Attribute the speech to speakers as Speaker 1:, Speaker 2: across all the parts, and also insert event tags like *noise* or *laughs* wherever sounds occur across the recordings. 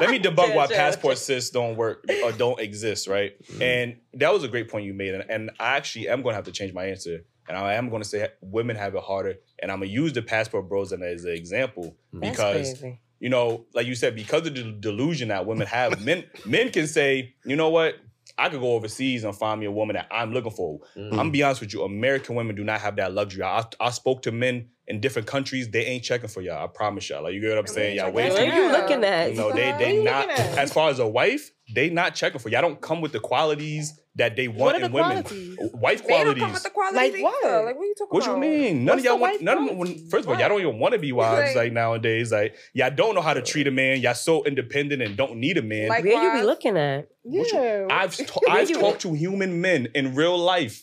Speaker 1: Let me debunk
Speaker 2: Yeah,
Speaker 1: why
Speaker 2: sure,
Speaker 1: passport sis don't work or don't exist, right? And that was a great point you made. And, and I actually am going to have to change my answer. And I am going to say women have it harder. And I'm going to use the passport bros as an example
Speaker 2: That's
Speaker 1: because
Speaker 2: crazy.
Speaker 1: you know, like you said, because of the delusion that women have, men men can say, you know what, I could go overseas and find me a woman that I'm looking for.
Speaker 3: Mm-hmm.
Speaker 1: I'm gonna be honest with you, American women do not have that luxury. I, I spoke to men in different countries, they ain't checking for y'all. I promise y'all. Like you get what I'm saying? Y'all wait.
Speaker 2: What
Speaker 1: till-
Speaker 2: are you looking at?
Speaker 1: No, they
Speaker 4: What are
Speaker 1: they
Speaker 4: you
Speaker 1: not.
Speaker 4: looking at?
Speaker 1: As far as a wife, they not checking for y'all. Don't come with the qualities that they want
Speaker 2: are the
Speaker 1: in
Speaker 5: *laughs*
Speaker 1: women.
Speaker 2: qualities?
Speaker 1: Wife
Speaker 4: They don't come
Speaker 1: qualities.
Speaker 4: with the quality.
Speaker 2: Like
Speaker 4: either.
Speaker 2: what?
Speaker 4: Like what you talking
Speaker 1: What you
Speaker 4: about?
Speaker 1: mean? None
Speaker 2: What's
Speaker 1: of y'all
Speaker 2: the
Speaker 1: want.
Speaker 2: wife
Speaker 1: None of
Speaker 2: quality?
Speaker 1: them, first of all, y'all don't even want to be wives
Speaker 4: Like-
Speaker 1: like, nowadays. Like y'all don't know how to treat a man. Y'all so independent and don't need a man.
Speaker 4: Like-
Speaker 2: Where you
Speaker 4: Likewise.
Speaker 2: be looking at?
Speaker 1: What you-
Speaker 5: Yeah.
Speaker 1: I've t- I've talked to human men in real life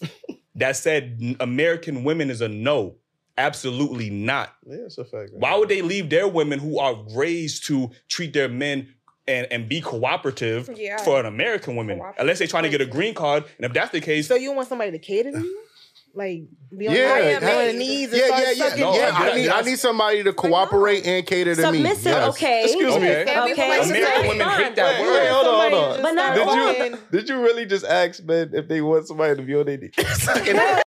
Speaker 1: that said "N- American women is a no. Absolutely not.
Speaker 5: yeah, it's a fact.
Speaker 1: Why would they leave their women who are raised to treat their men and, and be cooperative
Speaker 4: Yeah.
Speaker 1: for an American woman?
Speaker 4: Cooperative.
Speaker 1: Unless they're trying to get a green card. And if that's the case,
Speaker 5: So you want somebody to cater to you? Like be on
Speaker 3: Yeah,
Speaker 5: your- be on your
Speaker 4: amazing.
Speaker 5: knees and
Speaker 3: Yeah,
Speaker 5: start
Speaker 3: yeah, yeah.
Speaker 5: sucking
Speaker 1: No,
Speaker 3: yeah,
Speaker 5: dick?
Speaker 1: I-
Speaker 3: I need I need somebody to cooperate and cater to me.
Speaker 2: Submissive,
Speaker 3: Yes.
Speaker 2: okay.
Speaker 1: Excuse me.
Speaker 2: Okay.
Speaker 1: Understand
Speaker 4: me when you
Speaker 2: So
Speaker 1: American
Speaker 2: that's
Speaker 1: women
Speaker 2: fine.
Speaker 1: hate that
Speaker 5: Wait,
Speaker 1: word.
Speaker 5: wait, hold on, hold on.
Speaker 2: But not
Speaker 5: Did
Speaker 2: all.
Speaker 5: you-
Speaker 3: Did you really just ask men if they want somebody to be on their knees?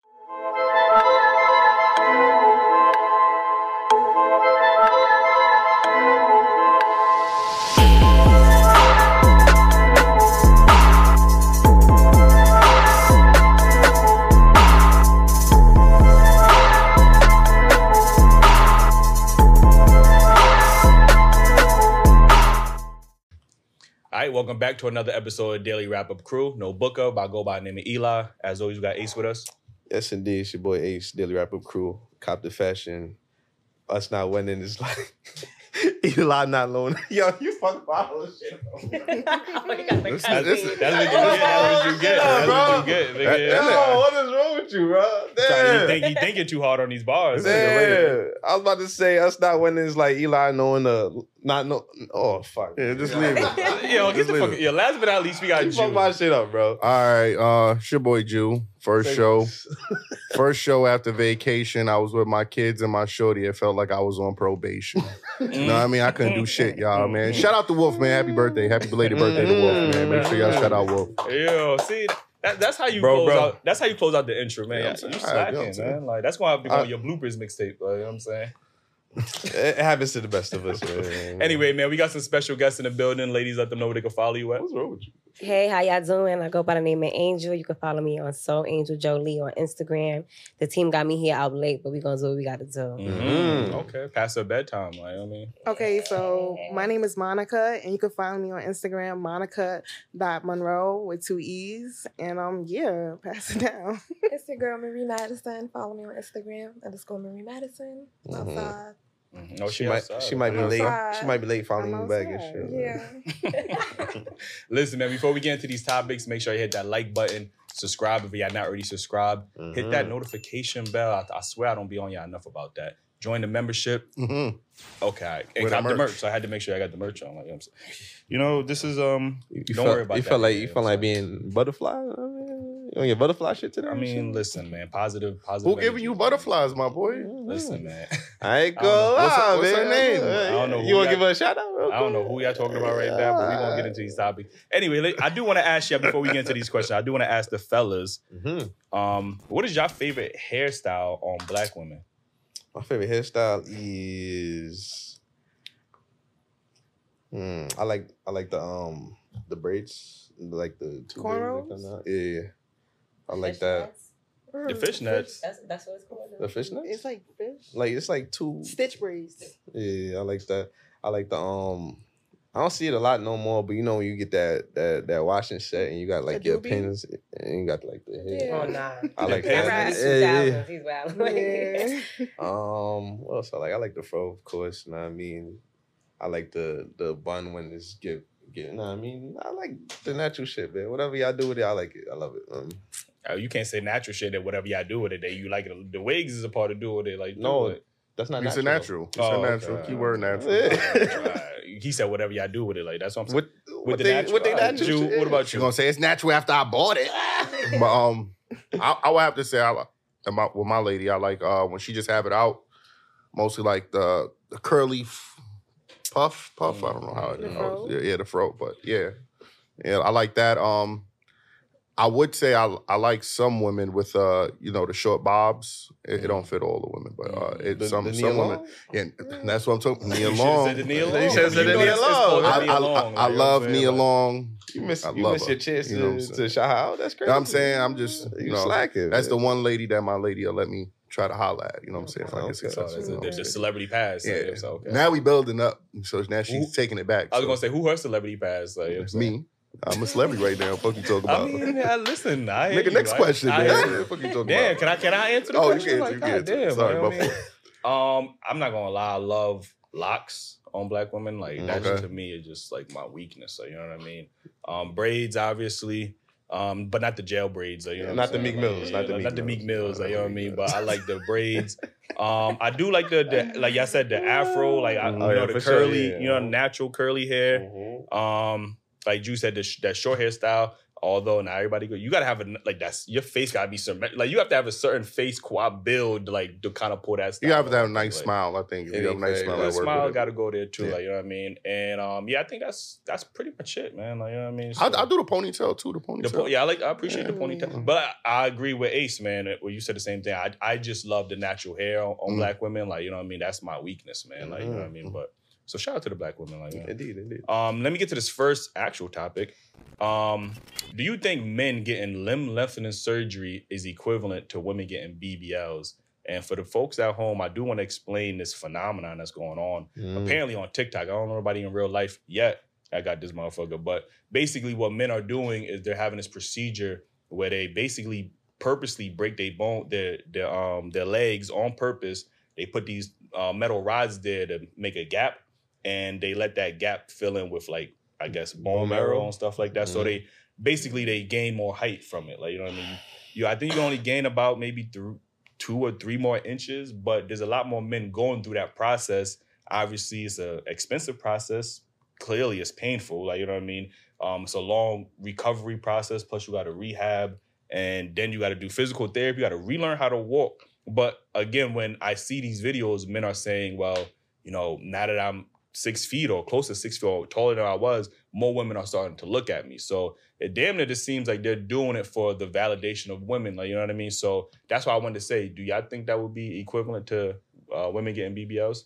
Speaker 1: All right, welcome back to another episode of Daily Wrap Up Crew. No book up. I go by the name of Eli. As always, we got Ace with us.
Speaker 3: Yes, indeed. It's your boy Ace, Daily Wrap Up Crew, Cop the Fashion. Us not winning is like *laughs* Eli not loaning. *laughs* Yo, you fucking follow shit.
Speaker 2: *laughs*
Speaker 4: *laughs*
Speaker 3: This
Speaker 1: That's, that's,
Speaker 3: is-
Speaker 1: what you get. That's what you get.
Speaker 3: Oh,
Speaker 1: That's what you
Speaker 3: bro.
Speaker 1: get.
Speaker 3: Yo,
Speaker 1: nigga.
Speaker 3: what is wrong with you, bro?
Speaker 1: Sorry,
Speaker 3: Damn.
Speaker 1: you think you thinking too hard on these bars?
Speaker 3: Damn. I was about to say us not winning is like Eli knowing the not know. Oh fuck. Yeah, just leave
Speaker 1: *laughs*
Speaker 3: it.
Speaker 1: Yo, get the fuck. Yo, last but not least, we got
Speaker 3: You fuck my
Speaker 1: you.
Speaker 3: shit up, bro.
Speaker 6: All right, uh, it's your boy Jew. First show,
Speaker 3: *laughs*
Speaker 6: first show after vacation. I was with my kids and my shorty. It felt like I was on probation.
Speaker 1: Mm.
Speaker 6: You know what I mean? I couldn't do shit, y'all, man. Shout out to Wolf, man. Happy birthday, happy belated birthday to Wolf, man. Make sure y'all shout out Wolf.
Speaker 1: Yo, see, that, that's how you
Speaker 3: Bro,
Speaker 1: close
Speaker 3: bro.
Speaker 1: out. That's how you close out the intro, man.
Speaker 3: Yeah, I'm
Speaker 1: you
Speaker 3: saying.
Speaker 1: you
Speaker 3: All right,
Speaker 1: slacking,
Speaker 3: yo, I'm saying.
Speaker 1: man. Like that's gonna have to be
Speaker 3: I-
Speaker 1: on your bloopers mixtape. Like, you know what I'm saying.
Speaker 3: It happens to the best of us.
Speaker 1: *laughs*
Speaker 3: man.
Speaker 1: Anyway, man, we got some special guests in the building. Ladies, let them know where they can follow you at.
Speaker 3: what's wrong with you?
Speaker 2: Hey, how y'all doing? I go by the name of Angel. You can follow me on Soul Angel Jolie on Instagram. The team got me here out late, but we gonna do what we gotta do.
Speaker 1: Mhm. Okay, past her bedtime. Like, I mean,
Speaker 5: Okay, so my name is Monica, and you can find me on Instagram, monica.monroe with two E's. And um, yeah, *laughs* pass it down.
Speaker 4: It's your girl Marie Madison. Follow me on Instagram underscore Marie Madison.
Speaker 3: Mhm.
Speaker 1: Mm-hmm.
Speaker 4: Outside.
Speaker 1: mhm. no,
Speaker 3: Mm-hmm. She might,
Speaker 1: outside.
Speaker 3: she might be
Speaker 4: I'm
Speaker 3: late.
Speaker 4: outside.
Speaker 3: She might be late following
Speaker 5: I'm
Speaker 3: you back and
Speaker 5: outside.
Speaker 3: shit.
Speaker 4: Yeah.
Speaker 1: *laughs*
Speaker 4: Mm-hmm.
Speaker 1: Listen, man, before we get into these topics, make sure you hit that like button, subscribe if you're not already subscribed, hit that
Speaker 3: Mm-hmm.
Speaker 1: notification bell. I, I swear I don't be on y'all enough about that. Join the membership.
Speaker 3: Mm-hmm.
Speaker 6: Mhm.
Speaker 1: Okay, I- and
Speaker 6: With the
Speaker 1: cop the
Speaker 6: merch.
Speaker 1: merch. So I had to make sure I got the merch on. Like, you know, what I'm saying? you know this is um.
Speaker 3: You,
Speaker 1: Don't
Speaker 3: felt,
Speaker 1: worry about
Speaker 3: you
Speaker 1: that,
Speaker 3: felt like
Speaker 1: man.
Speaker 3: you felt like being butterfly. I mean, you on your butterfly shit today.
Speaker 1: I
Speaker 3: and
Speaker 1: mean,
Speaker 3: shit?
Speaker 1: listen, man, positive, positive.
Speaker 6: Who giving
Speaker 1: energy.
Speaker 6: you butterflies, my boy?
Speaker 1: Listen, man,
Speaker 3: I ain't
Speaker 1: I don't know.
Speaker 3: gonna
Speaker 6: What's her-
Speaker 3: lie,
Speaker 6: what's her
Speaker 3: man.
Speaker 6: name?
Speaker 3: Yeah,
Speaker 1: I don't know
Speaker 3: yeah.
Speaker 1: who
Speaker 3: You
Speaker 1: y'all-
Speaker 3: want to give her a shout out? real
Speaker 1: I don't know
Speaker 3: quick?
Speaker 1: who y'all talking about right now, but we gonna get into these topics. Anyway, like, I do want to ask y'all before we get into these questions. I do want to ask the fellas,
Speaker 3: Mhm.
Speaker 1: um, what is your favorite hairstyle on black women?
Speaker 3: My favorite hairstyle is. Hmm, I like I like the um the braids like the two braids that
Speaker 5: Cornrows?
Speaker 3: come out. Yeah, yeah, I like that.
Speaker 1: The fishnets.
Speaker 2: That's, that's what it's called.
Speaker 3: The fishnets.
Speaker 5: It's like fish.
Speaker 3: like it's like two
Speaker 2: *laughs*
Speaker 5: Stitch braids.
Speaker 3: Yeah, I like that. I like the um. I don't see it a lot no more, but you know when you get that that that washing set and you got like
Speaker 5: The
Speaker 3: your
Speaker 5: doobie?
Speaker 3: pins and you got like the hair.
Speaker 4: Yeah.
Speaker 2: Oh nah.
Speaker 3: I like
Speaker 1: Yeah.
Speaker 3: that.
Speaker 2: He's
Speaker 3: Yeah, yeah.
Speaker 2: 2000s. He's wild. *laughs*
Speaker 5: Yeah.
Speaker 3: Um, what else I like? I like the fro, of course. You know what I mean? I like the the bun when it's get get. You know what I mean? I like the natural shit, man. Whatever y'all do with it, I like it. I love it. Um,
Speaker 1: Oh, you can't say natural shit that whatever y'all do with it, that you like it. The wigs is a part of doing it. Like, do
Speaker 3: No,
Speaker 1: it.
Speaker 3: that's not.
Speaker 6: It's a
Speaker 3: natural.
Speaker 6: natural. It's
Speaker 1: Oh,
Speaker 6: a natural.
Speaker 1: okay.
Speaker 6: Keyword natural.
Speaker 3: Yeah.
Speaker 1: Uh, he said whatever y'all do with it. Like, that's what I'm saying.
Speaker 3: What what they
Speaker 1: natural.
Speaker 3: what they
Speaker 1: All right,
Speaker 3: natural?
Speaker 1: Ju,
Speaker 3: shit
Speaker 1: what
Speaker 3: is.
Speaker 1: about
Speaker 6: She
Speaker 1: you?
Speaker 6: gonna say it's natural after I bought it, *laughs* but um, I, I would have to say I li- and my, with my lady, I like uh when she just have it out, mostly like the the curly f- Puff, Puff. I don't know how it
Speaker 5: The
Speaker 6: knows.
Speaker 5: fro.
Speaker 6: Yeah, yeah, the fro, but yeah, yeah, I like that. Um, I would say I I like some women with uh you know the short bobs. It, it
Speaker 5: Mm.
Speaker 6: don't fit all the women, but uh,
Speaker 1: Mm-hmm.
Speaker 6: it,
Speaker 3: The-
Speaker 6: some
Speaker 3: the
Speaker 6: some
Speaker 3: Nia
Speaker 4: Oh,
Speaker 6: women.
Speaker 3: Long?
Speaker 6: Yeah, and that's what I'm talking.
Speaker 1: *laughs* *laughs* You
Speaker 6: Nia
Speaker 1: should've
Speaker 6: Long.
Speaker 1: said the Nia
Speaker 6: I-
Speaker 1: Long.
Speaker 3: He says the
Speaker 1: You know
Speaker 3: Nia
Speaker 1: it's- it's called
Speaker 3: Long.
Speaker 1: the
Speaker 6: I,
Speaker 1: Nia
Speaker 6: I,
Speaker 1: Long,
Speaker 6: I
Speaker 1: you know what I'm
Speaker 6: love
Speaker 1: saying?
Speaker 6: Nia
Speaker 1: Like,
Speaker 6: Long.
Speaker 3: You miss,
Speaker 6: I
Speaker 3: you
Speaker 6: love
Speaker 3: miss
Speaker 6: her.
Speaker 3: your chance
Speaker 6: You know what I'm
Speaker 3: to,
Speaker 6: saying?
Speaker 3: to shout her out. That's
Speaker 6: You
Speaker 3: crazy.
Speaker 6: know what I'm saying? I'm just
Speaker 3: you
Speaker 6: you know,
Speaker 3: slacking.
Speaker 6: That's the one lady that my lady will let me try to holler at. You know what I'm saying? If I
Speaker 3: Okay.
Speaker 6: get
Speaker 1: So
Speaker 6: successful.
Speaker 1: that's
Speaker 6: you
Speaker 1: a,
Speaker 6: know?
Speaker 1: there's a celebrity pass. Like,
Speaker 6: Yeah.
Speaker 1: so, okay.
Speaker 6: Now we building up, so now she's taking it back.
Speaker 1: I was
Speaker 6: so.
Speaker 1: gonna say who her celebrity pass. Like, you know what I'm saying?
Speaker 6: me. I'm a celebrity right now. Fuck
Speaker 1: *laughs*
Speaker 6: you talking
Speaker 1: I
Speaker 6: about.
Speaker 1: mean, I, listen. I hear
Speaker 6: Nigga,
Speaker 1: you.
Speaker 6: next
Speaker 1: I-
Speaker 6: question,
Speaker 1: I hear
Speaker 6: man.
Speaker 1: you.
Speaker 6: What the fuck you talking
Speaker 1: Damn,
Speaker 6: about?
Speaker 1: can I can I answer the
Speaker 6: Oh, you
Speaker 1: question?
Speaker 6: can,
Speaker 1: Like,
Speaker 6: you
Speaker 1: God
Speaker 6: can.
Speaker 1: damn,
Speaker 6: Sorry,
Speaker 1: you know
Speaker 6: my
Speaker 1: what I mean? Um, I'm not gonna lie, I love locks on black women. Like
Speaker 3: Mm,
Speaker 1: that
Speaker 6: okay.
Speaker 1: to me is just like my weakness. So you know what I mean? Um, braids, obviously. Um, but not the jail braids, like, you know what
Speaker 3: Not
Speaker 1: I'm saying?
Speaker 3: the Meek
Speaker 1: Like,
Speaker 3: Mills,
Speaker 1: yeah,
Speaker 3: not the
Speaker 1: like,
Speaker 3: Meek
Speaker 1: not the Meek
Speaker 3: Mills.
Speaker 1: Mills, like,
Speaker 3: Not
Speaker 1: you know
Speaker 3: the
Speaker 1: what I
Speaker 3: Meek
Speaker 1: mean.
Speaker 3: Mills.
Speaker 1: But I like the
Speaker 3: *laughs*
Speaker 1: braids. Um, I do like the, the like y'all said the afro, like I,
Speaker 6: Oh,
Speaker 1: you
Speaker 3: yeah,
Speaker 1: know the
Speaker 3: for sure,
Speaker 1: curly,
Speaker 3: yeah.
Speaker 1: you know natural curly hair.
Speaker 6: *laughs*
Speaker 3: Mhm.
Speaker 1: Um, like you said, the sh- that short hairstyle. Although not everybody go, you gotta have a like that's your face gotta be certain. Like you have to have a certain face co-op build, like to kind of pull that. Style
Speaker 6: You have to have a
Speaker 1: off,
Speaker 6: nice
Speaker 1: like,
Speaker 6: smile, I think. If you
Speaker 3: Yeah,
Speaker 6: have a nice
Speaker 3: yeah,
Speaker 6: smile,
Speaker 3: yeah.
Speaker 1: Your
Speaker 6: at work,
Speaker 1: smile
Speaker 6: whatever.
Speaker 1: gotta go there too,
Speaker 6: Yeah.
Speaker 1: like you know what I mean. And um, yeah, I think that's that's pretty much it, man. Like you know what I mean.
Speaker 6: I,
Speaker 1: So-
Speaker 6: I do the ponytail too. The
Speaker 1: the
Speaker 6: ponytail.
Speaker 1: po- yeah, I like. I appreciate the ponytail,
Speaker 6: Mm.
Speaker 1: but I, I agree with Ace, man. Well, you said the same thing. I, I just love the natural hair on, on
Speaker 6: Mm.
Speaker 1: black women. Like you know what I mean. That's my weakness, man. Like you know what I mean.
Speaker 6: Mm.
Speaker 1: But so shout out to the black women. Like you know.
Speaker 3: Indeed, indeed.
Speaker 1: Um, let me get to this first actual topic. Um, do you think men getting limb lengthening surgery is equivalent to women getting BBLs? And for the folks at home, I do want to explain this phenomenon that's going on.
Speaker 3: Mm-hmm.
Speaker 1: Apparently on TikTok, I don't know anybody in real life yet. I got this motherfucker, but basically what men are doing is they're having this procedure where they basically purposely break their bone, their their um their legs on purpose. They put these uh, metal rods there to make a gap, and they let that gap fill in with like I guess bone
Speaker 3: Bone marrow?
Speaker 1: marrow and stuff like that. So
Speaker 3: Mhm.
Speaker 1: they basically they gain more height from it. Like you know what I mean? You, I think you can only gain about maybe through two or three more inches, but there's a lot more men going through that process. Obviously, it's a expensive process. Clearly, it's painful. Like you know what I mean? Um, it's a long recovery process. Plus, you got to rehab, and then you got to do physical therapy. You got to relearn how to walk. But again, when I see these videos, men are saying, "Well, you know, now that I'm six feet or close to six feet or taller than I was, more women are starting to look at me." So it damn near just seems like they're doing it for the validation of women. Like you know what I mean? So that's why I wanted to say, do y'all think that would be equivalent to uh, women getting BBLs?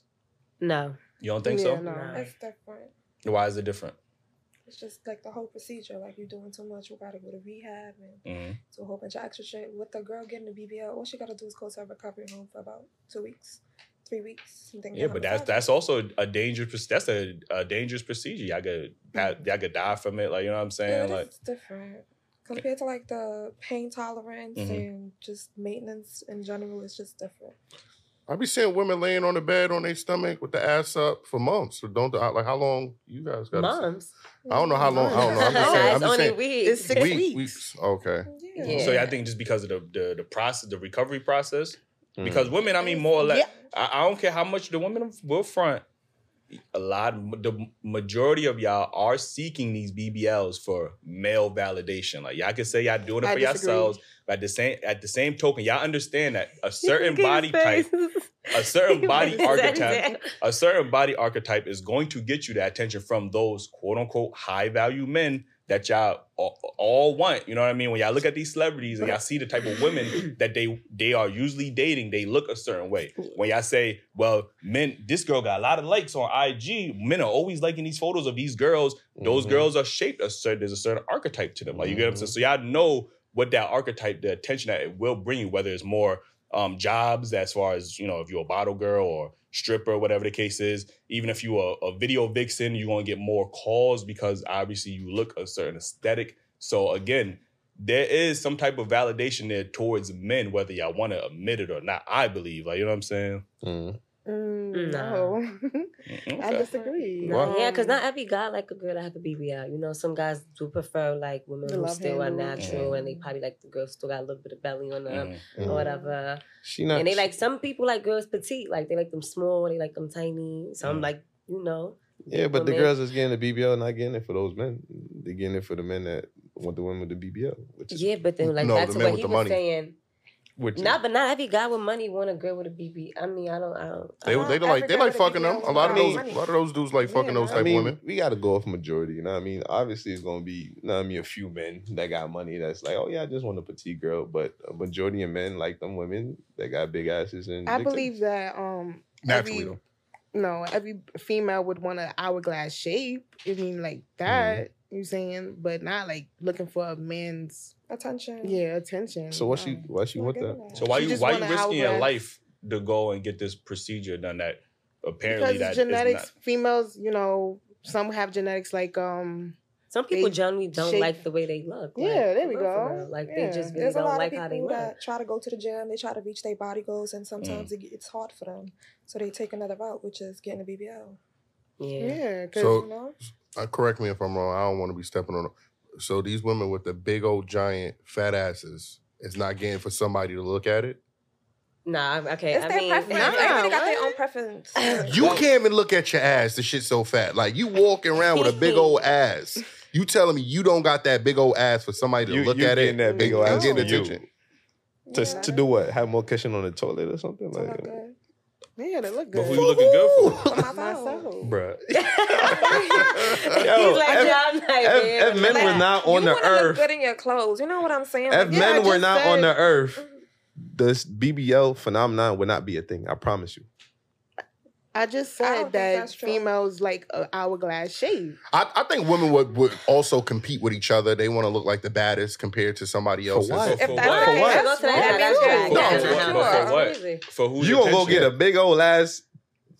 Speaker 2: No.
Speaker 1: You don't think
Speaker 5: Yeah,
Speaker 1: so?
Speaker 5: no.
Speaker 4: It's different.
Speaker 1: Why is it different?
Speaker 4: It's just like the whole procedure. Like you're doing too much, you gotta go to rehab and
Speaker 1: Mm-hmm.
Speaker 4: do a whole bunch of extra shit. With the girl getting a BBL, all she gotta do is go to a recovery home for about two weeks, three weeks. And then get
Speaker 1: Yeah,
Speaker 4: her
Speaker 1: but that's
Speaker 4: massage.
Speaker 1: that's also a dangerous. proc- That's a, a dangerous procedure. Y'all could pa- y'all could die from it. Like you know what I'm
Speaker 4: Yeah,
Speaker 1: saying?
Speaker 4: it
Speaker 1: Like
Speaker 4: is different compared to like the pain tolerance
Speaker 1: Mhm.
Speaker 4: and just maintenance in general. It's just different.
Speaker 6: I be seeing women laying on the bed on their stomach with the ass up for months. So don't I- like how long you guys got?
Speaker 5: Moms.
Speaker 6: I don't know how long. I don't know. I'm
Speaker 2: *laughs*
Speaker 4: *laughs*
Speaker 5: No,
Speaker 6: just saying.
Speaker 5: it's
Speaker 6: I'm just saying.
Speaker 2: weeks. *laughs*
Speaker 5: It's six
Speaker 6: week-
Speaker 5: weeks.
Speaker 6: Okay.
Speaker 4: Yeah.
Speaker 2: Yeah.
Speaker 1: so, y'all think just because of the, the the process, the recovery process, because women, I mean,
Speaker 4: It's-
Speaker 1: more or less,
Speaker 5: Yeah.
Speaker 1: I, I don't care how much the women will front. A lot, the majority of y'all are seeking these BBLs for male validation. Like y'all can say y'all doing it
Speaker 5: I
Speaker 1: for
Speaker 5: disagree.
Speaker 1: yourselves, but at the same at the same token, y'all understand that
Speaker 5: *laughs*
Speaker 1: a
Speaker 2: *laughs*
Speaker 1: certain
Speaker 2: Look at
Speaker 1: body
Speaker 2: his face.
Speaker 1: type, a certain body
Speaker 2: *laughs* He said
Speaker 1: archetype,
Speaker 2: that.
Speaker 1: a certain body archetype is going to get you the attention from those quote unquote high value men that y'all all, all want. You know what I mean? When y'all look at these celebrities and y'all see the type of women that they they are usually dating, they look a certain way. When y'all say, "Well, men, this girl got a lot of likes on IG," men are always liking these photos of these girls. Those
Speaker 6: Mm-hmm.
Speaker 1: girls are shaped a certain. There's a certain archetype to them. Like you get what I'm saying? So
Speaker 6: Mm-hmm.
Speaker 1: y'all know what that archetype, the attention that it will bring you, whether it's more um, jobs as far as you know, if you're a bottle girl or stripper, whatever the case is. Even if you are a video vixen, you're gonna get more calls because obviously you look a certain aesthetic. So again, there is some type of validation there towards men, whether y'all want to admit it or not. I believe, like you know what I'm saying.
Speaker 3: Mm-hmm.
Speaker 5: Mm,
Speaker 2: No.
Speaker 5: no. *laughs*
Speaker 1: Mm,
Speaker 5: I
Speaker 1: okay.
Speaker 5: disagree.
Speaker 2: Nah,
Speaker 6: Wow.
Speaker 2: yeah, because
Speaker 5: Um,
Speaker 2: not every guy like a girl that have a BBL. You know, some guys do prefer like women
Speaker 5: The
Speaker 2: who
Speaker 5: love
Speaker 2: still are
Speaker 5: handle.
Speaker 2: natural and they
Speaker 4: Mhm.
Speaker 2: probably like the girls still got a little bit of belly on them
Speaker 1: Mhm.
Speaker 2: or
Speaker 3: Mhm.
Speaker 2: whatever.
Speaker 3: She not.
Speaker 2: And they like some people like girls petite, like they like them small, they like them tiny. Some
Speaker 1: Mhm.
Speaker 2: like you know,
Speaker 3: Yeah, but the
Speaker 2: women.
Speaker 3: girls is getting the BBL, not getting it for those men. They're getting it for the men that want the women with the BBL. Which is
Speaker 2: yeah. But then like
Speaker 6: No,
Speaker 2: back
Speaker 6: the
Speaker 2: to
Speaker 6: men
Speaker 2: what
Speaker 6: with
Speaker 2: he
Speaker 6: the
Speaker 2: was
Speaker 6: money.
Speaker 2: saying.
Speaker 1: with you.
Speaker 2: Nah, but not every guy with money want a girl with a BB. I mean, I don't, I don't. I-
Speaker 6: They, they
Speaker 4: Uh-huh.
Speaker 5: Every
Speaker 6: like they
Speaker 5: girl
Speaker 6: like
Speaker 5: with a
Speaker 6: fucking them.
Speaker 5: BBL
Speaker 6: A lot of
Speaker 3: with
Speaker 6: those a
Speaker 5: money.
Speaker 6: lot of those dudes like fucking
Speaker 5: Yeah,
Speaker 6: those
Speaker 5: I
Speaker 6: type
Speaker 3: I mean,
Speaker 6: women.
Speaker 3: we got to go off majority. You know what I mean? Obviously, it's going to be, you know what I mean, a few men that got money that's like, oh, yeah, I just want a petite girl. But a majority of men like them women that got big asses. and
Speaker 5: I
Speaker 3: big titties.
Speaker 5: believe that um
Speaker 6: Naturally
Speaker 5: every-
Speaker 6: though.
Speaker 5: no, every female would want an hourglass shape. I mean, like that. You saying, but not like looking for a man's
Speaker 4: Attention.
Speaker 5: yeah attention.
Speaker 3: So what's she,
Speaker 5: Um,
Speaker 3: why she
Speaker 4: Not
Speaker 3: want
Speaker 4: getting
Speaker 3: that?
Speaker 1: So why
Speaker 5: She
Speaker 1: you
Speaker 5: just
Speaker 1: why you
Speaker 5: wanna
Speaker 1: risking your
Speaker 5: outgrow-
Speaker 1: life to go and get this procedure done that apparently
Speaker 5: Because
Speaker 1: that is
Speaker 5: genetics,
Speaker 1: not
Speaker 5: females, you know, some have genetics like um.
Speaker 2: Some people
Speaker 5: They
Speaker 2: generally don't
Speaker 5: shape-
Speaker 2: like the way they look. Like,
Speaker 5: Yeah, there we
Speaker 2: for real, for
Speaker 5: go.
Speaker 2: real. Like
Speaker 5: Yeah.
Speaker 2: they just really
Speaker 4: There's a
Speaker 2: don't
Speaker 4: lot
Speaker 2: like
Speaker 4: of
Speaker 2: how they
Speaker 4: people
Speaker 2: look.
Speaker 4: that try to go to the gym. They try to reach their body goals, and sometimes it, it's hard for them. So they take another route, which is getting a BBL.
Speaker 2: yeah.
Speaker 5: Yeah, because
Speaker 6: So-
Speaker 4: You know,
Speaker 6: Uh, correct me if I'm wrong. I don't want to be stepping on. So these women with the big old giant fat asses, it's not getting for somebody to look at it.
Speaker 2: Nah, okay. *laughs*
Speaker 4: it's
Speaker 2: I
Speaker 4: their
Speaker 2: mean,
Speaker 4: preference.
Speaker 5: Nah,
Speaker 4: Everybody got their
Speaker 5: what?
Speaker 4: own preference.
Speaker 6: You can't even look at your ass. The shit's so fat. Like you walking around with a
Speaker 4: *laughs*
Speaker 6: big old ass. You telling me you don't got that big old ass for somebody to
Speaker 3: You-
Speaker 6: look
Speaker 3: you
Speaker 6: at it
Speaker 3: getting that big
Speaker 6: and-
Speaker 3: old
Speaker 6: and
Speaker 3: ass
Speaker 6: get
Speaker 3: for you.
Speaker 6: attention?
Speaker 3: To,
Speaker 4: Yeah.
Speaker 3: to do what? Have more cushion on the toilet or something?
Speaker 4: It's
Speaker 3: Like,
Speaker 4: not good.
Speaker 5: yeah, they look
Speaker 1: But who
Speaker 5: good.
Speaker 1: you looking good for?
Speaker 4: For *laughs*
Speaker 6: *laughs*
Speaker 4: my phone.
Speaker 5: Myself.
Speaker 3: bruh.
Speaker 2: He's like,
Speaker 3: if-
Speaker 2: yeah, I'm like,
Speaker 3: If,
Speaker 2: yeah,
Speaker 3: if men
Speaker 2: relax.
Speaker 3: were not on
Speaker 4: you
Speaker 3: the
Speaker 4: wanna Look
Speaker 3: earth,
Speaker 4: good in your clothes. You know what I'm saying?
Speaker 3: if
Speaker 5: Yeah, I
Speaker 3: men were
Speaker 5: just
Speaker 3: not on
Speaker 5: said-
Speaker 3: the earth, this BBL phenomenon would not be a thing. I promise you.
Speaker 5: I just
Speaker 4: I don't
Speaker 5: said
Speaker 4: think
Speaker 5: that
Speaker 4: that's true.
Speaker 5: females like a hourglass shape.
Speaker 6: I, I think women would, would also compete with each other. They want to look like the baddest compared to somebody
Speaker 3: For
Speaker 6: else's.
Speaker 3: what?
Speaker 1: For
Speaker 4: if that's
Speaker 1: what?
Speaker 4: the
Speaker 3: For what?
Speaker 4: case,
Speaker 2: Go
Speaker 4: that's
Speaker 2: to that guy,
Speaker 4: wrong.
Speaker 2: that's
Speaker 4: That's
Speaker 2: right.
Speaker 6: No,
Speaker 2: That's
Speaker 6: for-
Speaker 2: not
Speaker 6: but
Speaker 2: sure.
Speaker 1: for what?
Speaker 2: Crazy.
Speaker 1: for who's
Speaker 3: You gonna go get
Speaker 1: attention?
Speaker 3: a big old ass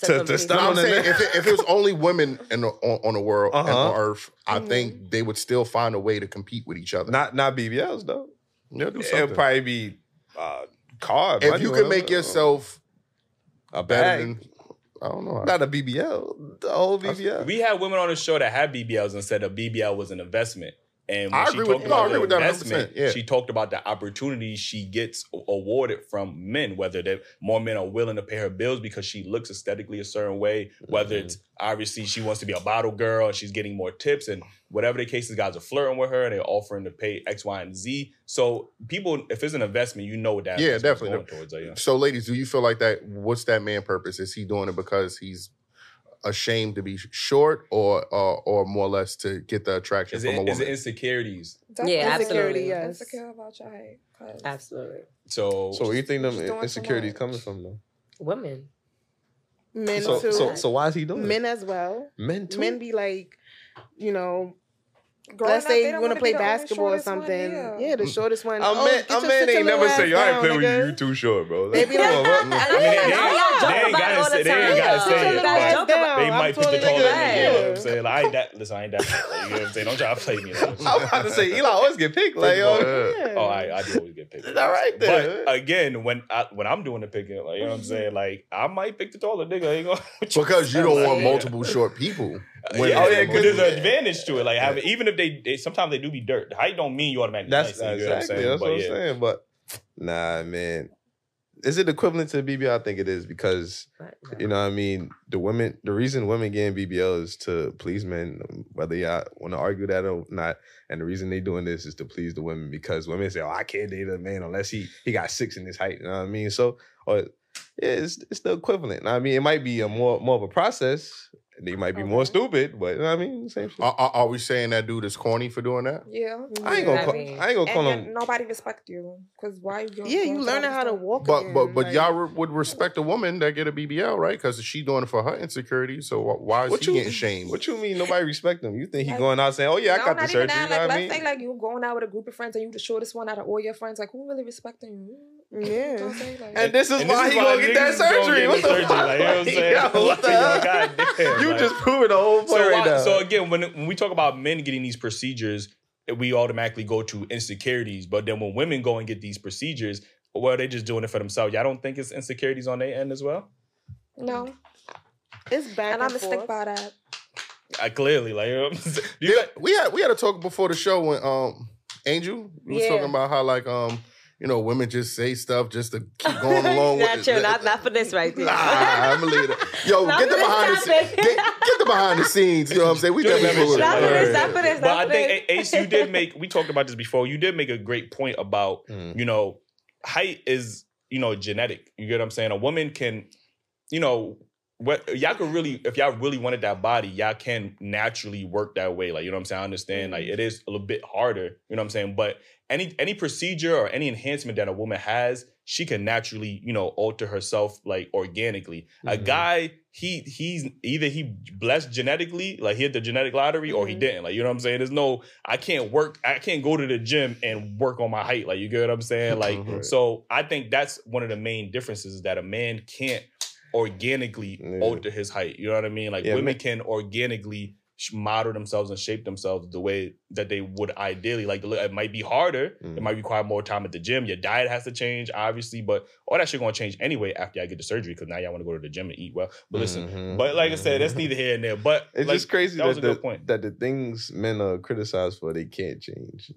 Speaker 2: To
Speaker 3: to, to
Speaker 2: compete.
Speaker 3: stop
Speaker 6: No, I'm
Speaker 3: on the
Speaker 6: saying if it, if it was only women in the, on, on the world and
Speaker 3: Uh-huh.
Speaker 6: on Earth, I
Speaker 5: Mhm.
Speaker 6: think they would still find a way to compete with each other.
Speaker 3: Not not BBLs though.
Speaker 6: They'll do
Speaker 3: It'll
Speaker 6: something.
Speaker 3: probably be uh, car.
Speaker 6: if
Speaker 3: money,
Speaker 6: you can
Speaker 3: whatever.
Speaker 6: make yourself
Speaker 3: a
Speaker 6: better
Speaker 3: bag,
Speaker 6: than, I don't know.
Speaker 3: not a BBL, the whole BBL.
Speaker 1: We had women on the show that had BBLs and said a BBL was an investment. And when
Speaker 6: I
Speaker 1: she
Speaker 6: agree with-
Speaker 1: talked
Speaker 6: no, I
Speaker 1: about
Speaker 6: agree
Speaker 1: the
Speaker 6: with that
Speaker 1: investment,
Speaker 6: 100%, yeah.
Speaker 1: she talked about the opportunities she gets a- awarded from men, whether that more men are willing to pay her bills because she looks aesthetically a certain way, whether
Speaker 6: Mm-hmm.
Speaker 3: Mhm.
Speaker 1: it's obviously she wants to be a bottle girl and she's getting more tips and whatever the case is, guys are flirting with her and they're offering to pay X, Y, and Z. So people, if it's an investment, you know what that
Speaker 6: Yeah,
Speaker 1: investment's
Speaker 6: definitely.
Speaker 1: going towards. Like,
Speaker 6: So, ladies, do you feel like that? What's that man purpose? Is he doing it because he's ashamed to be short, or or, or more or less to get the attraction
Speaker 1: Is
Speaker 6: from a
Speaker 1: it, is
Speaker 6: woman?
Speaker 1: it insecurities?
Speaker 4: Definitely
Speaker 2: absolutely.
Speaker 5: Yes.
Speaker 4: Insecure about your height. 'cause-
Speaker 2: Absolutely.
Speaker 1: So,
Speaker 3: so where you think them
Speaker 4: Just doing
Speaker 3: insecurities
Speaker 4: too
Speaker 3: coming
Speaker 4: much.
Speaker 3: from though?
Speaker 2: Women.
Speaker 5: Men
Speaker 3: so,
Speaker 5: too.
Speaker 3: so so why is he doing
Speaker 5: men as well.
Speaker 3: it? Men too.
Speaker 5: Men be like, you know,
Speaker 4: Growing
Speaker 5: let's
Speaker 4: up,
Speaker 5: say
Speaker 4: they
Speaker 5: you
Speaker 4: don't
Speaker 5: want
Speaker 4: wanna
Speaker 5: to play
Speaker 4: be the only
Speaker 5: basketball or
Speaker 4: shortest one,
Speaker 5: something.
Speaker 4: yeah.
Speaker 5: yeah. the shortest one.
Speaker 3: A
Speaker 5: Oh,
Speaker 3: man,
Speaker 5: get
Speaker 3: a
Speaker 5: your
Speaker 3: man
Speaker 5: sit your
Speaker 3: ain't never
Speaker 5: ass
Speaker 3: say y'all ain't
Speaker 5: down,
Speaker 3: playing with you.
Speaker 5: nigga."
Speaker 3: You too short, bro.
Speaker 5: They be
Speaker 3: Come
Speaker 5: like,
Speaker 3: on, bro.
Speaker 2: And I
Speaker 1: I mean, they-
Speaker 2: know y'all
Speaker 1: they
Speaker 2: joke
Speaker 1: ain't
Speaker 2: about it
Speaker 1: gotta
Speaker 2: all the
Speaker 1: say- they
Speaker 2: time.
Speaker 1: ain't gotta
Speaker 2: Y'all
Speaker 1: say it,
Speaker 2: guys
Speaker 5: but-
Speaker 2: joke about
Speaker 1: They
Speaker 5: I'm
Speaker 1: might put the
Speaker 5: totally
Speaker 1: call in. You know
Speaker 2: like
Speaker 1: what I'm
Speaker 5: that.
Speaker 1: saying? Like, I ain't that. Listen, I ain't that. *laughs* Like, you know what I'm saying? Don't try to play me. Like,
Speaker 3: *laughs* I'm about to say Eli always get picked. Like, yo,
Speaker 5: Yeah.
Speaker 1: *laughs* oh, I, I do always get picked.
Speaker 3: Is that right there?
Speaker 1: But again, when I, when I'm doing the picking, like you know what I'm saying, like I might pick the taller nigga. Ain't gonna, *laughs*
Speaker 6: because you don't
Speaker 1: Like,
Speaker 6: want
Speaker 1: yeah.
Speaker 6: multiple short people.
Speaker 1: yeah,
Speaker 3: Oh, yeah,
Speaker 1: but there's
Speaker 3: yeah.
Speaker 1: an advantage to it. Like having, even if they, they sometimes they do be dirt. Height don't mean you automatically.
Speaker 3: That's
Speaker 1: nice,
Speaker 3: exactly
Speaker 1: you know what I'm saying?
Speaker 3: that's
Speaker 1: But
Speaker 3: what I'm
Speaker 1: yeah.
Speaker 3: saying. But nah, man, is it equivalent to BBL? I think it is because
Speaker 2: it.
Speaker 3: you know what I mean. The women, the reason women getting BBL is to please men, whether y'all want to argue that or not. And the reason they doing this is to please the women because women say, "Oh, I can't date a man unless he he got six in his height." You know what I mean? So, or yeah, it's it's the equivalent. I mean, it might be a more more of a process. They might be more
Speaker 4: Okay.
Speaker 3: stupid, but you know what I mean, same shit.
Speaker 6: Are, are, are we saying that dude is corny for doing that?
Speaker 4: Yeah.
Speaker 3: I ain't gonna
Speaker 2: I
Speaker 3: call,
Speaker 2: mean,
Speaker 3: I ain't gonna
Speaker 4: And
Speaker 3: call
Speaker 4: then
Speaker 3: him.
Speaker 4: nobody respect you because why you going
Speaker 5: Yeah,
Speaker 4: going
Speaker 5: you learning
Speaker 4: all
Speaker 5: how to
Speaker 4: this
Speaker 5: walk.
Speaker 6: But
Speaker 5: again,
Speaker 6: but but
Speaker 5: like-
Speaker 6: y'all re- would respect a woman that get a BBL, right? Because she doing it for her insecurity. So wh- why is
Speaker 3: What
Speaker 6: she
Speaker 3: you-
Speaker 6: getting shamed? *laughs*
Speaker 3: What you mean nobody respect him? You think he
Speaker 4: Like-
Speaker 3: going out saying, "Oh yeah, I
Speaker 4: No,
Speaker 3: got the
Speaker 4: not even
Speaker 3: surgery"? You know
Speaker 4: that. Like,
Speaker 3: what I
Speaker 4: let's
Speaker 3: mean?
Speaker 4: say like you going out with a group of friends and you the shortest one out of all your friends. Like, who really respecting you? You know what I'm
Speaker 5: Yeah.
Speaker 4: saying? Like,
Speaker 3: and this is
Speaker 1: And
Speaker 3: why
Speaker 1: this
Speaker 3: he
Speaker 1: is
Speaker 3: gonna get that
Speaker 1: niggas gonna
Speaker 3: surgery.
Speaker 1: get
Speaker 3: What the
Speaker 1: surgery,
Speaker 3: fuck?
Speaker 1: Like, you know what I'm saying? *laughs*
Speaker 3: *laughs* Yo, what the hell?
Speaker 1: Goddamn,
Speaker 3: You
Speaker 1: like-
Speaker 3: just proving the whole point
Speaker 1: So,
Speaker 3: right
Speaker 1: why-
Speaker 3: now.
Speaker 1: so again, when when we talk about men getting these procedures, we automatically go to insecurities. But then when women go and get these procedures, well, they're just doing it for themselves. Y'all don't think it's insecurities on their end as well?
Speaker 4: no,
Speaker 5: It's
Speaker 4: and
Speaker 5: back and,
Speaker 4: I'm gonna
Speaker 5: forth.
Speaker 4: stick by that.
Speaker 1: I clearly like. you know what I'm saying? You
Speaker 6: Yeah,
Speaker 1: got-
Speaker 6: we had we had a talk before the show when um Angel we was
Speaker 5: Yeah.
Speaker 6: talking about how like um you know women just say stuff just to
Speaker 2: *laughs*
Speaker 6: keep going along
Speaker 2: Not
Speaker 6: with
Speaker 2: true. Not, not for this right there.
Speaker 6: Nah, I'm a leader.
Speaker 2: *laughs*
Speaker 6: Yo,
Speaker 2: Not
Speaker 6: get
Speaker 2: for
Speaker 6: the
Speaker 2: this
Speaker 6: behind the scenes.
Speaker 2: topic.
Speaker 6: Get, get the behind the scenes. You know what I'm saying? We
Speaker 1: Don't
Speaker 6: definitely
Speaker 1: never
Speaker 6: cool.
Speaker 1: shut
Speaker 2: Not for
Speaker 1: up.
Speaker 2: this. Not for this.
Speaker 1: But
Speaker 2: Not
Speaker 1: I
Speaker 2: for
Speaker 1: think
Speaker 2: this.
Speaker 1: A- Ace, you did make. We talked about this before. You did make a great point about
Speaker 3: Mm.
Speaker 1: you know height is you know genetic. You get what I'm saying? A woman can, you know, what y'all could really if y'all really wanted that body, y'all can naturally work that way. Like you know what I'm saying? I understand. Like it is a little bit harder. You know what I'm saying? But any any procedure or any enhancement that a woman has, she can naturally you know alter herself like organically. A
Speaker 3: Mhm.
Speaker 1: guy, he he's either he blessed genetically, like he had the genetic lottery, or he
Speaker 2: Mhm.
Speaker 1: didn't. Like you know what I'm saying? There's no I can't work. I can't go to the gym and work on my height. Like you get what I'm saying? Like
Speaker 3: *laughs* Right.
Speaker 1: so, I think that's one of the main differences is that a man can't organically
Speaker 3: Yeah.
Speaker 1: alter his height. You know what I mean? Like
Speaker 3: Yeah,
Speaker 1: women
Speaker 3: ma-
Speaker 1: can organically sh- model themselves and shape themselves the way that they would ideally like. look, It might be harder. It
Speaker 3: Mhm.
Speaker 1: might require more time at the gym. Your diet has to change, obviously, but all that shit gonna change anyway after I get the surgery because now y'all want to go to the gym and eat well. But listen,
Speaker 3: Mhm.
Speaker 1: but like I said, that's
Speaker 3: Mhm.
Speaker 1: neither here and there. But
Speaker 3: It's
Speaker 1: like,
Speaker 3: just crazy
Speaker 1: that
Speaker 3: that,
Speaker 1: was a
Speaker 3: the,
Speaker 1: good point.
Speaker 3: that the things men are criticized for they can't change,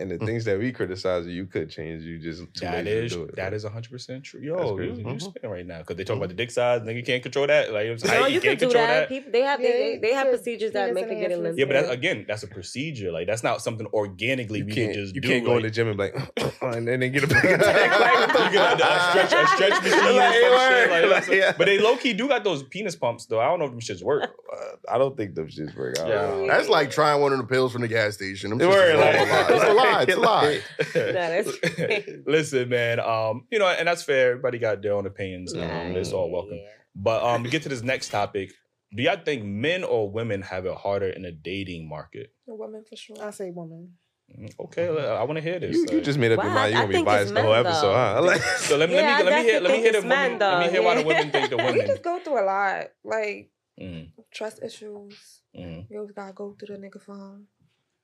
Speaker 3: and the things that we criticize you could change. You just too
Speaker 1: Mm. That
Speaker 3: lazy to
Speaker 1: is
Speaker 3: do it.
Speaker 1: that is hundred percent true. Yo, you,
Speaker 3: crazy. Mm-hmm.
Speaker 1: you
Speaker 6: Mhm.
Speaker 1: spitting right now because they talk about the dick size. Nigga can't control that. Like you know what I'm saying?
Speaker 2: No,
Speaker 1: Height,
Speaker 2: you can
Speaker 1: can't
Speaker 2: do
Speaker 1: control
Speaker 2: that. People, they have they,
Speaker 5: Yeah,
Speaker 2: they have
Speaker 5: yeah.
Speaker 2: procedures that
Speaker 5: Yes,
Speaker 2: make
Speaker 5: and
Speaker 2: it get
Speaker 5: yes,
Speaker 2: in
Speaker 5: yes,
Speaker 1: Yeah, but that's
Speaker 5: Yeah.
Speaker 1: again, that's a procedure. Like that's not something organically
Speaker 3: You
Speaker 1: we
Speaker 3: can't,
Speaker 1: can just
Speaker 3: you
Speaker 1: do.
Speaker 3: can't go
Speaker 1: like,
Speaker 3: in
Speaker 1: *laughs*
Speaker 3: the gym and be like, *laughs* and then they get a big attack. Like, what the
Speaker 1: You got
Speaker 3: fuck?
Speaker 1: a
Speaker 3: *laughs*
Speaker 1: stretch- a stretch machine and some
Speaker 3: Like, word.
Speaker 1: shit, like,
Speaker 3: Like,
Speaker 1: that's-
Speaker 3: yeah.
Speaker 1: *laughs* But they low key do got those penis pumps though. I don't know if them shits work.
Speaker 3: Uh, I don't think them shits work out.
Speaker 1: Yeah.
Speaker 6: That's like trying one of the pills from the gas station. Them
Speaker 3: They
Speaker 6: shits
Speaker 3: were
Speaker 6: is all
Speaker 3: like-
Speaker 6: a lie.
Speaker 3: *laughs*
Speaker 6: It's a lie. It's a lie.
Speaker 3: Like-
Speaker 2: *laughs* that's
Speaker 1: *laughs*
Speaker 2: crazy.
Speaker 1: Listen, man. Um, you know, and that's fair. Everybody got their own opinions. Um,
Speaker 3: Mm.
Speaker 1: It's all welcome. But um, to get to this next topic. Do y'all think men or women have it harder in the dating market?
Speaker 4: A woman for sure.
Speaker 5: I say woman.
Speaker 1: Mm, Okay, I want to hear this.
Speaker 3: Mm-hmm. You, you
Speaker 1: Like-
Speaker 3: just made up your
Speaker 2: Well,
Speaker 3: mind.
Speaker 2: I-
Speaker 3: You're
Speaker 2: I
Speaker 3: gonna be
Speaker 2: think it's
Speaker 3: biased the whole
Speaker 2: men,
Speaker 3: episode, huh? *laughs*
Speaker 2: though.
Speaker 1: *laughs*
Speaker 3: Like,
Speaker 1: so let me
Speaker 2: Yeah, I
Speaker 1: let me let me hear
Speaker 2: definitely
Speaker 1: let me
Speaker 2: think
Speaker 1: hear the
Speaker 2: it's men,
Speaker 1: women, let me
Speaker 2: though.
Speaker 1: hear why the
Speaker 2: Yeah.
Speaker 1: women think the
Speaker 4: We *laughs*
Speaker 1: women.
Speaker 4: just go through a lot, like
Speaker 1: Mm,
Speaker 4: trust issues.
Speaker 1: mm.
Speaker 4: You always gotta go through the nigga phone.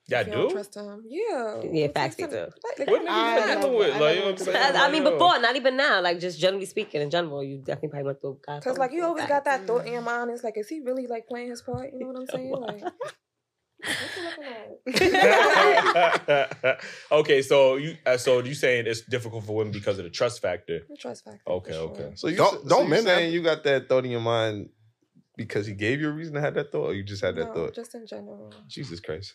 Speaker 1: Y'all
Speaker 4: If you don't
Speaker 1: do.
Speaker 4: Trust him. Yeah.
Speaker 2: Yeah, facts they do.
Speaker 4: Like,
Speaker 1: What niggas
Speaker 5: I
Speaker 1: you dealing
Speaker 5: never-
Speaker 1: with?
Speaker 5: I
Speaker 1: Like, you know
Speaker 5: never
Speaker 1: what I'm
Speaker 5: went through
Speaker 1: saying?
Speaker 5: that.
Speaker 2: I, I mean,
Speaker 1: Like, yo.
Speaker 2: before, not even now. Like, just generally speaking, in general, you definitely probably went through. God,
Speaker 4: Cause like you always
Speaker 2: facts.
Speaker 4: got that thought in your mind. It's like, is he really like playing his part? You
Speaker 3: *laughs*
Speaker 4: know what I'm saying?
Speaker 2: Yo,
Speaker 4: Like, what you looking at?
Speaker 1: *laughs* okay, so you uh, so you saying it's difficult for women because of the trust factor?
Speaker 4: The trust factor.
Speaker 1: Okay,
Speaker 4: for
Speaker 1: okay.
Speaker 4: sure.
Speaker 3: so you
Speaker 6: Don't-
Speaker 3: don't,
Speaker 6: don't
Speaker 3: don't so you
Speaker 6: men have-
Speaker 3: saying you got that thought in your mind because he gave you a reason to have that thought, or you just had that
Speaker 4: No,
Speaker 3: thought?
Speaker 4: Just in general.
Speaker 3: Jesus Christ!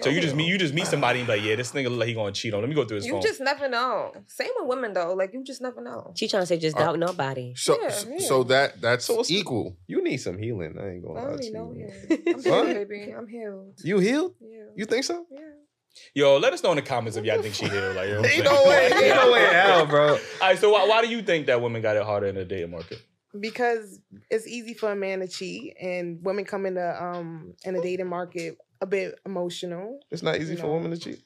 Speaker 1: So you just
Speaker 4: No.
Speaker 1: meet you just meet somebody and be like, yeah, this nigga look like he gonna cheat on. Let me go through his
Speaker 4: You
Speaker 1: phone.
Speaker 4: just never know. Same with women though. Like you just never know.
Speaker 2: She trying to say just
Speaker 6: Are-
Speaker 3: Uh,
Speaker 2: doubt nobody.
Speaker 6: So,
Speaker 4: Yeah,
Speaker 6: so-
Speaker 4: yeah.
Speaker 6: so that that's
Speaker 3: So what's the-
Speaker 6: equal.
Speaker 3: You need some healing. oh, I ain't
Speaker 4: I
Speaker 3: gonna lie
Speaker 4: don't
Speaker 3: to
Speaker 4: even know.
Speaker 3: you.
Speaker 4: Yeah. I'm
Speaker 3: What?
Speaker 4: healed, baby. I'm healed.
Speaker 3: You healed?
Speaker 4: Yeah.
Speaker 3: You think so?
Speaker 4: yeah.
Speaker 1: Yo, let us know in the comments if y'all think she here. Like, you know what I'm
Speaker 3: Ain't
Speaker 1: saying?
Speaker 3: no *laughs* way, ain't no way in hell,
Speaker 1: *laughs*
Speaker 3: bro.
Speaker 1: All right, so why, why do you think that women got it harder in the dating market?
Speaker 5: because it's easy for a man to cheat and women come in the um in the dating market a bit emotional.
Speaker 3: It's not easy for
Speaker 5: No.
Speaker 3: women to cheat.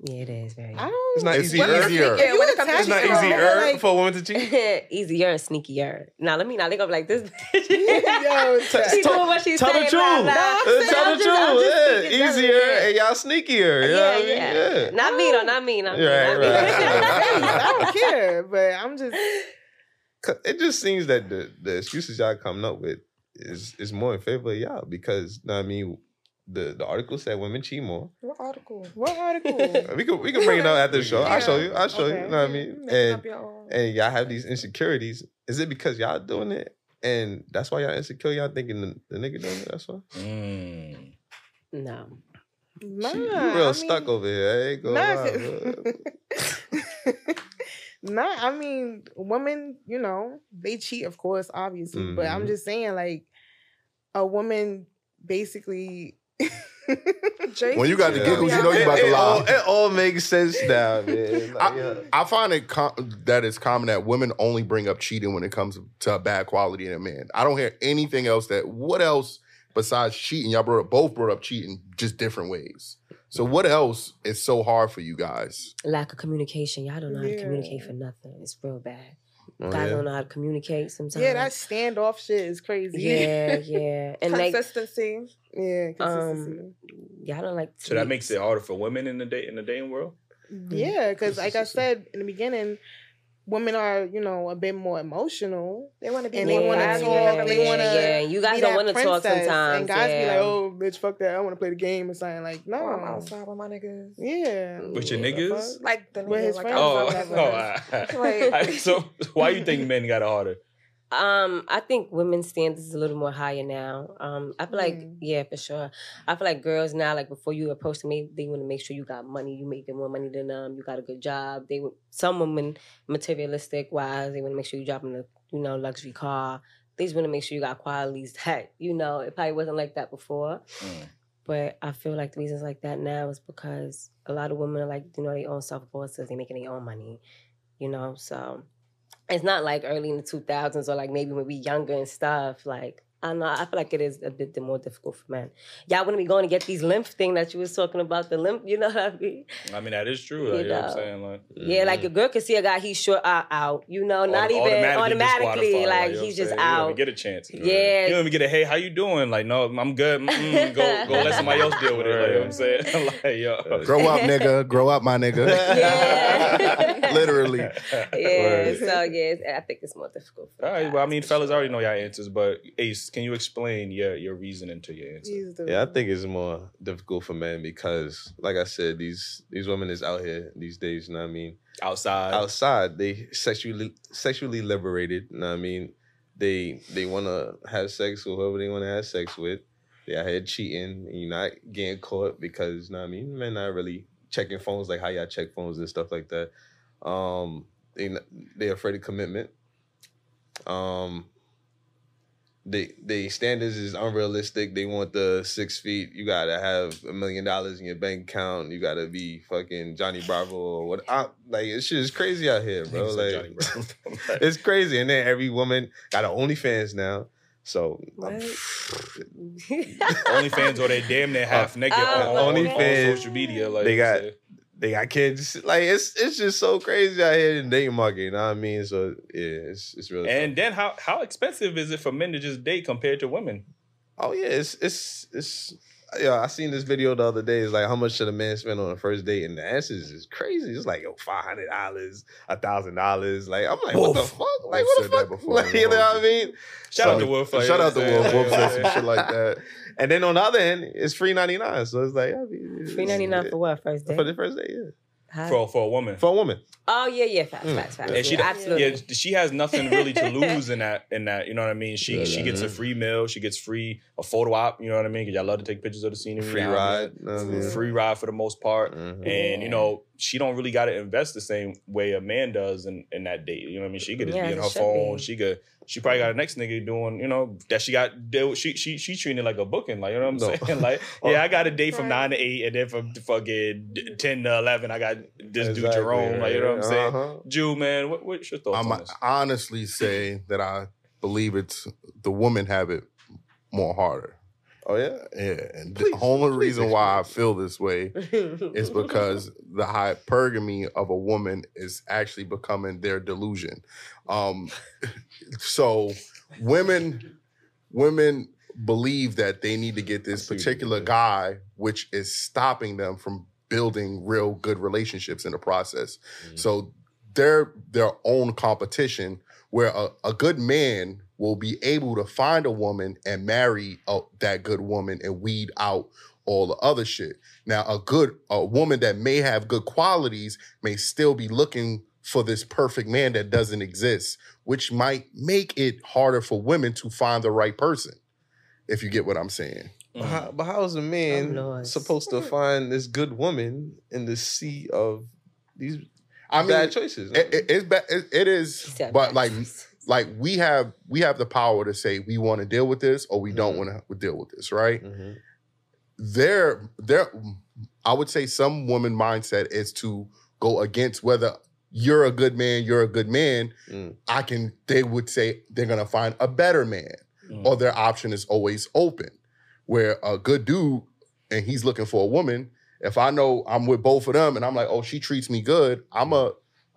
Speaker 2: Yeah, it is very *laughs*
Speaker 5: I don't
Speaker 3: It's
Speaker 5: *laughs*
Speaker 3: not
Speaker 6: It's
Speaker 3: easy. easier.
Speaker 6: easier.
Speaker 5: If you
Speaker 4: when it comes to
Speaker 5: attach
Speaker 3: It's not
Speaker 5: to a
Speaker 4: cheating,
Speaker 3: easier
Speaker 5: woman, like-
Speaker 3: for women to
Speaker 2: *laughs*
Speaker 3: cheat.
Speaker 2: easier and sneakier. Now let me not look up like this. *laughs* bitch.
Speaker 3: Yo,
Speaker 2: she
Speaker 3: t-
Speaker 2: doing
Speaker 3: t-
Speaker 2: what she's
Speaker 3: Tell the
Speaker 2: saying.
Speaker 3: truth.
Speaker 2: loud,
Speaker 5: *laughs*
Speaker 2: loud.
Speaker 3: Uh, Tell
Speaker 2: I'm
Speaker 3: the
Speaker 2: just- I'm
Speaker 3: truth.
Speaker 2: just
Speaker 3: Yeah,
Speaker 2: speaking double,
Speaker 3: Easier
Speaker 2: yeah.
Speaker 3: and y'all sneakier. You know
Speaker 2: Yeah,
Speaker 3: what I mean?
Speaker 2: yeah.
Speaker 3: Yeah.
Speaker 2: Not me though. Not me. Not me.
Speaker 3: Right,
Speaker 2: not me. *laughs*
Speaker 3: right.
Speaker 5: I don't care, but I'm just
Speaker 3: 'Cause It just seems that the, the excuses y'all coming up with is is more in favor of y'all because know what I mean the, the article said women cheat more.
Speaker 4: What article?
Speaker 3: *laughs*
Speaker 5: what article?
Speaker 3: We could we can bring it out after the show. I'll show you. I'll show you.
Speaker 5: Okay.
Speaker 3: You know what I mean?
Speaker 4: Making
Speaker 3: And
Speaker 4: up your own.
Speaker 3: and y'all have these insecurities. Is it because y'all doing it? And that's why y'all insecure. Y'all thinking the, the nigga doing it. That's why.
Speaker 1: Mm.
Speaker 2: No.
Speaker 5: Nah,
Speaker 3: She- you real
Speaker 5: I
Speaker 3: stuck
Speaker 5: mean-
Speaker 3: over here. I ain't gonna
Speaker 5: Nah,
Speaker 3: lie, *laughs* bro.
Speaker 5: *laughs* nah, I mean, women, you know, they cheat, of course, obviously. But I'm
Speaker 3: Mhm.
Speaker 5: just saying, like, a woman basically
Speaker 4: Jason
Speaker 6: When you got the
Speaker 4: cheated on
Speaker 6: giggles,
Speaker 4: me.
Speaker 6: you know you about to
Speaker 3: it
Speaker 6: lie.
Speaker 3: all, it all makes sense *laughs* now, man. Like,
Speaker 6: I-
Speaker 3: yeah.
Speaker 6: I find it com- that it's common that women only bring up cheating when it comes to bad quality in a man. I don't hear anything else that what else besides cheating. Y'all brought up, both brought up cheating, just different ways. So what else is so hard for you guys?
Speaker 2: Lack of communication. Y'all don't know how to
Speaker 5: Yeah.
Speaker 2: communicate for nothing. It's real bad.
Speaker 3: Oh,
Speaker 2: Guys
Speaker 3: yeah.
Speaker 2: don't know how to communicate sometimes.
Speaker 5: Yeah, that standoff shit is crazy.
Speaker 2: yeah, yeah. And like
Speaker 4: Consistency.
Speaker 5: *laughs* yeah, consistency.
Speaker 2: um y'all don't like
Speaker 1: So that makes it harder for women in the date in the dating world.
Speaker 2: mm-hmm.
Speaker 5: Yeah, because like I said in the beginning, women are you know a bit more emotional.
Speaker 4: They want to be
Speaker 5: And they
Speaker 4: more
Speaker 5: wanna
Speaker 4: wild in
Speaker 5: talk,
Speaker 4: their
Speaker 5: they
Speaker 4: relationship.
Speaker 5: wanna-
Speaker 2: yeah. You guys
Speaker 5: Be
Speaker 2: don't
Speaker 5: that
Speaker 2: want to talk
Speaker 5: princess,
Speaker 2: sometimes.
Speaker 5: and guys
Speaker 2: yeah.
Speaker 5: be like, "Oh, bitch, fuck that! I want to play the game or something." Like, no,
Speaker 4: Oh, I'm outside with my niggas.
Speaker 5: yeah,
Speaker 1: With your
Speaker 2: Yeah,
Speaker 1: niggas.
Speaker 4: Like the
Speaker 5: With
Speaker 4: niggas,
Speaker 5: his
Speaker 1: *laughs*
Speaker 4: like,
Speaker 5: friends.
Speaker 4: I'm
Speaker 1: Oh,
Speaker 4: outside with
Speaker 1: oh,
Speaker 4: my niggas.
Speaker 1: I-
Speaker 4: *laughs* Like-
Speaker 1: I- so why you think men got it harder?
Speaker 2: Um, I think women's standards is a little more higher now. Um, I feel like,
Speaker 5: Mm.
Speaker 2: yeah, for sure. I feel like girls now, like before you approach them, they, they want to make sure you got money, you making more money than them, you got a good job. They would some women materialistic wise, they want to make sure you dropping a you know luxury car. They just want to make sure you got qualities *laughs* that you know it probably wasn't like that before.
Speaker 1: Mm.
Speaker 2: But I feel like the reasons like that now is because a lot of women are like, you know, they own self bosses, they making their own money, you know. So it's not like early in the two thousands or like maybe when we younger and stuff. Like I don't know, I feel like it is a bit the more difficult for men. Y'all wouldn't be going to get these lymph thing that you was talking about, the lymph, you know what I mean?
Speaker 1: I mean, that is true. Like,
Speaker 2: You
Speaker 1: you know what I'm
Speaker 2: know.
Speaker 1: saying? Like,
Speaker 2: Yeah,
Speaker 1: Mm-hmm.
Speaker 2: like a girl could see a guy, he's short uh, out, you know, not even automatically,
Speaker 1: disqualified,
Speaker 2: like,
Speaker 1: you know what
Speaker 2: he's
Speaker 1: I'm
Speaker 2: just
Speaker 1: saying? You don't even
Speaker 2: out.
Speaker 1: get a chance.
Speaker 2: Yeah,
Speaker 1: You don't even get a hey, how you doing? Like, no, I'm good. Mm-mm, go,
Speaker 2: *laughs*
Speaker 1: go let somebody else deal with it. Like, you know what I'm saying? *laughs* like, yo.
Speaker 6: Grow up, nigga. Grow up, my nigga. *laughs*
Speaker 2: Yeah.
Speaker 6: Literally.
Speaker 1: *laughs*
Speaker 2: yeah.
Speaker 6: Word.
Speaker 2: So yeah, it's- I think it's more difficult. For
Speaker 1: All right. Well, I
Speaker 2: guys,
Speaker 1: mean,
Speaker 2: for
Speaker 1: fellas, I
Speaker 2: sure.
Speaker 1: already know y'all answers, but Ace, can you explain your your reasoning to your answer?
Speaker 5: Please do.
Speaker 3: Yeah, I think it's more difficult for men because, like I said, these these women is out here these days. You know what I mean?
Speaker 1: Outside.
Speaker 3: Outside, they sexually sexually liberated. You know what I mean? They they want to have sex with whoever they want to have sex with. They out here cheating. And you're not getting caught because, you know what I mean? Men not really checking phones like how y'all check phones and stuff like that. Um, they they afraid of commitment. Um, they they standards is unrealistic. They want the six feet. You gotta have a million dollars in your bank account. You gotta be fucking Johnny Bravo or what? I, like it's just crazy out here, bro.
Speaker 1: Niggas
Speaker 3: Like
Speaker 1: like Johnny Bravo. *laughs*
Speaker 3: *laughs* it's crazy. And then every woman got her OnlyFans now. So um,
Speaker 2: What? *laughs*
Speaker 1: OnlyFans or they damn near half naked
Speaker 2: Oh,
Speaker 1: on, on,
Speaker 3: OnlyFans.
Speaker 1: on social media. Like
Speaker 3: They
Speaker 1: you
Speaker 3: got-
Speaker 1: said.
Speaker 3: they got kids. Like it's it's just so crazy out here in the dating market. You know what I mean? So yeah, it's it's really
Speaker 1: And then how how expensive is it for men to just date compared to women?
Speaker 3: Oh yeah, it's it's it's yeah. I seen this video the other day. It's like how much should a man spend on a first date? And the answers is crazy. It's like yo, five hundred dollars, a thousand dollars. Like I'm like, what the
Speaker 1: Wolf.
Speaker 3: fuck? Like
Speaker 6: Wolf
Speaker 3: what the
Speaker 6: said that
Speaker 3: fuck?
Speaker 6: before.
Speaker 3: Like, you know what I mean?
Speaker 1: Shout
Speaker 3: So-
Speaker 1: out to Wolf. like,
Speaker 6: Shout out to
Speaker 1: you know
Speaker 6: Wolf.
Speaker 1: what I'm
Speaker 6: Wolf
Speaker 1: saying?
Speaker 6: said some shit
Speaker 1: *laughs*
Speaker 6: like that.
Speaker 3: And then on the other end, it's free ninety nine. So it's like I mean, it's-
Speaker 2: Three ninety nine for what? First day.
Speaker 3: for the first date, yeah,
Speaker 2: Hi.
Speaker 1: *laughs* for for a woman.
Speaker 3: for a woman.
Speaker 2: oh yeah, yeah, facts,
Speaker 3: Mm.
Speaker 2: facts, facts.
Speaker 1: And she
Speaker 2: yeah,
Speaker 1: don't-
Speaker 2: absolutely.
Speaker 1: yeah, she has nothing really to lose in that. In that, you know what I mean. She
Speaker 3: Yeah,
Speaker 1: she
Speaker 3: yeah.
Speaker 1: gets a free meal. She gets free a photo op. You know what I mean? Because y'all love to take pictures of the scenery.
Speaker 3: Free
Speaker 1: y'all-
Speaker 3: ride, you know what I mean?
Speaker 1: Free ride for the most part.
Speaker 3: Mhm.
Speaker 1: And you know she don't really got to invest the same way a man does in, in that date. You know what I mean? She could just
Speaker 2: Yeah,
Speaker 1: be in
Speaker 2: it
Speaker 1: her
Speaker 2: should
Speaker 1: phone.
Speaker 2: be.
Speaker 1: She could. She probably got a next nigga doing. You know that she got. deal- She she she treating it like a booking. Like you know what I'm
Speaker 3: No.
Speaker 1: saying? *laughs* Like yeah, I got a date from
Speaker 4: Right.
Speaker 1: nine to eight, and then from fucking ten to eleven, I got this dude
Speaker 3: Exactly,
Speaker 1: Jerome. Like you know what I'm saying?
Speaker 3: Uh-huh.
Speaker 1: Jew man, what, what's your thoughts
Speaker 6: I'm
Speaker 1: on this?
Speaker 6: honestly say that I believe it's the women have it more harder.
Speaker 3: Oh yeah,
Speaker 6: Yeah, and
Speaker 3: Please-
Speaker 6: the only
Speaker 3: please
Speaker 6: reason why I
Speaker 3: explain.
Speaker 6: feel this way
Speaker 2: *laughs*
Speaker 6: is because the hypergamy of a woman is actually becoming their delusion. Um, *laughs* so women, women believe that they need to get this
Speaker 3: I see what you
Speaker 6: particular
Speaker 3: did.
Speaker 6: guy, which is stopping them from building real good relationships in the process.
Speaker 3: Mhm.
Speaker 6: So they're their own competition where a, a good man will be able to find a woman and marry uh, that good woman and weed out all the other shit. Now, a good a woman that may have good qualities may still be looking for this perfect man that doesn't exist, which might make it harder for women to find the right person. If you get what I'm saying,
Speaker 1: Mm.
Speaker 3: But
Speaker 6: Mm.
Speaker 3: how, but how is a man
Speaker 2: Lord.
Speaker 3: supposed to find this good woman in the sea of these
Speaker 6: I mean,
Speaker 3: bad choices?
Speaker 6: it, it, it's ba- it, it is,
Speaker 2: Said
Speaker 6: but
Speaker 2: that.
Speaker 6: like like we have we have the power to say we want to deal with this or we don't
Speaker 3: Mhm.
Speaker 6: want to deal with this, right?
Speaker 3: Mhm.
Speaker 6: their their I would say some woman mindset is to go against whether you're a good man, you're a good man.
Speaker 3: Mm.
Speaker 6: I can they would say they're gonna find a better man,
Speaker 1: Mm.
Speaker 6: or their option is always open. Where a good dude and he's looking for a woman, if I know I'm with both of them and I'm like, oh, she treats me good, I'm a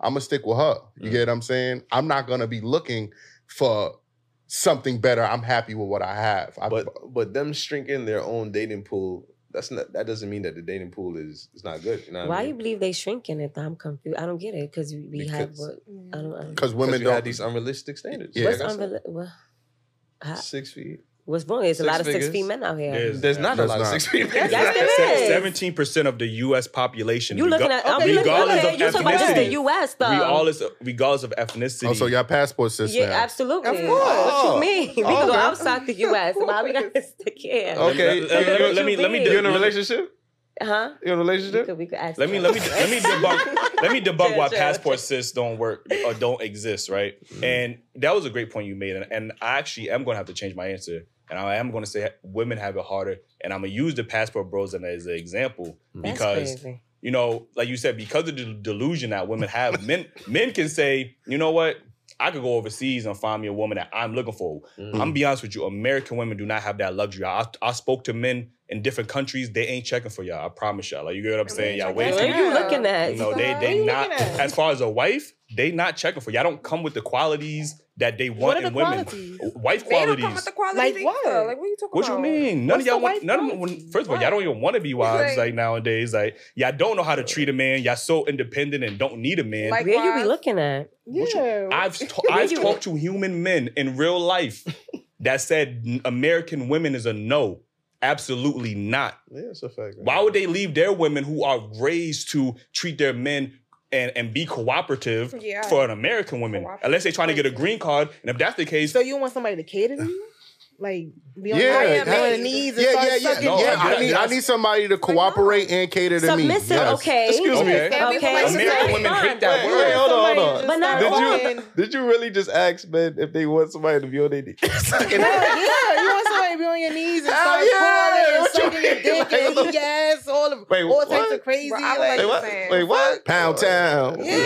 Speaker 6: I'm gonna stick with her. You
Speaker 3: Mm.
Speaker 6: get what I'm saying? I'm not gonna be looking for something better. I'm happy with what I have. I,
Speaker 3: But but them shrinking their own dating pool. That's not. That doesn't mean that the dating pool is is not good. You know what
Speaker 2: Why
Speaker 3: I
Speaker 2: you
Speaker 3: mean?
Speaker 2: believe they shrinking it? though? I'm confused. I don't get it because we have
Speaker 3: Because-
Speaker 2: what I
Speaker 5: Yeah.
Speaker 2: don't. I don't
Speaker 6: because women
Speaker 3: Women you
Speaker 6: don't
Speaker 3: have these unrealistic standards.
Speaker 6: Yeah.
Speaker 2: what's
Speaker 3: Like I said,
Speaker 2: unrela- well, how-
Speaker 3: six feet.
Speaker 2: What's wrong? There's a
Speaker 3: Six
Speaker 2: lot of six
Speaker 3: figures.
Speaker 2: feet men out here.
Speaker 1: There's-
Speaker 3: There's not
Speaker 6: There's
Speaker 3: a lot
Speaker 6: not.
Speaker 3: of six feet.
Speaker 2: Yes, there is.
Speaker 1: Seventeen percent of the U.S. population.
Speaker 2: You looking
Speaker 1: rega-
Speaker 2: at? I'm looking
Speaker 1: regardless
Speaker 2: at
Speaker 1: of
Speaker 2: you talking about just the
Speaker 1: ethnicity,
Speaker 2: U.S. though.
Speaker 1: regardless of, regardless of ethnicity.
Speaker 6: Oh, so your passport system.
Speaker 2: yeah, absolutely.
Speaker 5: Of course.
Speaker 2: What
Speaker 3: Oh.
Speaker 2: you mean? *laughs* We can go
Speaker 3: Okay.
Speaker 2: outside the U.S.
Speaker 5: Of
Speaker 2: Why we
Speaker 5: course.
Speaker 2: gotta stick here?
Speaker 3: Oh. Okay,
Speaker 1: Let- let- let- let me let me
Speaker 2: You
Speaker 3: *laughs* You
Speaker 6: *laughs*
Speaker 3: in a
Speaker 1: let me-
Speaker 3: relationship?
Speaker 2: Huh?
Speaker 3: You in a
Speaker 2: We
Speaker 3: relationship?
Speaker 2: could, we could ask
Speaker 1: Let me
Speaker 2: Joe.
Speaker 1: let me let
Speaker 2: *laughs*
Speaker 1: me debunk let me debunk why
Speaker 2: Sure, sure.
Speaker 1: passport sis don't work or don't exist, right?
Speaker 3: Mm-hmm.
Speaker 1: And that was a great point you made, and, and I actually am going to have to change my answer, and I am going to say women have it harder, and I'm going to use the passport bros and as an example
Speaker 2: That's
Speaker 1: because
Speaker 2: crazy.
Speaker 1: you know, like you said, because of the delusion that women have, men men can say, you know what, I could go overseas and find me a woman that I'm looking for. I'm
Speaker 5: Mm.
Speaker 1: gonna be honest with you, American women do not have that luxury. I, I spoke to men in different countries, they ain't checking for y'all. I promise y'all. Like you get what I'm saying? Y'all
Speaker 4: Wait,
Speaker 2: Where
Speaker 1: wait.
Speaker 4: so-
Speaker 2: are you looking at?
Speaker 1: You know, they
Speaker 5: What are
Speaker 1: they
Speaker 5: you
Speaker 1: not
Speaker 5: looking at?
Speaker 1: as far as a wife, they not checking for y'all. Don't come with the qualities that they want
Speaker 5: What are
Speaker 1: in
Speaker 5: the
Speaker 1: women. Wife
Speaker 5: qualities?
Speaker 4: They don't come
Speaker 1: qualities.
Speaker 4: with the quality
Speaker 5: Like
Speaker 4: either.
Speaker 5: what?
Speaker 4: Like what you talking
Speaker 1: What
Speaker 4: about?
Speaker 1: you mean? None
Speaker 5: What's
Speaker 1: of y'all
Speaker 5: the
Speaker 1: want.
Speaker 5: wife
Speaker 1: None of
Speaker 5: quality?
Speaker 1: them, first of all, y'all don't even want to be wives
Speaker 4: Like-
Speaker 1: like nowadays. Like y'all don't know how to treat a man. Y'all so independent and don't need a man.
Speaker 4: Like-
Speaker 2: Where you
Speaker 4: Likewise.
Speaker 2: be looking at?
Speaker 1: What you-
Speaker 5: Yeah.
Speaker 1: I've
Speaker 5: *laughs*
Speaker 1: ta- I've talked to human men in real life that said "N- American women is a no. Absolutely not.
Speaker 3: Yeah, it's a fact.
Speaker 1: Why would they leave their women who are raised to treat their men and, and be cooperative
Speaker 4: Yeah.
Speaker 1: for an American woman?
Speaker 4: Cooperative.
Speaker 1: Unless they're trying to get a green card. And if that's the case,
Speaker 5: so you want somebody to cater to you? Like be on
Speaker 6: Yeah,
Speaker 5: your-
Speaker 6: that-
Speaker 5: be on your knees and
Speaker 6: Yeah,
Speaker 5: start
Speaker 6: yeah, yeah.
Speaker 5: sucking
Speaker 1: No,
Speaker 6: yeah,
Speaker 1: I-
Speaker 6: I, need I need somebody to cooperate and cater to me.
Speaker 2: Submissive,
Speaker 6: Yes.
Speaker 2: okay.
Speaker 3: Excuse me.
Speaker 5: Okay.
Speaker 3: eh?
Speaker 5: That'd be
Speaker 2: Okay.
Speaker 5: polite.
Speaker 1: American
Speaker 2: Fine,
Speaker 1: women hate
Speaker 2: fine.
Speaker 1: that
Speaker 3: Wait,
Speaker 1: word.
Speaker 3: hold on, hold on.
Speaker 2: But not
Speaker 3: Did you-
Speaker 2: all.
Speaker 3: Did you really just ask men if they want somebody to be on *laughs* their knee?
Speaker 5: yeah, *laughs* yeah, you want somebody to be on your knees and
Speaker 3: Hell
Speaker 5: start
Speaker 3: yeah.
Speaker 5: crawling and
Speaker 3: What you
Speaker 5: sucking your
Speaker 3: mean?
Speaker 5: dick
Speaker 3: Like,
Speaker 5: and
Speaker 3: what the-
Speaker 5: eating your ass, all of
Speaker 3: Wait,
Speaker 5: all types
Speaker 3: what?
Speaker 5: of crazy.
Speaker 4: Bro, I
Speaker 5: like,
Speaker 3: Wait, what?
Speaker 4: saying.
Speaker 3: Wait, what?
Speaker 6: Pound
Speaker 3: Oh,
Speaker 6: town.
Speaker 5: Yeah.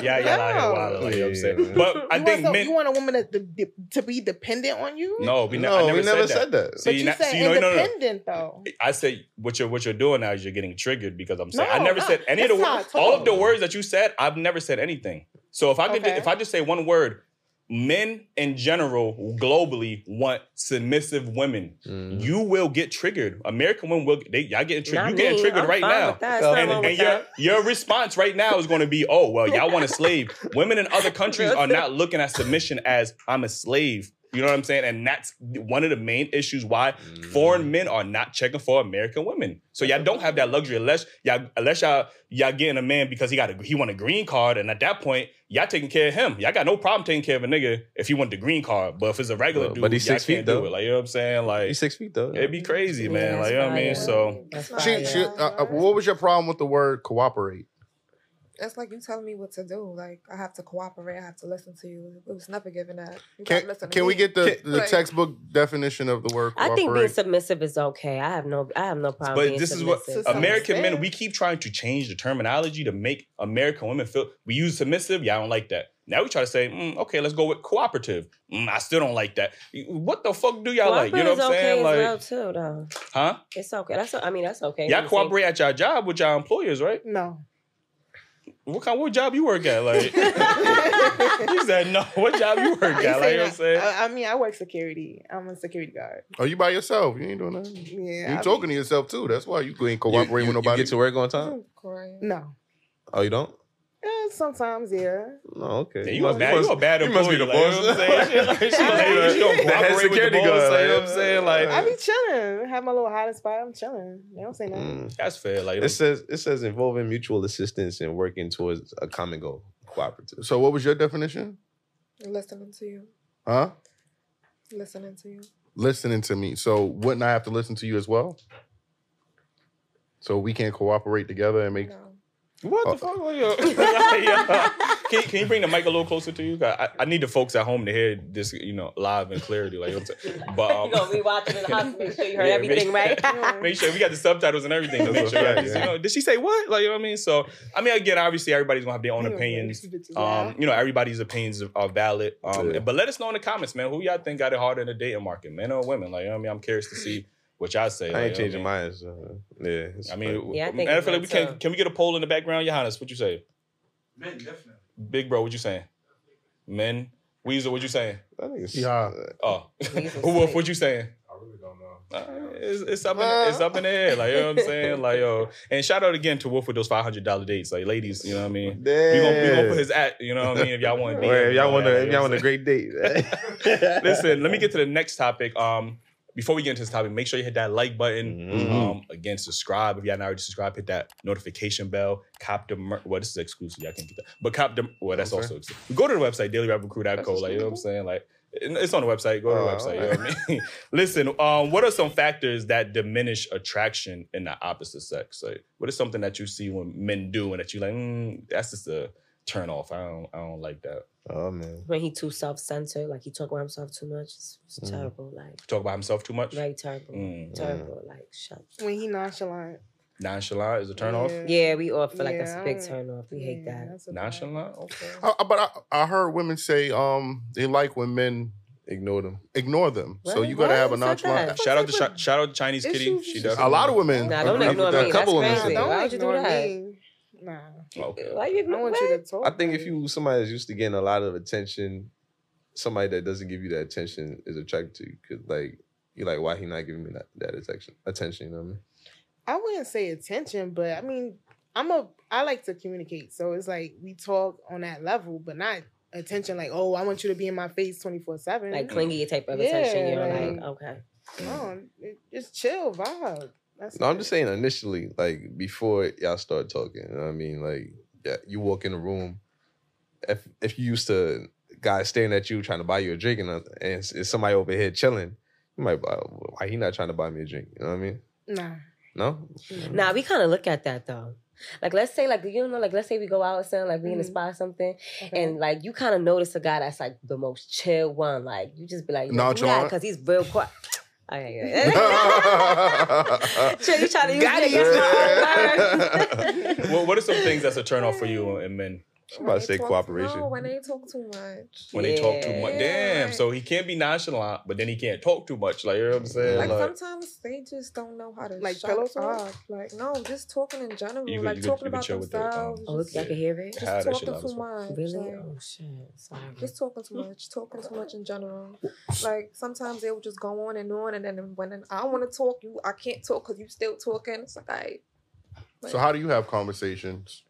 Speaker 1: Yeah, yeah, like,
Speaker 5: No.
Speaker 1: wild, like, you know what I'm saying?
Speaker 3: Yeah.
Speaker 1: But I
Speaker 5: you,
Speaker 1: think
Speaker 5: want some,
Speaker 1: men.
Speaker 5: you want a woman to, to, to be dependent on you?
Speaker 1: *laughs* No, we ne- I
Speaker 3: No,
Speaker 1: never,
Speaker 3: we never
Speaker 1: said, that.
Speaker 3: said that.
Speaker 1: See,
Speaker 5: but you
Speaker 1: na-
Speaker 5: said
Speaker 1: see, no, no, no.
Speaker 5: independent though.
Speaker 1: I say what you're what you're doing now is you're getting triggered because I'm saying I
Speaker 5: No,
Speaker 1: never
Speaker 5: no,
Speaker 1: said any of the
Speaker 5: that's
Speaker 1: words.
Speaker 5: not
Speaker 1: All of the
Speaker 5: true.
Speaker 1: words that you said, I've never said anything. So if I could,
Speaker 5: Okay.
Speaker 1: if I just say one word, men in general, globally, want submissive women.
Speaker 3: Mm-hmm. Mm.
Speaker 1: You will get triggered. American women will. They, y'all getting triggered.
Speaker 2: Not
Speaker 1: You getting
Speaker 2: me.
Speaker 1: triggered
Speaker 2: I'm
Speaker 1: right
Speaker 2: fine
Speaker 1: now.
Speaker 2: with that. It's not
Speaker 1: And,
Speaker 2: wrong
Speaker 1: and
Speaker 2: with
Speaker 1: your
Speaker 2: that.
Speaker 1: your response right now is going to be, oh well, y'all
Speaker 2: *laughs*
Speaker 1: want a slave. Women in other countries are not looking at submission as I'm a slave. You know what I'm saying? And that's one of the main issues why Mm-hmm. foreign men are not checking for American women. So y'all don't have that luxury unless y'all unless y'all y'all getting a man because he got a, he want a green card, and at that point y'all taking care of him. Y'all got no problem taking care of a nigga if he want the green card, but if it's a regular
Speaker 3: Well,
Speaker 1: dude,
Speaker 3: but he's
Speaker 1: y'all
Speaker 3: six
Speaker 1: can't
Speaker 3: feet,
Speaker 1: do
Speaker 3: though.
Speaker 1: it. Like you know what I'm saying? Like
Speaker 3: He's six feet though.
Speaker 1: it'd be crazy,
Speaker 2: Yeah,
Speaker 1: man.
Speaker 2: that's
Speaker 1: Like you know what I mean?
Speaker 2: fire.
Speaker 1: So.
Speaker 2: That's
Speaker 4: She-
Speaker 2: fire.
Speaker 6: She, she, uh, uh, what was your problem with the word cooperate?
Speaker 4: That's like you telling me what to do. Like I have to cooperate. I have to listen to you. It was never given that. You gotta
Speaker 6: Can,
Speaker 4: listen to
Speaker 6: can we
Speaker 4: me.
Speaker 6: get the, the
Speaker 4: Like- *clears throat*
Speaker 6: textbook definition of the word
Speaker 2: I think being
Speaker 6: cooperate?
Speaker 2: submissive is okay. I have no, I have no problem.
Speaker 1: But
Speaker 2: being
Speaker 1: this is what
Speaker 2: submissive.
Speaker 5: So-
Speaker 1: American
Speaker 5: Submissive.
Speaker 1: men, we keep trying to change the terminology to make American women feel we use submissive. Yeah, I don't like that. Now we try to say, mm, okay, let's go with cooperative. Mm, I still don't like that. What the fuck do y'all like? You know what I'm saying?
Speaker 2: Cooperative is okay
Speaker 1: Like,
Speaker 2: as well too, though.
Speaker 1: huh?
Speaker 2: It's okay. That's, I mean, that's okay.
Speaker 1: Y'all cooperate at your job with your employers, right?
Speaker 5: No.
Speaker 1: What kind what job you work at?
Speaker 3: *laughs*
Speaker 1: Like he said, no, what job you work
Speaker 5: You
Speaker 1: at? Like
Speaker 5: say
Speaker 1: you know what I'm
Speaker 5: that.
Speaker 1: saying?
Speaker 5: I, I mean, I work security. I'm a security guard.
Speaker 6: Are Oh, you by yourself? You ain't doing that.
Speaker 5: Yeah.
Speaker 6: You
Speaker 5: I
Speaker 6: talking to yourself too. That's why you ain't cooperating
Speaker 3: you,
Speaker 6: with nobody.
Speaker 3: You get to work on time?
Speaker 4: Of course.
Speaker 5: be- No.
Speaker 3: Oh, you don't?
Speaker 5: Eh, sometimes, yeah.
Speaker 3: No, okay.
Speaker 1: Yeah, you, a bad, you a bad
Speaker 3: you
Speaker 1: employee.
Speaker 3: must be the
Speaker 1: like, you know
Speaker 3: boss.
Speaker 1: what I'm saying? *laughs*
Speaker 3: *laughs*
Speaker 1: Like, she like, she don't
Speaker 3: The head
Speaker 1: cooperate with the
Speaker 3: security
Speaker 1: boss,
Speaker 3: guard,
Speaker 1: like,
Speaker 3: like,
Speaker 1: you know what I'm saying? Like,
Speaker 5: I be chilling. Have my little hiding spot. I'm chilling. They don't say *laughs* nothing.
Speaker 3: *laughs* Mm.
Speaker 1: that's fair. Like, you know
Speaker 3: It says it says involving mutual assistance and working towards a common goal. Cooperative.
Speaker 6: So what was your definition?
Speaker 4: Listening to you.
Speaker 6: Huh?
Speaker 4: Listening to you.
Speaker 6: Listening to me. So wouldn't I have to listen to you as well? So we can cooperate together and make.
Speaker 4: No.
Speaker 1: What
Speaker 6: Oh.
Speaker 1: the fuck? *laughs* Are you? can, you- can you bring the mic a little closer to you? 'Cause I, I need the folks at home to hear this, you know, live and clarity. Like, you know what
Speaker 2: You
Speaker 1: I'm
Speaker 2: *laughs*
Speaker 1: saying?
Speaker 2: gonna be watching in the house to make sure you heard
Speaker 1: Yeah,
Speaker 2: everything
Speaker 1: make- *laughs*
Speaker 2: right.
Speaker 1: but um, make sure we got the subtitles and everything. To make
Speaker 3: That's
Speaker 1: sure,
Speaker 3: right,
Speaker 1: you
Speaker 3: yeah.
Speaker 1: know, did she say what? Like, you know what I mean? So, I mean, again, obviously, everybody's gonna have their own
Speaker 5: Yeah,
Speaker 1: opinions.
Speaker 4: *laughs*
Speaker 5: bitches, yeah.
Speaker 1: Um, you know, everybody's opinions are valid. Um,
Speaker 3: Yeah.
Speaker 1: but let us know in the comments, man, who y'all think got it harder in the dating market, men or women? Like, you know what I mean? I'm curious to see what y'all say.
Speaker 3: I
Speaker 1: like,
Speaker 3: ain't
Speaker 1: you know
Speaker 3: changing
Speaker 1: what
Speaker 3: mine. So, yeah. it's
Speaker 1: I mean, I
Speaker 3: fine.
Speaker 1: mean,
Speaker 2: Yeah, I think
Speaker 1: matter of
Speaker 2: it's
Speaker 1: fact, we
Speaker 2: mine,
Speaker 1: can
Speaker 2: too.
Speaker 1: can we get a poll in the background, Johannes? What you say?
Speaker 7: Men, definitely.
Speaker 1: Big bro, what you saying? Men, Weezer, what you saying?
Speaker 3: I think it's-
Speaker 6: Yeah.
Speaker 1: Oh, *laughs*
Speaker 2: Jesus
Speaker 1: Wolf,
Speaker 2: *laughs* sake.
Speaker 1: what you saying?
Speaker 7: I really don't know.
Speaker 1: Uh, it's, it's up in the, it's up in the air, like you know what I'm
Speaker 3: *laughs*
Speaker 1: saying, like yo. And shout out again to Wolf with those five hundred dollar dates, like ladies, you know what I mean. We gonna, we gonna put his at, you know what I mean. If y'all want to,
Speaker 3: Or if y'all want to, if y'all want a great date.
Speaker 1: *laughs*
Speaker 3: *laughs*
Speaker 1: Listen, let me get to the next topic. Um, before we get into this topic, make sure you hit that like button.
Speaker 3: Mhm.
Speaker 1: Um, again, subscribe if y'all not already subscribed. Hit that notification bell. Cop the mer- well, this is exclusive. Y'all can get that, but cop the well, that's
Speaker 3: Okay.
Speaker 1: also exclusive. Go to the website dailyraprecruit.co. Like you know what I'm saying, like. it- It's on the website. Go to the
Speaker 3: Oh,
Speaker 1: website. You know what I mean? *laughs* Listen, um, what are some factors that diminish attraction in the opposite sex? Like, what is something that you see when men do and that you like? Mm, that's just a turn off. I don't. I don't like that.
Speaker 3: Oh man.
Speaker 2: When he too self centered, like he talk about himself too much, it's, it's
Speaker 3: Mm.
Speaker 2: terrible. Like
Speaker 1: Talk about himself too much.
Speaker 2: very terrible,
Speaker 1: Mm.
Speaker 2: terrible. Like shut.
Speaker 5: When he nonchalant.
Speaker 1: Nonchalant is a turn off.
Speaker 2: Yeah, we all feel like that's a big
Speaker 5: Yeah.
Speaker 2: turn off. We hate
Speaker 5: Yeah,
Speaker 2: that.
Speaker 5: that's a
Speaker 1: Nonchalant. Oh, Okay.
Speaker 6: I, I- but I, I heard women say um they like when men
Speaker 3: Ignore them.
Speaker 6: ignore them. So
Speaker 2: What?
Speaker 6: you gotta
Speaker 2: What?
Speaker 6: have a
Speaker 2: Who said
Speaker 6: nonchalant.
Speaker 2: that?
Speaker 1: Oh, Shout out to Chi- shoad out to Chinese
Speaker 5: Issues
Speaker 1: Kitty.
Speaker 5: is
Speaker 1: She
Speaker 5: just-
Speaker 1: does.
Speaker 6: A lot of women.
Speaker 2: Nah, don't
Speaker 6: agree with
Speaker 2: ignore
Speaker 6: that.
Speaker 2: me.
Speaker 6: A couple
Speaker 2: That's
Speaker 6: women
Speaker 2: crazy.
Speaker 6: said
Speaker 5: problem. Nah, don't
Speaker 6: that.
Speaker 2: Why
Speaker 5: Why
Speaker 2: would you do that?
Speaker 5: me. Nah.
Speaker 1: Okay.
Speaker 2: Why you
Speaker 5: I want you to talk.
Speaker 3: I think if you somebody that's used to getting a lot of attention, somebody that doesn't give you that attention is attracted to you. Cause like you're like, why he not giving me that, that attention? Attention, you know what I mean?
Speaker 5: I wouldn't say attention, but I mean, I'm a I like to communicate, so it's like we talk on that level, but not attention. Like, oh, I want you to be in my face twenty four seven.
Speaker 2: Like clingy type of attention.
Speaker 5: Yeah,
Speaker 2: You're
Speaker 5: like-
Speaker 2: like, okay,
Speaker 5: no, it- it's chill vibe. That's
Speaker 3: No, I'm
Speaker 5: it.
Speaker 3: just saying initially, like before y'all start talking, you know what I mean? Like, yeah, you walk in the room, if if you used to guys staring at you trying to buy you a drink and, uh, and it's, it's somebody over here chilling, you might be like, "Well, why he not trying to buy me a drink? You know what I mean?
Speaker 5: Nah,
Speaker 3: No?
Speaker 2: Nah, we kind of look at that though. Like, let's say, like, you know, like, let's say we go out or something, like, we in the
Speaker 5: Mhm.
Speaker 2: spa or something,
Speaker 5: okay.
Speaker 2: and like, you kind of notice a guy that's like the most chill one. Like, you just be like,
Speaker 6: Nonchalant.
Speaker 2: because he's real quiet. All right,
Speaker 3: Got
Speaker 2: Chill, you trying to use
Speaker 3: it.
Speaker 2: your strong words.
Speaker 1: What, what are some things that's a turn off for you in men
Speaker 3: I'm about to
Speaker 4: they
Speaker 3: say
Speaker 4: talk-
Speaker 3: cooperation.
Speaker 4: No, when they talk too much.
Speaker 1: when they talk too
Speaker 2: Yeah.
Speaker 1: much? Damn. So he can't be nonchalant, but then he can't talk too much. Like you know what I'm saying?
Speaker 4: Like
Speaker 1: Like,
Speaker 4: sometimes they just don't know how to
Speaker 5: Like
Speaker 4: shut
Speaker 5: pillow talk?
Speaker 4: up. Like no, just talking in general.
Speaker 1: You could-
Speaker 4: like
Speaker 1: you could-
Speaker 4: talking
Speaker 1: you could
Speaker 4: about
Speaker 1: chill with that, um,
Speaker 4: themselves.
Speaker 2: oh, look,
Speaker 4: just
Speaker 2: y'all can hear it.
Speaker 1: how
Speaker 4: just
Speaker 1: that shit
Speaker 4: talking
Speaker 1: loud as
Speaker 4: too much.
Speaker 2: Really?
Speaker 4: like,
Speaker 2: Oh shit! Sorry.
Speaker 4: just talking too much, talking too much
Speaker 2: *laughs*
Speaker 4: in general. Like sometimes they will just go on and on, and then when I want to talk, you I can't talk because you still talking. It's like I.
Speaker 6: So how do you have conversations?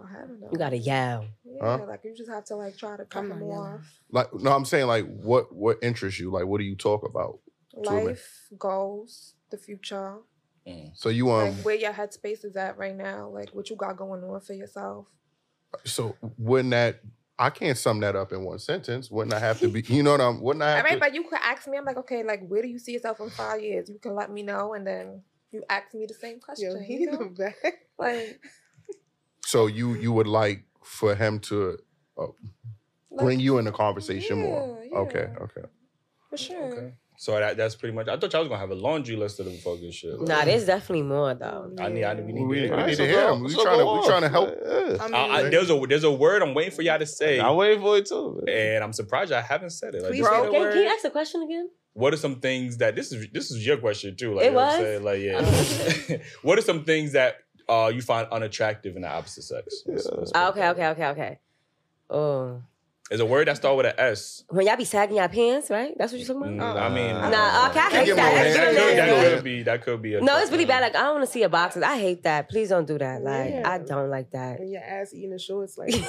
Speaker 4: I don't know.
Speaker 2: You gotta yell.
Speaker 4: yeah,
Speaker 6: huh?
Speaker 4: like you just have to like try to cut
Speaker 5: Come
Speaker 4: them
Speaker 5: on, yellow.
Speaker 4: off.
Speaker 6: Like no, I'm saying like what what interests you? Like what do you talk about? a minute.
Speaker 4: Life, goals, the future,
Speaker 6: So you um
Speaker 4: like where your headspace is at right now, like what you got going on for yourself.
Speaker 6: so wouldn't that I can't sum that up in one sentence. Wouldn't I have to be you know what I'm wouldn't I
Speaker 4: All
Speaker 6: have
Speaker 4: right,
Speaker 6: to,
Speaker 4: but you could ask me. I'm like, okay, like where do you see yourself in five years? You can let me know, and then you ask me the same question.
Speaker 5: Yo,
Speaker 4: you
Speaker 6: *laughs*
Speaker 5: he the
Speaker 4: know?
Speaker 5: best.
Speaker 4: Like,
Speaker 6: so you you would like for him to
Speaker 4: like,
Speaker 6: bring you in the conversation more.
Speaker 4: yeah, *laughs*
Speaker 6: Okay,
Speaker 4: yeah.
Speaker 6: okay.
Speaker 4: for sure.
Speaker 1: okay. So that, that's pretty much. I thought y'all was gonna have a laundry list of the fucking shit.
Speaker 2: Nah, there's definitely more though.
Speaker 1: I need. I need. We need.
Speaker 6: We-
Speaker 1: to-
Speaker 6: we
Speaker 1: I
Speaker 6: need
Speaker 1: need
Speaker 6: to
Speaker 1: to-
Speaker 6: hear him. We
Speaker 3: So
Speaker 6: tryna-
Speaker 3: go
Speaker 6: we
Speaker 3: off.
Speaker 6: tryna help.
Speaker 3: Yeah.
Speaker 5: I mean,
Speaker 1: I, I, there's a there's a word I'm waiting for y'all to say,
Speaker 3: I'm waiting for it too. man.
Speaker 1: and I'm surprised I haven't said it. Like,
Speaker 5: Please
Speaker 1: just
Speaker 5: say
Speaker 1: say
Speaker 5: the
Speaker 1: the
Speaker 2: Can, can you
Speaker 1: word.
Speaker 2: ask the question again?
Speaker 1: What are some things that this is this is your question too? Like
Speaker 2: It
Speaker 1: you know what I'm
Speaker 2: was?
Speaker 1: saying? like yeah. *laughs* what are some things that uh you find unattractive in the opposite sex? Let's-
Speaker 3: Yeah.
Speaker 1: let's put
Speaker 2: Oh,
Speaker 1: it
Speaker 2: okay,
Speaker 1: that way.
Speaker 2: okay, okay, okay. Oh,
Speaker 1: Is a word that start with an S.
Speaker 2: when y'all be sagging your pants, right? That's what you're talking
Speaker 1: Mm,
Speaker 2: about.
Speaker 1: I mean,
Speaker 3: Nah,
Speaker 2: Nah, okay, I hate
Speaker 6: Give
Speaker 2: that.
Speaker 6: him a
Speaker 2: That's
Speaker 6: hand.
Speaker 1: that,
Speaker 2: really
Speaker 1: could, that
Speaker 2: nasty.
Speaker 1: could be that could be. A
Speaker 2: No, it's really bad. Like I don't want to see your boxes. I hate that. Please don't do that. Like
Speaker 5: Yeah.
Speaker 2: I don't like that.
Speaker 5: When your ass eating the shorts,
Speaker 2: *laughs*
Speaker 5: like wow.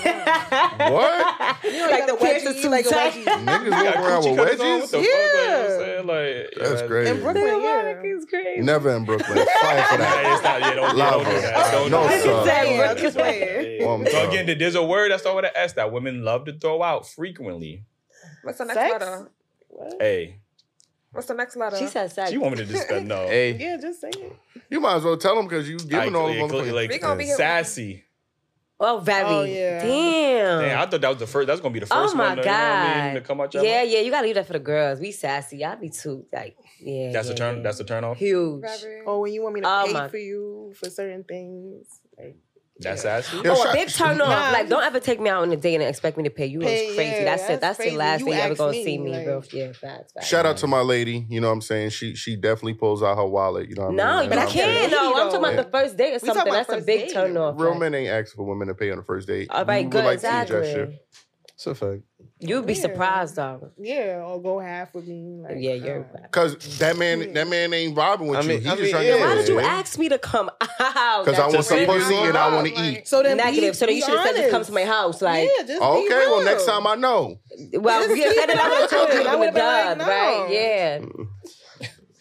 Speaker 2: what?
Speaker 5: You don't
Speaker 2: like
Speaker 5: got
Speaker 2: the
Speaker 5: a wedgie,
Speaker 2: pants is
Speaker 5: you
Speaker 2: too
Speaker 5: like a
Speaker 2: tight.
Speaker 1: *laughs*
Speaker 5: wedgie.
Speaker 6: Niggas
Speaker 1: You
Speaker 6: walk
Speaker 1: got
Speaker 6: around
Speaker 1: coochie
Speaker 6: with
Speaker 1: cutters on, what
Speaker 6: wedges?
Speaker 1: the fuck, like, you know what I'm
Speaker 5: Yeah.
Speaker 1: saying? Like, yeah, *laughs*
Speaker 6: That's crazy.
Speaker 5: in Brooklyn, yeah.
Speaker 2: is crazy.
Speaker 6: Never in Brooklyn. Fight for
Speaker 1: *laughs* Nah,
Speaker 6: that.
Speaker 1: it's not. Yeah, don't, yeah, don't do that. Don't
Speaker 6: No,
Speaker 1: do that.
Speaker 6: sir.
Speaker 5: I'm
Speaker 2: Just
Speaker 5: just playing.
Speaker 6: One
Speaker 1: So
Speaker 6: time.
Speaker 1: again, th- there's a word that starts with an S that women love to throw out frequently.
Speaker 4: What's the next
Speaker 5: Sex?
Speaker 4: letter?
Speaker 5: What?
Speaker 1: Hey,
Speaker 4: What's the next letter?
Speaker 2: She said sex.
Speaker 1: she want me to just uh, no.
Speaker 3: Hey.
Speaker 5: Yeah, just say it.
Speaker 6: You might as well tell them because you giving
Speaker 1: Like,
Speaker 6: all
Speaker 1: yeah,
Speaker 6: of them.
Speaker 1: like,
Speaker 4: We gonna be here-
Speaker 1: sassy.
Speaker 2: oh, very.
Speaker 5: Oh, yeah.
Speaker 3: Uh.
Speaker 2: Damn.
Speaker 1: Damn, I thought that was the first. That's gonna be the
Speaker 2: Oh
Speaker 1: first
Speaker 2: my
Speaker 1: one. to- you know what I mean,
Speaker 2: God.
Speaker 1: to come out your
Speaker 2: yeah,
Speaker 1: mouth.
Speaker 2: yeah. You gotta leave that for the girls. We sassy. Y'all be too like yeah.
Speaker 1: That's
Speaker 2: yeah,
Speaker 1: a turn.
Speaker 2: yeah.
Speaker 1: That's a turn off.
Speaker 2: huge.
Speaker 4: Robert.
Speaker 5: Or when you want me to
Speaker 2: Oh,
Speaker 5: pay
Speaker 2: my-
Speaker 5: for you *laughs* for certain things, like
Speaker 1: That's sassy.
Speaker 6: Yo,
Speaker 2: oh,
Speaker 6: shut-
Speaker 2: a big turn off.
Speaker 5: Nah.
Speaker 2: Like, don't ever take me out on a date and expect me to pay. You
Speaker 5: Pay,
Speaker 2: is crazy.
Speaker 5: yeah,
Speaker 2: that's, it.
Speaker 5: that's
Speaker 2: That's
Speaker 5: crazy.
Speaker 2: the last
Speaker 5: You
Speaker 2: thing you ever
Speaker 5: ask
Speaker 2: gonna
Speaker 5: me,
Speaker 2: see me,
Speaker 5: like-
Speaker 2: bro. Yeah, facts. facts.
Speaker 6: Shout out to my lady. You know what I'm saying? She she definitely pulls out her wallet. You know what I
Speaker 2: No,
Speaker 6: mean?
Speaker 2: but I
Speaker 5: I'm saying?
Speaker 2: can't. No, I'm talking about
Speaker 6: Yeah.
Speaker 2: the first date or
Speaker 5: We talking
Speaker 2: something.
Speaker 5: about
Speaker 2: That's a
Speaker 5: first
Speaker 2: big
Speaker 5: date.
Speaker 2: turn off.
Speaker 6: Real
Speaker 2: like-
Speaker 6: men ain't asking for women to pay on the first date.
Speaker 2: All
Speaker 6: We
Speaker 2: right,
Speaker 6: would
Speaker 2: good.
Speaker 6: like to see that
Speaker 2: exactly.
Speaker 6: shit.
Speaker 3: It's a fact.
Speaker 2: You'd be
Speaker 5: Yeah.
Speaker 2: surprised though.
Speaker 5: Yeah, or go half with me. Like,
Speaker 2: Yeah, you're.
Speaker 5: uh,
Speaker 6: Cause that man, that man ain't vibing with
Speaker 3: I
Speaker 6: you.
Speaker 3: mean-
Speaker 6: He
Speaker 3: I
Speaker 6: just
Speaker 3: mean,
Speaker 6: trying to
Speaker 3: yeah.
Speaker 6: get
Speaker 2: Why did you
Speaker 6: laid.
Speaker 2: ask me to come *laughs* out?
Speaker 6: Cause I
Speaker 2: That's
Speaker 6: want some
Speaker 2: really
Speaker 6: pussy and I want to
Speaker 4: Like-
Speaker 6: eat.
Speaker 5: So then be-
Speaker 2: negative. So then you
Speaker 5: be
Speaker 2: should have said, "Just come
Speaker 5: honest.
Speaker 2: to my house." Like,
Speaker 5: yeah, just
Speaker 6: Okay,
Speaker 5: be
Speaker 6: well
Speaker 5: real.
Speaker 6: next time I know.
Speaker 2: well, *laughs*
Speaker 5: Just
Speaker 2: we have
Speaker 5: be
Speaker 2: said it. I would have told you
Speaker 5: real.
Speaker 2: it
Speaker 5: I
Speaker 2: with
Speaker 5: would've been like,
Speaker 2: dub, right?
Speaker 5: no.
Speaker 2: Yeah.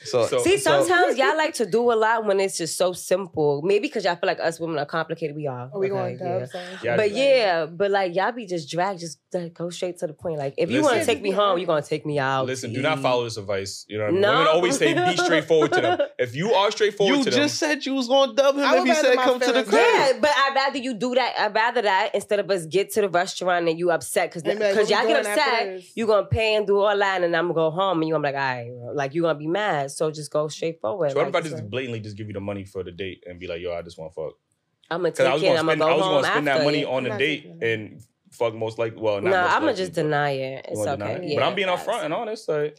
Speaker 3: So,
Speaker 1: So-
Speaker 2: See,
Speaker 5: *laughs*
Speaker 2: sometimes y'all like to do a lot when it's just so simple. Maybe because y'all feel like us women are complicated. We are.
Speaker 5: Are we
Speaker 2: okay,
Speaker 5: going
Speaker 2: yeah.
Speaker 5: dub? Yeah.
Speaker 1: Yeah,
Speaker 2: But yeah, but like y'all be just dragged, just like, go straight to the point. Like if you want to
Speaker 1: Listen.
Speaker 2: take me home, you're gonna take me out.
Speaker 1: Listen,
Speaker 2: to
Speaker 1: do not
Speaker 2: eat.
Speaker 1: follow this advice. You know what I mean?
Speaker 2: No.
Speaker 1: Women always say be straightforward to
Speaker 2: *laughs*
Speaker 1: them. If you are straightforward
Speaker 3: you
Speaker 1: to
Speaker 3: just
Speaker 1: them,
Speaker 3: said you was gonna dub him
Speaker 5: I
Speaker 3: if
Speaker 5: would
Speaker 3: he
Speaker 5: rather
Speaker 3: said
Speaker 5: my
Speaker 3: come to the
Speaker 5: feelings-
Speaker 3: crib.
Speaker 2: Yeah, but I'd rather you do that. I'd rather that instead of us get to the restaurant and you upset because
Speaker 5: And be like,
Speaker 2: because
Speaker 5: what
Speaker 2: y'all
Speaker 5: we
Speaker 2: get
Speaker 5: doing
Speaker 2: upset.
Speaker 5: afterwards?
Speaker 2: you going to pay and do all that, and I'm going to go home and you're going to be like, all right, like you're going to be mad. So just go straight forward.
Speaker 1: so what
Speaker 2: Like,
Speaker 1: if I just blatantly just give you the money for the date and be like, yo, I just want to fuck?
Speaker 2: I'm going to
Speaker 1: Because I
Speaker 2: take
Speaker 1: was
Speaker 2: it and
Speaker 1: gonna
Speaker 2: I'm
Speaker 1: spend,
Speaker 2: going to go
Speaker 1: I was
Speaker 2: home
Speaker 1: gonna spend
Speaker 2: after
Speaker 1: that money
Speaker 2: it.
Speaker 1: on
Speaker 5: I'm
Speaker 1: a
Speaker 5: not
Speaker 1: date
Speaker 5: taking it.
Speaker 1: and fuck most likely. Well, not
Speaker 2: no,
Speaker 1: most
Speaker 2: I'm going
Speaker 1: likely,
Speaker 2: to just
Speaker 1: but-
Speaker 2: deny it.
Speaker 1: You
Speaker 2: It's
Speaker 1: wanna deny
Speaker 2: okay.
Speaker 1: it?
Speaker 2: Yeah,
Speaker 1: but I'm being
Speaker 2: that's-
Speaker 1: upfront and honest. Like,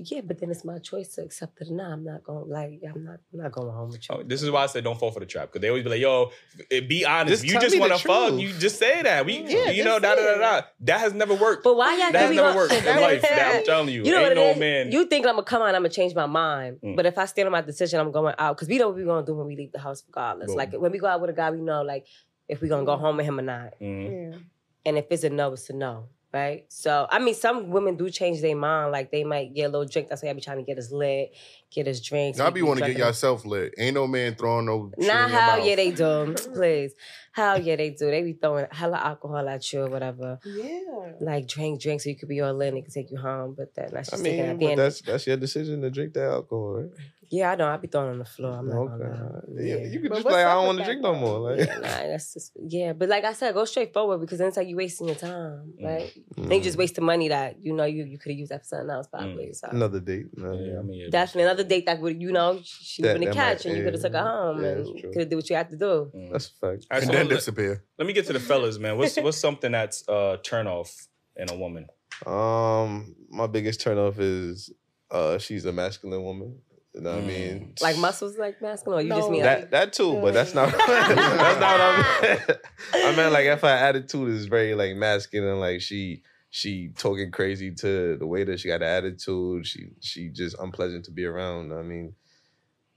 Speaker 2: Yeah, but then it's my choice to accept it or not. I'm not going to, like, I'm not, I'm not going home with you.
Speaker 1: oh, this is why I said don't fall for the trap because they always be like, "Yo, it, be honest.
Speaker 3: Just
Speaker 1: If you
Speaker 3: tell
Speaker 1: just
Speaker 3: me the
Speaker 1: want to fuck.
Speaker 3: truth.
Speaker 1: You just say that. We,
Speaker 5: Yeah,
Speaker 1: you know,
Speaker 5: just
Speaker 1: da
Speaker 5: say
Speaker 1: da
Speaker 5: it.
Speaker 1: da da. That has never worked.
Speaker 2: But why y'all
Speaker 1: that has
Speaker 2: give me
Speaker 1: never
Speaker 2: my- *laughs*
Speaker 1: worked in life. That I'm telling you,
Speaker 2: You know
Speaker 1: ain't
Speaker 2: what
Speaker 1: no
Speaker 2: it is?
Speaker 1: man.
Speaker 2: You think I'm gonna come out? and I'm gonna change my mind.
Speaker 1: Mm.
Speaker 2: But if I stand on my decision, I'm going out because we know what we're gonna do when we leave the house, regardless.
Speaker 1: Boom. Mm.
Speaker 2: Like when we go out with a guy, we know like if we're gonna go home with him or not.
Speaker 1: Mhm.
Speaker 5: Yeah.
Speaker 2: And if it's a no, it's a no, right? So I mean, some women do change their mind. Like they might get a little drink. That's why I be trying to get us lit, get us drinks.
Speaker 6: I be want to get
Speaker 2: y'all.
Speaker 6: yourself lit. Ain't no man throwing no. shit
Speaker 2: Nah,
Speaker 6: in your
Speaker 2: hell
Speaker 6: mouth.
Speaker 2: yeah they
Speaker 3: *clears throat*
Speaker 2: do. Please, hell yeah they do. They be throwing hella alcohol at you or whatever.
Speaker 5: Yeah.
Speaker 2: Like drink, drink, so you could be all lit and it could take you home. But that, that's
Speaker 3: I
Speaker 2: just taking
Speaker 3: mean,
Speaker 2: at the
Speaker 3: but
Speaker 2: end.
Speaker 3: that's that's your decision to drink that alcohol, right? Oh,
Speaker 2: Yeah, I know. I be thrown on the floor. I'm not gonna lie.
Speaker 3: Yeah,
Speaker 2: Yeah.
Speaker 3: you could
Speaker 5: But
Speaker 3: just be
Speaker 5: what's
Speaker 3: like, I
Speaker 5: up
Speaker 3: don't
Speaker 5: with
Speaker 3: want to
Speaker 5: that,
Speaker 3: drink no
Speaker 5: though?
Speaker 3: more. Like,
Speaker 2: Yeah, nah, that's just yeah. But like I said, go straight forward because then it's like you wasting your time,
Speaker 1: Mm.
Speaker 2: right? Then you just wasting money that you know you you could have used that for something else probably. So
Speaker 3: *laughs* another date. Mm, No,
Speaker 1: Yeah, I mean, yeah.
Speaker 2: definitely another date that would you know she
Speaker 3: That-
Speaker 2: would been
Speaker 3: that
Speaker 2: a
Speaker 3: might-
Speaker 2: catch and you
Speaker 3: yeah.
Speaker 2: could have took her home
Speaker 3: Yeah, that's
Speaker 2: and
Speaker 3: true.
Speaker 2: could have did what you had to do.
Speaker 1: Mm.
Speaker 3: That's a fact.
Speaker 1: All right,
Speaker 6: And
Speaker 1: so
Speaker 6: then
Speaker 1: let,
Speaker 6: disappear.
Speaker 1: let me get to the fellas, man. What's what's something that's uh turn off in a woman?
Speaker 3: Um, my biggest turnoff is uh she's a masculine woman. You know what I
Speaker 1: Mm.
Speaker 3: mean?
Speaker 2: Like muscles like masculine, or you just
Speaker 5: No.
Speaker 2: mean like,
Speaker 3: That that too, but that's not *laughs* that's not what I meant. *laughs* I meant like if her attitude is very like masculine, like she she talking crazy to the way that she got an attitude. She she just unpleasant to be around. I mean,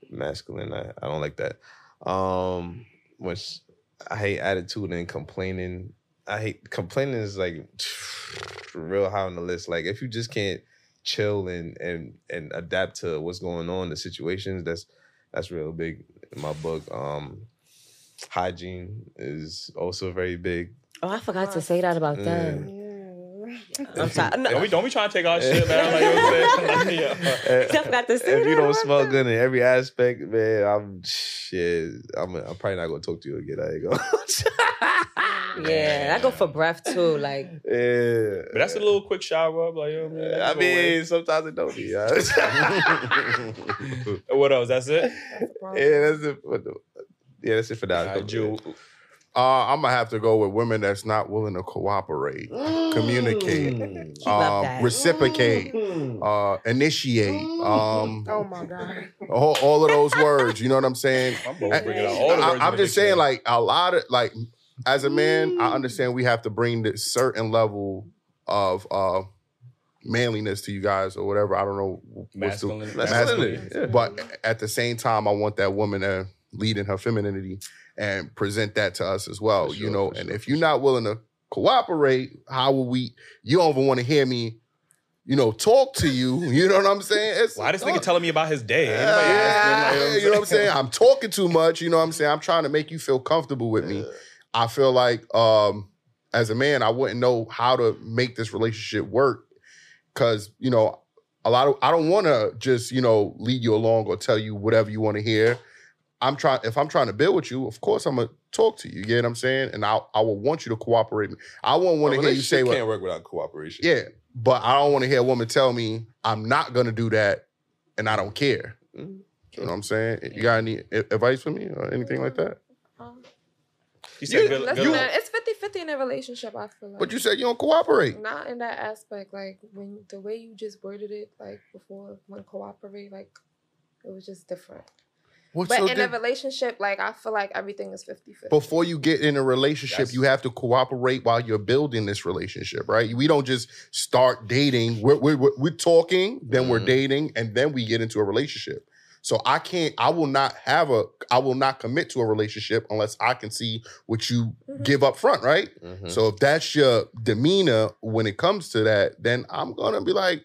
Speaker 3: masculine. I, I don't like that. Um, which I hate attitude and complaining. I hate complaining is like *sighs* real high on the list. Like if you just can't chill and and and adapt to what's going on, the situations that's that's real big in my book. Um, hygiene is also very *laughs* big.
Speaker 2: oh I forgot to say that about
Speaker 3: Yeah.
Speaker 2: them.
Speaker 5: Yeah. *laughs*
Speaker 2: I'm sorry.
Speaker 3: *laughs*
Speaker 2: No,
Speaker 1: Don't we, don't we trying to take our shit, man? Like, you know what I'm saying? *laughs* Like, yeah.
Speaker 3: Eh,
Speaker 2: I forgot to say
Speaker 3: if
Speaker 2: that
Speaker 3: you don't
Speaker 2: about
Speaker 3: smell
Speaker 2: them.
Speaker 3: good in every aspect, man, I'm shit. I'm, I'm probably not gonna talk to you again. I ain't gonna.
Speaker 2: Yeah, I go for breath too. Like
Speaker 3: *laughs* yeah,
Speaker 1: But that's a little quick shower rub, like, you know what I mean? That
Speaker 3: I
Speaker 1: can go away.
Speaker 3: mean, sometimes it don't be. *laughs* Yeah, yeah
Speaker 1: what else? That's it?
Speaker 6: Oh.
Speaker 4: That's a
Speaker 3: that's
Speaker 4: problem.
Speaker 6: *laughs*
Speaker 3: it. For the, yeah, that's it for now.
Speaker 1: Alright, Jew.
Speaker 6: Uh, I'm gonna have to go with women that's not willing to cooperate, communicate,
Speaker 2: She love
Speaker 6: um,
Speaker 2: that.
Speaker 6: reciprocate,
Speaker 3: Mm.
Speaker 6: uh, initiate. Um,
Speaker 5: Oh my god.
Speaker 6: all, all of those words. You know what I'm saying?
Speaker 1: I'm both bringing out all the words
Speaker 6: I,
Speaker 1: in
Speaker 6: am
Speaker 1: the
Speaker 6: just saying,
Speaker 1: dictionary.
Speaker 6: like a lot of like, as a man, I understand we have to bring this certain level of uh manliness to you guys or whatever. I don't know what's the,
Speaker 1: masculine.
Speaker 6: Masculine.
Speaker 3: Masculinity, yeah.
Speaker 6: but at the same time, I want that woman to lead in her femininity and present that to us as well.
Speaker 3: For
Speaker 6: you
Speaker 3: sure,
Speaker 6: know,
Speaker 3: for
Speaker 6: and
Speaker 3: sure,
Speaker 6: if
Speaker 3: for
Speaker 6: you're not willing to cooperate, how will we? You don't even want to hear me. You know, talk to you. *laughs* You know what I'm saying? It's,
Speaker 1: Why this nigga telling me about his day? Ain't nobody
Speaker 6: Yeah,
Speaker 1: asking, like,
Speaker 6: you know what I'm saying? I'm talking too much. You know what I'm saying? I'm trying to make you feel comfortable with me. I feel like um, as a man, I wouldn't know how to make this relationship work because you know a lot of I don't want to just you know lead you along or tell you whatever you want to hear. I'm trying if I'm trying to build with you, of course I'm gonna talk to you. You get what I'm saying? And I I will want you to cooperate. with me. I won't want to hear you say
Speaker 3: can't
Speaker 6: what
Speaker 3: work without cooperation.
Speaker 6: yeah, but I don't want to hear a woman tell me I'm not gonna do that, and I don't care.
Speaker 3: Mhm.
Speaker 6: You know what I'm saying? You got any a- advice for me or anything like that?
Speaker 4: Um,
Speaker 1: *laughs* She said good-
Speaker 4: Listen,
Speaker 1: good
Speaker 4: man,
Speaker 1: luck.
Speaker 4: it's 50 50 in a relationship, I feel like.
Speaker 6: But you said you don't cooperate.
Speaker 4: not in that aspect, like when the way you just worded it, like before when cooperate, like it was just different.
Speaker 6: What's
Speaker 4: But
Speaker 6: so
Speaker 4: in a
Speaker 6: diff-
Speaker 4: relationship, like I feel like everything is 50 50.
Speaker 6: before you get in a relationship,
Speaker 1: That's-
Speaker 6: you have to cooperate while you're building this relationship, right? We don't just start dating. We're, we're, we're- we're talking, then we're
Speaker 3: Mhm.
Speaker 6: dating, and then we get into a relationship. So I can't, I will not have a, I will not commit to a relationship unless I can see what you
Speaker 4: Mhm.
Speaker 6: give up front, right?
Speaker 3: Mhm.
Speaker 6: So if that's your demeanor when it comes to that, then I'm gonna be like,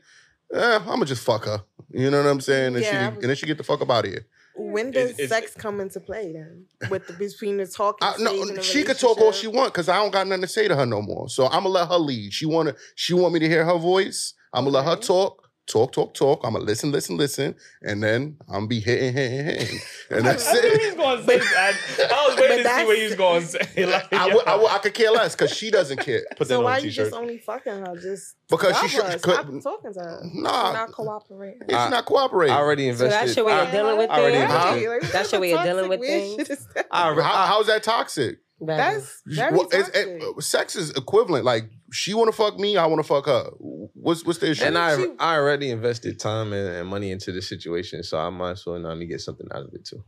Speaker 6: eh, I'm gonna just fuck her. You know what I'm saying? And,
Speaker 5: Yeah, I
Speaker 6: she,
Speaker 5: was-
Speaker 6: and then she get the fuck up out of here.
Speaker 5: When
Speaker 1: It's-
Speaker 5: does
Speaker 1: it's-
Speaker 5: sex come into play then? With the, between the talk and
Speaker 6: I,
Speaker 5: stage and
Speaker 6: no,
Speaker 5: the
Speaker 6: she could talk all she
Speaker 5: relationship?
Speaker 6: want because I don't got nothing to say to her no more. So I'm gonna let her lead. She wanna, she want me to hear her voice. I'm gonna let her
Speaker 5: Okay.
Speaker 6: talk, talk, talk, talk. I'm gonna listen, listen, listen, and then I'm gonna be hitting, hitting, hitting,
Speaker 5: *laughs*
Speaker 6: and *laughs* that's
Speaker 1: I knew *laughs* he
Speaker 6: it.
Speaker 1: was going to
Speaker 6: *laughs*
Speaker 1: say that. I was waiting
Speaker 5: But
Speaker 1: to see what he was
Speaker 5: that's-
Speaker 1: going to say. *laughs* Like,
Speaker 6: I, would, I, would, I could care less because she doesn't care
Speaker 1: Put
Speaker 5: So
Speaker 1: that
Speaker 5: why
Speaker 1: on a
Speaker 5: you
Speaker 1: t-shirt.
Speaker 5: just only fucking her? Just
Speaker 6: because she
Speaker 5: stop her.
Speaker 6: should.
Speaker 5: stop
Speaker 6: could-
Speaker 5: talking to her.
Speaker 6: Nah,
Speaker 4: not cooperating.
Speaker 6: it's
Speaker 3: I-
Speaker 6: not cooperating.
Speaker 3: I already
Speaker 2: So
Speaker 3: invested.
Speaker 2: that's your way of
Speaker 3: I-
Speaker 2: dealing with
Speaker 3: I already
Speaker 2: it.
Speaker 3: invested.
Speaker 5: Like, what
Speaker 2: That's
Speaker 5: type
Speaker 2: your way of
Speaker 5: toxic
Speaker 2: dealing with
Speaker 5: weird
Speaker 2: things?
Speaker 5: shit is that?
Speaker 3: I,
Speaker 6: How-
Speaker 3: I,
Speaker 6: how's that toxic?
Speaker 2: Better.
Speaker 5: That's very
Speaker 6: Well, it's-
Speaker 5: toxic.
Speaker 6: it- eh, uh, sex is equivalent. Like she want to fuck me, I want to fuck her. What's what's the issue?
Speaker 3: and I,
Speaker 5: She-
Speaker 3: I already invested time and, and money into this situation, so I might as well now get something out of it too.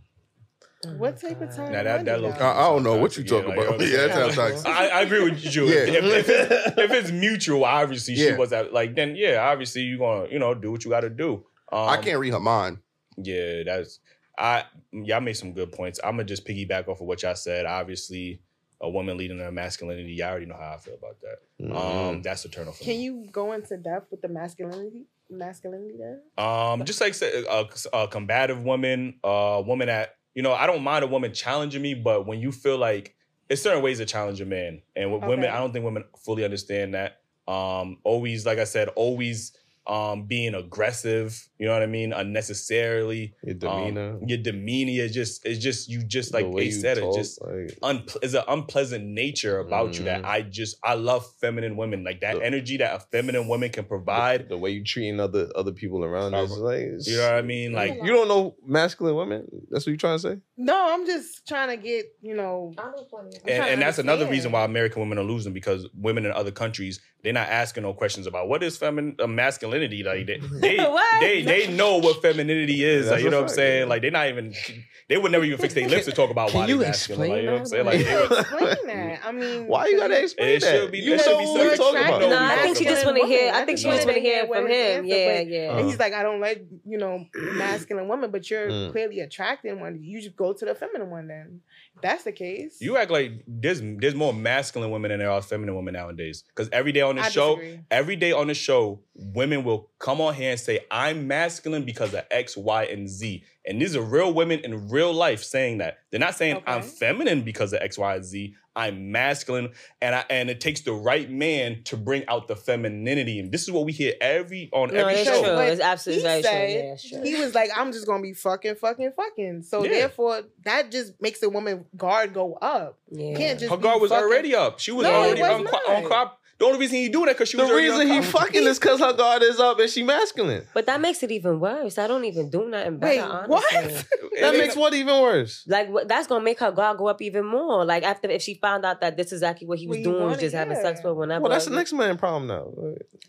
Speaker 2: Oh my
Speaker 5: What type of
Speaker 2: God.
Speaker 5: time?
Speaker 1: Nah, that- that look-
Speaker 6: I, I don't know what you
Speaker 1: Yeah,
Speaker 6: talking
Speaker 1: like,
Speaker 6: about.
Speaker 1: okay.
Speaker 6: *laughs* yeah, that sounds toxic.
Speaker 1: I, I agree with you. Drew.
Speaker 6: Yeah.
Speaker 1: If, if it's,
Speaker 6: *laughs*
Speaker 1: if it's mutual, obviously she
Speaker 6: Yeah.
Speaker 1: was at like then yeah, obviously you're gonna, you know, do what you gotta do. Um,
Speaker 6: I can't read her mind.
Speaker 1: Yeah, that's I y'all made some good points. I'm gonna just piggyback off of what y'all said. Obviously, a woman leading her masculinity, y'all already know how I feel about that.
Speaker 6: Mm-hmm.
Speaker 1: Um, that's a
Speaker 6: uh,
Speaker 1: turn off.
Speaker 5: Can you go into depth with the masculinity? Masculinity there?
Speaker 1: Um, just like say, a, a combative woman, a woman that you know, I don't mind a woman challenging me, but when you feel like it's certain ways to challenge a man, and with women,
Speaker 5: Okay.
Speaker 1: I don't think women fully understand that. Um, always, like I said, always um being aggressive. You know what I mean? Unnecessarily.
Speaker 3: Your
Speaker 1: um,
Speaker 3: demeanor,
Speaker 1: your demeanor is just it's just you just like
Speaker 3: the way
Speaker 1: they
Speaker 3: you
Speaker 1: said
Speaker 3: talk,
Speaker 1: it just.
Speaker 3: like,
Speaker 1: Unple- is an unpleasant nature about you that
Speaker 3: Mhm.
Speaker 1: I just I love feminine women like that
Speaker 3: The-
Speaker 1: energy that a feminine woman can
Speaker 3: the,
Speaker 1: provide.
Speaker 3: the way you treating other other people around is like
Speaker 1: You know what I mean? Like
Speaker 3: you don't know masculine women. That's what you trying to say?
Speaker 5: No, I'm just trying to get, you
Speaker 6: *laughs*
Speaker 5: know,
Speaker 4: I know plenty of
Speaker 1: and,
Speaker 5: trying to
Speaker 1: and that's another
Speaker 5: understand.
Speaker 1: reason why American women are losing because women in other countries they're not asking no questions about what is feminine uh, masculinity like
Speaker 5: *laughs*
Speaker 1: they they,
Speaker 2: What?
Speaker 1: they they know what femininity is
Speaker 3: That's
Speaker 1: like, you know
Speaker 3: a
Speaker 1: what I'm
Speaker 3: fact,
Speaker 1: saying
Speaker 3: yeah.
Speaker 1: like they're not even they would never even fix their lips to talk about
Speaker 3: Can
Speaker 1: why
Speaker 3: you
Speaker 1: they're masculine like, you know what I'm saying
Speaker 5: Like,
Speaker 1: like they would,
Speaker 5: explain that. I mean,
Speaker 3: Why you gotta
Speaker 5: because
Speaker 3: explain
Speaker 1: It
Speaker 3: that?
Speaker 1: should be-
Speaker 3: you
Speaker 1: it should be
Speaker 3: know what we
Speaker 1: something
Speaker 3: talking
Speaker 1: attractive.
Speaker 3: about.
Speaker 1: No,
Speaker 2: Nah, I
Speaker 1: we
Speaker 2: think she
Speaker 1: talking
Speaker 2: just
Speaker 5: about
Speaker 2: want to
Speaker 5: women.
Speaker 2: hear.
Speaker 5: I
Speaker 2: I think
Speaker 5: think
Speaker 2: she just want to
Speaker 5: women
Speaker 2: hear
Speaker 5: get
Speaker 2: from
Speaker 5: what it
Speaker 2: him.
Speaker 5: is,
Speaker 2: Yeah,
Speaker 5: but-
Speaker 2: yeah.
Speaker 3: Oh.
Speaker 5: And he's like, I don't like, you know, masculine women, but you're
Speaker 3: Mm.
Speaker 5: clearly attracting one. You should go to the feminine one then. If that's the case.
Speaker 1: you act like there's there's more masculine women than there are feminine women nowadays because every day on the
Speaker 5: I
Speaker 1: show
Speaker 5: disagree.
Speaker 1: every day on the show, women will come on here and say, I'm masculine because of X, Y, and Z. And these are real women in real life saying that. They're not saying I'm
Speaker 5: Okay.
Speaker 1: feminine because of X, Y, and Z. I'm masculine. And I and it takes the right man to bring out the femininity. And this is what we hear every on
Speaker 2: No,
Speaker 1: every
Speaker 2: that's
Speaker 1: show.
Speaker 2: true.
Speaker 5: But
Speaker 2: It's absolutely very
Speaker 5: he
Speaker 2: true.
Speaker 5: said
Speaker 2: Yeah, that's true.
Speaker 5: he was like, I'm just gonna be fucking, fucking, fucking. So
Speaker 1: Yeah.
Speaker 5: therefore, that just makes a woman guard go up. You
Speaker 2: Yeah.
Speaker 5: can't just
Speaker 1: Her
Speaker 5: be
Speaker 1: guard was
Speaker 5: fucking-
Speaker 1: already up. She was
Speaker 5: No, it
Speaker 1: already
Speaker 5: was
Speaker 1: on, cro-
Speaker 5: not.
Speaker 1: on crop. The only reason he doing that because she
Speaker 3: The
Speaker 1: was already on
Speaker 3: reason he
Speaker 1: crop.
Speaker 3: fucking is because her guard is up and she masculine.
Speaker 2: But that makes it even worse. I don't even do nothing better.
Speaker 5: Wait, what?
Speaker 2: honestly.
Speaker 1: It
Speaker 3: That
Speaker 1: ain't-
Speaker 3: makes what even worse.
Speaker 2: Like what- that's gonna make her guard go up even more. Like after if she found out that this is exactly what he was
Speaker 5: What you
Speaker 2: doing, was
Speaker 5: wanted,
Speaker 2: just having sex
Speaker 5: yeah.
Speaker 2: with whenever.
Speaker 3: Well, that's the next man problem now.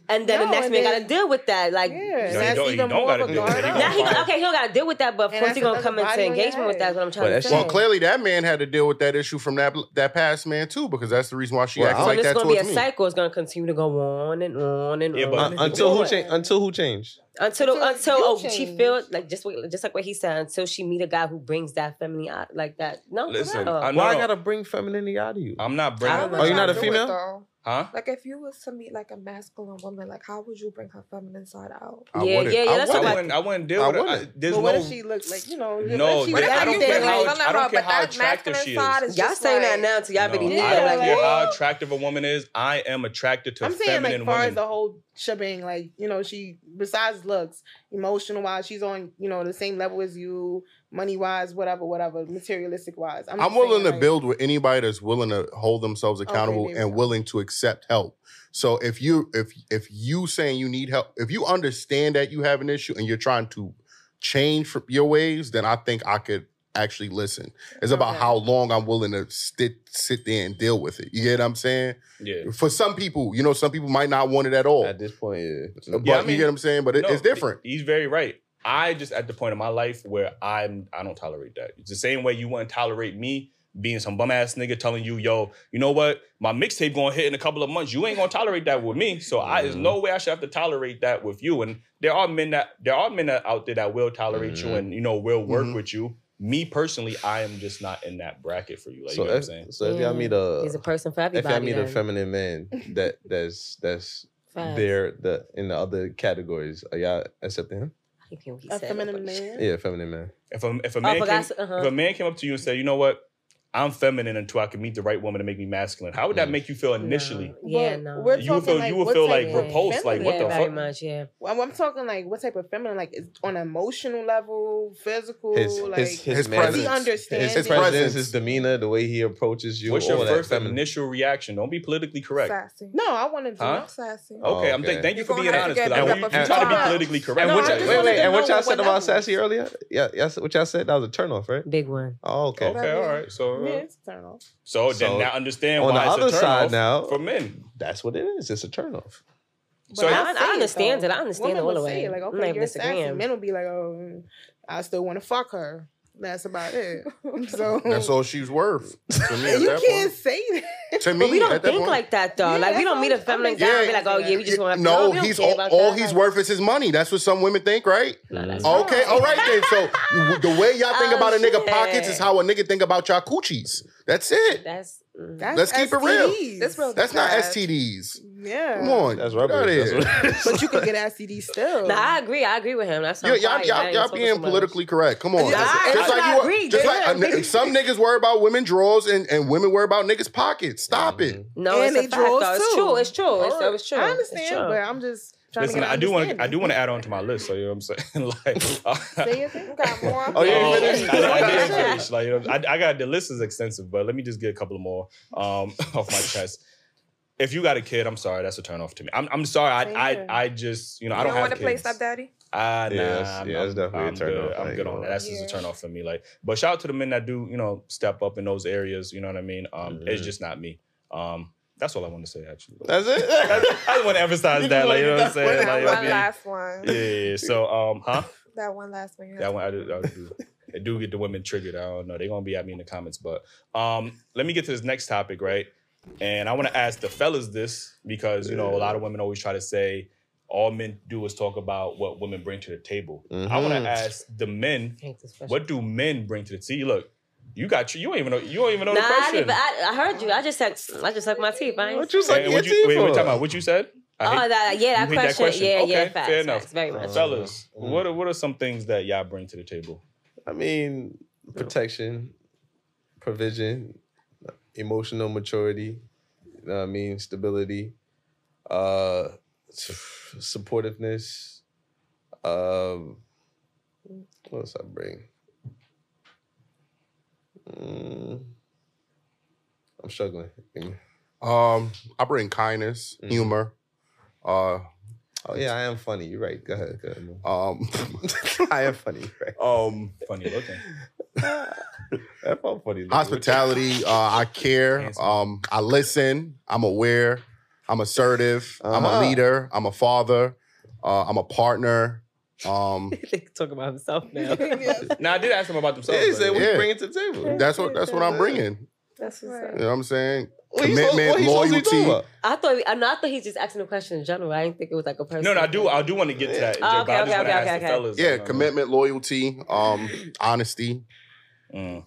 Speaker 2: And then
Speaker 5: No,
Speaker 2: the next
Speaker 5: and
Speaker 2: man
Speaker 5: then-
Speaker 2: got to deal with that. Like
Speaker 5: Yeah,
Speaker 1: he
Speaker 5: and
Speaker 1: don't-
Speaker 5: that's
Speaker 1: he
Speaker 5: even
Speaker 1: don't
Speaker 5: more of
Speaker 1: gotta
Speaker 5: a
Speaker 1: do it. He
Speaker 5: guard
Speaker 1: gonna
Speaker 2: now he
Speaker 5: up.
Speaker 2: gonna, okay, he gotta deal with that. But of
Speaker 5: And
Speaker 2: course
Speaker 5: that's
Speaker 2: he gonna
Speaker 5: another
Speaker 2: come into
Speaker 5: body on your
Speaker 2: engagement with
Speaker 5: head.
Speaker 2: that. That's what I'm
Speaker 3: Well,
Speaker 2: trying to
Speaker 3: that's-
Speaker 2: say.
Speaker 6: Well, clearly that man had to deal with that issue from that that past man too, because that's the reason why she
Speaker 3: Well, I
Speaker 6: acts
Speaker 2: so
Speaker 3: don't-
Speaker 6: like
Speaker 2: this
Speaker 6: that
Speaker 2: gonna be a
Speaker 6: towards me.
Speaker 2: cycle. It's gonna continue to go on and on and
Speaker 1: Yeah,
Speaker 2: on
Speaker 1: but-
Speaker 3: Uh,
Speaker 2: and
Speaker 3: until who
Speaker 2: on.
Speaker 3: changed? Until who changed?
Speaker 2: until
Speaker 5: Until
Speaker 2: until,
Speaker 5: you
Speaker 2: oh, she
Speaker 5: change.
Speaker 2: feels like just what- just like what he said until she meet a guy who brings that feminine out like that. No, for
Speaker 1: Listen,
Speaker 2: real.
Speaker 1: I know-
Speaker 3: Why
Speaker 1: no.
Speaker 3: I gotta bring femininity out of you?
Speaker 1: I'm not
Speaker 2: I
Speaker 1: bringing
Speaker 2: don't
Speaker 4: women.
Speaker 2: know.
Speaker 3: Oh, you're
Speaker 4: How
Speaker 3: not a
Speaker 4: do it,
Speaker 3: female?
Speaker 4: though.
Speaker 1: huh?
Speaker 4: Like if you was to meet like a masculine woman, like how would you bring her feminine side out?
Speaker 6: I
Speaker 2: Yeah,
Speaker 6: wouldn't-
Speaker 2: yeah, yeah,
Speaker 6: I
Speaker 2: that's
Speaker 1: I
Speaker 2: what
Speaker 6: wouldn't.
Speaker 1: wouldn't. I wouldn't deal
Speaker 3: I
Speaker 1: with it. I,
Speaker 3: wouldn't.
Speaker 1: there's
Speaker 5: But what
Speaker 1: no.
Speaker 5: if she looks like you know?
Speaker 1: No,
Speaker 5: if she
Speaker 1: but
Speaker 5: was
Speaker 1: I don't
Speaker 5: everything
Speaker 1: care how-
Speaker 5: like,
Speaker 1: I don't care how attractive she is.
Speaker 2: Y'all saying that now until y'all
Speaker 1: No,
Speaker 2: really need
Speaker 1: I
Speaker 5: it,
Speaker 1: don't
Speaker 2: that.
Speaker 5: like-
Speaker 1: care how attractive a woman is. I am attracted to
Speaker 5: I'm saying like
Speaker 1: feminine
Speaker 5: far as
Speaker 1: women.
Speaker 5: the whole shebang, like you know, she besides looks, emotional wise, she's on you know the same level as you, money wise, whatever, whatever, materialistic wise. I'm,
Speaker 6: I'm
Speaker 5: just
Speaker 6: willing
Speaker 5: saying,
Speaker 6: to
Speaker 5: like,
Speaker 6: build with anybody that's willing to hold themselves
Speaker 5: Okay,
Speaker 6: accountable
Speaker 5: there we
Speaker 6: and
Speaker 5: go.
Speaker 6: willing to accept help. So if you if if you saying you need help, if you understand that you have an issue and you're trying to change from your ways, then I think I could actually listen. It's about
Speaker 5: Okay.
Speaker 6: how long I'm willing to sit sit there and deal with it. You get what I'm saying?
Speaker 1: yeah.
Speaker 6: For some people,
Speaker 3: Oh.
Speaker 6: you know, some people might not want it at all.
Speaker 3: At this point, yeah.
Speaker 6: But
Speaker 1: Yeah, I
Speaker 6: you
Speaker 1: mean-
Speaker 6: get what I'm saying? But it,
Speaker 1: No,
Speaker 6: it's different.
Speaker 1: He's very right. I just at the point in my life where I'm I don't tolerate that. It's the same way you wouldn't tolerate me being some bum ass nigga telling you, yo, you know what? My mixtape gonna hit in a couple of months. You ain't gonna tolerate that with me. So I
Speaker 6: Mm-hmm.
Speaker 1: there's no way I should have to tolerate that with you. And there are men that there are men that out there that will tolerate
Speaker 6: Mm-hmm.
Speaker 1: you and you know will work
Speaker 6: Mhm.
Speaker 1: with you. Me personally, I am just not in that bracket for you. Like
Speaker 3: so
Speaker 1: you know what I'm
Speaker 3: if,
Speaker 1: saying?
Speaker 3: so if y'all
Speaker 2: Mm.
Speaker 3: meet a
Speaker 2: There's a person for
Speaker 3: if
Speaker 2: everybody.
Speaker 3: y'all meet a
Speaker 2: then.
Speaker 3: feminine man
Speaker 5: *laughs*
Speaker 3: that that's that's
Speaker 2: Facts.
Speaker 3: there the in the other categories, are y'all accepting him?
Speaker 2: I think people get
Speaker 5: A
Speaker 2: sad about
Speaker 5: feminine
Speaker 2: it.
Speaker 5: man.
Speaker 3: Yeah, feminine man.
Speaker 1: If a if a
Speaker 2: Oh,
Speaker 1: man
Speaker 2: but
Speaker 1: came,
Speaker 2: that's, uh-huh.
Speaker 1: if a man came up to you and said, you know what? I'm feminine until I can meet the right woman to make me masculine. How would that
Speaker 3: Mm.
Speaker 1: make you feel initially?
Speaker 2: No. Yeah,
Speaker 5: But
Speaker 2: no.
Speaker 5: We're
Speaker 1: You
Speaker 5: talking
Speaker 1: feel-
Speaker 5: like
Speaker 1: you would
Speaker 5: what
Speaker 1: feel,
Speaker 5: type
Speaker 1: like,
Speaker 5: of
Speaker 1: repulsed, like, what
Speaker 2: yeah,
Speaker 1: the
Speaker 5: feminine?
Speaker 2: very
Speaker 1: fuck?
Speaker 2: much, yeah.
Speaker 5: Well, I'm talking like what type of feminine? Like is on an emotional level, physical,
Speaker 3: His
Speaker 5: like
Speaker 3: his his,
Speaker 6: His
Speaker 3: manners,
Speaker 6: presence.
Speaker 5: he understands.
Speaker 3: his
Speaker 6: His
Speaker 3: presence,
Speaker 6: presence.
Speaker 3: his demeanor, the way he approaches you.
Speaker 1: What's your
Speaker 3: all that
Speaker 1: first
Speaker 3: feminine.
Speaker 1: initial reaction? Don't be politically correct.
Speaker 4: Sassy.
Speaker 5: No, I wanted to.
Speaker 1: Huh?
Speaker 5: know.
Speaker 4: Sassy.
Speaker 3: Oh,
Speaker 1: Okay, I'm
Speaker 3: okay.
Speaker 1: thank, thank you
Speaker 4: You're
Speaker 1: for
Speaker 4: gonna
Speaker 1: being
Speaker 4: have to
Speaker 1: honest.
Speaker 4: get
Speaker 1: Because I'm
Speaker 3: back up
Speaker 1: trying
Speaker 3: a
Speaker 1: to be
Speaker 5: few
Speaker 1: politically correct.
Speaker 3: And
Speaker 5: No,
Speaker 3: what
Speaker 5: I
Speaker 3: y'all,
Speaker 5: just
Speaker 3: wait,
Speaker 5: wanted
Speaker 3: wait,
Speaker 5: to
Speaker 3: and what
Speaker 5: know
Speaker 3: y'all
Speaker 5: what
Speaker 3: said about
Speaker 5: levels.
Speaker 3: sassy earlier? Yeah, y'all said, what y'all said that was a turnoff, right?
Speaker 2: Big one.
Speaker 3: Oh, okay.
Speaker 1: okay, all right. So, uh,
Speaker 5: Yeah, it's a turn off.
Speaker 1: so then
Speaker 3: So,
Speaker 1: now understand
Speaker 3: on
Speaker 1: why
Speaker 3: the
Speaker 1: it's
Speaker 3: other
Speaker 1: a
Speaker 3: side
Speaker 1: turn
Speaker 3: now-
Speaker 1: for men.
Speaker 3: That's what it is. It's a turnoff.
Speaker 1: So
Speaker 5: But
Speaker 1: I-
Speaker 5: I'll
Speaker 2: I
Speaker 5: say it,
Speaker 2: understand
Speaker 5: though.
Speaker 2: it. I understand
Speaker 5: Women
Speaker 2: it all the
Speaker 5: will say
Speaker 2: way.
Speaker 5: it, Like,
Speaker 2: I'm
Speaker 5: okay,
Speaker 2: not
Speaker 5: you're
Speaker 2: even
Speaker 5: sassy.
Speaker 2: disagreeing.
Speaker 5: Men will be like, oh, I still want to fuck her. That's
Speaker 2: *laughs*
Speaker 5: about it. So
Speaker 6: That's all she's
Speaker 5: *laughs*
Speaker 6: worth. To me, at
Speaker 5: you
Speaker 6: that
Speaker 5: can't
Speaker 6: point.
Speaker 5: say that.
Speaker 6: To me,
Speaker 2: But we
Speaker 6: at
Speaker 2: don't
Speaker 6: that
Speaker 2: think
Speaker 6: point-
Speaker 2: like that though.
Speaker 5: Yeah,
Speaker 2: like we
Speaker 5: that's
Speaker 2: don't
Speaker 5: all
Speaker 2: meet a
Speaker 5: I'm
Speaker 2: feminine
Speaker 5: saying.
Speaker 2: guy and be
Speaker 6: Yeah.
Speaker 2: like, oh yeah, we just want to.
Speaker 6: no,
Speaker 2: we don't
Speaker 6: he's
Speaker 2: care
Speaker 6: all,
Speaker 2: about
Speaker 6: all
Speaker 2: that.
Speaker 6: he's
Speaker 2: Like,
Speaker 6: worth is his money. That's what some women think, right?
Speaker 2: no.
Speaker 6: Okay, all right then. So w- the way y'all think
Speaker 2: Oh,
Speaker 6: about a nigga
Speaker 2: shit.
Speaker 6: pockets is how a nigga think about y'all coochies. That's it.
Speaker 2: That's mm.
Speaker 5: That's
Speaker 6: Let's keep it real.
Speaker 5: STDs.
Speaker 4: That's real.
Speaker 6: That's not
Speaker 4: Bad.
Speaker 6: STDs.
Speaker 5: Yeah.
Speaker 6: Come on,
Speaker 3: That's
Speaker 6: get outta
Speaker 3: rubber. That's
Speaker 6: here.
Speaker 3: what it is. *laughs*
Speaker 5: But you could get STD still.
Speaker 2: Nah, I agree. I agree with him. That's
Speaker 6: Y'all, y'all, y'all, y'all being politically correct. Come on,
Speaker 5: Yeah, I-
Speaker 6: just
Speaker 5: I
Speaker 6: like you,
Speaker 2: agree,
Speaker 6: are, just like
Speaker 2: yeah.
Speaker 6: a ni- some niggas worry about women drawers and, and women worry about niggas pockets. Stop it.
Speaker 3: Mm-hmm.
Speaker 2: No,
Speaker 5: And
Speaker 2: it's a
Speaker 5: they
Speaker 2: fact though.
Speaker 5: draws,
Speaker 2: It's
Speaker 5: too.
Speaker 2: true. It's true. It's,
Speaker 6: Alright.
Speaker 2: it's true.
Speaker 5: I
Speaker 2: It's
Speaker 5: understand,
Speaker 2: true.
Speaker 5: but I'm just trying
Speaker 1: Listen,
Speaker 5: to get
Speaker 1: I do want to I do want to add on to my list. So you know what I'm saying? *laughs* Like,
Speaker 5: Say your thing.
Speaker 4: You got more.
Speaker 3: Oh, you ain't
Speaker 1: Um,
Speaker 3: finished?
Speaker 1: I, I didn't finish. Like, you know, I, I got the list is extensive, but let me just get a couple of more um, *laughs* off my chest. If you got a kid, I'm sorry, that's a turnoff to me. I'm, I'm sorry,
Speaker 5: Same
Speaker 1: I,
Speaker 5: here.
Speaker 1: I I just you know I
Speaker 4: You
Speaker 1: don't,
Speaker 4: want
Speaker 1: have
Speaker 4: to play
Speaker 1: kids.
Speaker 4: stepdaddy.
Speaker 1: Ah, nah,
Speaker 3: Yeah, that's- yeah,
Speaker 1: I'm-
Speaker 3: that's definitely a
Speaker 1: I'm good.
Speaker 3: turnoff,
Speaker 1: I'm
Speaker 3: like,
Speaker 1: good
Speaker 3: you
Speaker 1: on
Speaker 3: know.
Speaker 1: that. That's just a
Speaker 4: Yeah.
Speaker 1: turn off for me. Like, but shout out to the men that do you know step up in those areas. You know what I mean? Um, It's
Speaker 3: Mhm.
Speaker 1: just not me. Um, that's all I want to say
Speaker 3: *laughs*
Speaker 1: actually.
Speaker 3: That's it.
Speaker 1: I just want to emphasize that. Like, you know what
Speaker 3: *laughs*
Speaker 1: I'm saying?
Speaker 4: That
Speaker 1: Like,
Speaker 4: one
Speaker 1: okay.
Speaker 4: last one.
Speaker 1: yeah, yeah, yeah. So, um, huh?
Speaker 4: That one last one. you
Speaker 1: That
Speaker 4: have
Speaker 1: one I do, I do. It do get the women triggered. I don't know. They're gonna be at me in the comments, but um, let me get to this next topic, right? And I want to ask the fellas this because you know a lot of women always try to say all men do is talk about what women bring to the table. I want
Speaker 3: Mhm.
Speaker 1: to ask the men,
Speaker 2: Thanks, it's special.
Speaker 1: what do men bring to the See, look, you got you don't even know you don't even know
Speaker 2: Nah,
Speaker 1: the
Speaker 2: I,
Speaker 1: question.
Speaker 2: didn't, I, I heard you. I just sucked. I just sucked my teeth. I ain't
Speaker 3: What you
Speaker 1: And
Speaker 3: sucking your
Speaker 1: what you,
Speaker 3: teeth
Speaker 1: wait, wait,
Speaker 3: for?
Speaker 1: talk about what you said. I hate-
Speaker 2: Oh, that, yeah, that
Speaker 1: you hate
Speaker 2: question.
Speaker 1: that question.
Speaker 2: Yeah, yeah,
Speaker 1: Okay,
Speaker 2: facts.
Speaker 1: fair enough.
Speaker 2: facts, very
Speaker 1: *laughs*
Speaker 2: much.
Speaker 3: Uh,
Speaker 1: fellas,
Speaker 3: Mm.
Speaker 1: what are, what are some things that y'all bring to the table?
Speaker 3: I mean, protection, provision, emotional maturity. You know what I mean? Stability, uh, s- supportiveness. Um, what else I bring? Mm, I'm struggling. Mm-hmm.
Speaker 6: Um, I bring kindness,
Speaker 3: Mhm.
Speaker 6: humor. Uh,
Speaker 3: Oh yeah, I am funny. You're right. Go ahead. Go ahead. man.
Speaker 6: um, *laughs*
Speaker 3: I am funny. You're right.
Speaker 1: Um, funny looking.
Speaker 3: *laughs* That felt funny. nigga.
Speaker 6: hospitality. Uh, I care.
Speaker 1: Hands
Speaker 6: Um, I listen. I'm aware. I'm assertive. I'm
Speaker 3: Uh-huh.
Speaker 6: a leader. I'm a father. Uh, I'm a partner. Um,
Speaker 2: Talking about himself
Speaker 5: *laughs*
Speaker 6: *laughs*
Speaker 2: now.
Speaker 5: Yes.
Speaker 1: Now I did ask them about
Speaker 3: Yeah,
Speaker 1: themselves.
Speaker 3: he said,
Speaker 1: but-
Speaker 3: "What you
Speaker 6: Yeah.
Speaker 3: bringing to the table?"
Speaker 6: that's what that's what I'm bringing.
Speaker 2: *laughs* That's what's
Speaker 4: Right.
Speaker 2: up.
Speaker 6: You know what I'm saying?
Speaker 3: What you supposed-
Speaker 6: Commitment,
Speaker 3: what you supposed to be talking
Speaker 6: loyalty.
Speaker 3: about?
Speaker 2: I thought I, know, I thought he's just asking a question in general. I didn't think it was like a person.
Speaker 1: No, no, I do. I do want to get to that. in
Speaker 2: Oh,
Speaker 1: general, but I
Speaker 2: okay,
Speaker 1: just want to
Speaker 2: okay,
Speaker 1: ask
Speaker 2: okay,
Speaker 1: the
Speaker 2: okay.
Speaker 1: fellas.
Speaker 6: Yeah,
Speaker 1: um,
Speaker 6: commitment, loyalty, um, honesty.
Speaker 1: mm.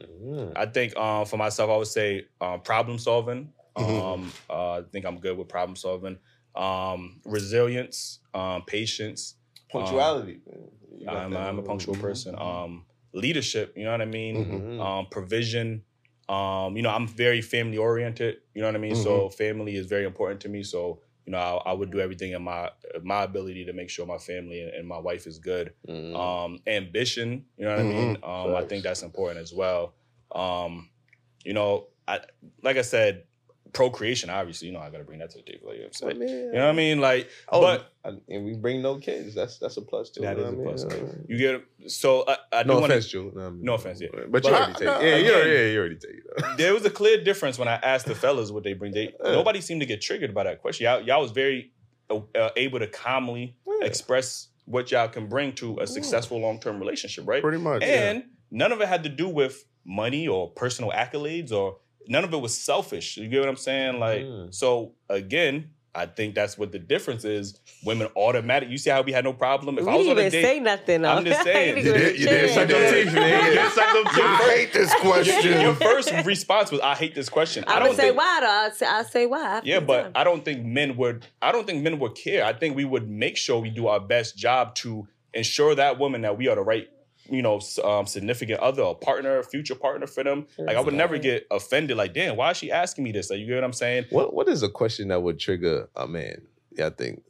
Speaker 3: Mm.
Speaker 1: I think um, for myself, I would say um, problem solving.
Speaker 3: Mm-hmm.
Speaker 1: Um, uh, I think I'm good with problem solving. Um, resilience, um, patience.
Speaker 3: Punctuality. You got
Speaker 1: I'm,
Speaker 3: that. Mm-hmm.
Speaker 1: I'm a punctual person.
Speaker 3: Uh,
Speaker 1: Um, leadership. You know what I mean.
Speaker 3: Mhm.
Speaker 1: um, provision. Um, you know, I'm very family oriented. You know what I mean. So
Speaker 3: Mm-hmm.
Speaker 1: family is very important to me. So you know, I, I would do everything in my my ability to make sure my family and, and my wife is good.
Speaker 3: Mhm.
Speaker 1: Um, ambition. You know what
Speaker 3: Mm-hmm.
Speaker 1: I mean. Um, I think that's important as well. Um, you know, I like I said, procreation. Obviously, you know, I got to bring that to the table. Like, you know what I'm
Speaker 3: I
Speaker 1: saying?
Speaker 3: mean,
Speaker 1: You know what I mean? Like,
Speaker 3: Oh,
Speaker 1: but
Speaker 3: and and we bring no kids. That's that's a plus too.
Speaker 1: That
Speaker 3: you know
Speaker 1: is
Speaker 3: what
Speaker 1: a
Speaker 3: I mean?
Speaker 1: you get so I, I do
Speaker 3: No
Speaker 1: want to
Speaker 3: offense, Joe. No, I mean-
Speaker 1: no offense, yeah.
Speaker 3: But,
Speaker 1: But
Speaker 3: you
Speaker 1: I-
Speaker 3: already take.
Speaker 1: no,
Speaker 3: yeah, you already,
Speaker 1: again-
Speaker 3: yeah, you already take. it.
Speaker 1: *laughs* there was a clear difference when I asked the fellas what they bring. They
Speaker 3: *laughs* Yeah.
Speaker 1: nobody seemed to get triggered by that question. Y'all, y'all was very uh, uh, able to calmly
Speaker 3: Yeah.
Speaker 1: express what y'all can bring to a successful long term relationship, right?
Speaker 6: Pretty much.
Speaker 1: And none of it had to do with money or personal accolades or none of it was selfish. You get what I'm saying? Like,
Speaker 3: Mm.
Speaker 1: so again, I think that's what the difference is. Women automatic. You see how we had no problem? If I was on a date,
Speaker 2: nothing.
Speaker 1: I'm just
Speaker 2: *laughs*
Speaker 1: saying.
Speaker 6: You did- you did
Speaker 3: Suck
Speaker 6: say
Speaker 3: them teeth,
Speaker 6: Yeah.
Speaker 3: nigga.
Speaker 1: You suck them
Speaker 6: yeah. I
Speaker 1: teeth.
Speaker 6: hate this
Speaker 1: Your- Your
Speaker 6: question.
Speaker 1: first response was, "I hate this question."
Speaker 2: I would say
Speaker 1: think,
Speaker 2: why though. I say, I say why.
Speaker 1: Yeah, but I don't think men would. I don't think men would care. I think we would make sure we do our best job to ensure that woman that we are the right, you know, s- um, significant other, or partner, future partner for them. Like I would never get offended. Like, damn, why is she asking me this? Like, you get what I'm saying?
Speaker 3: What What is a question that would trigger a man? Yeah, I think.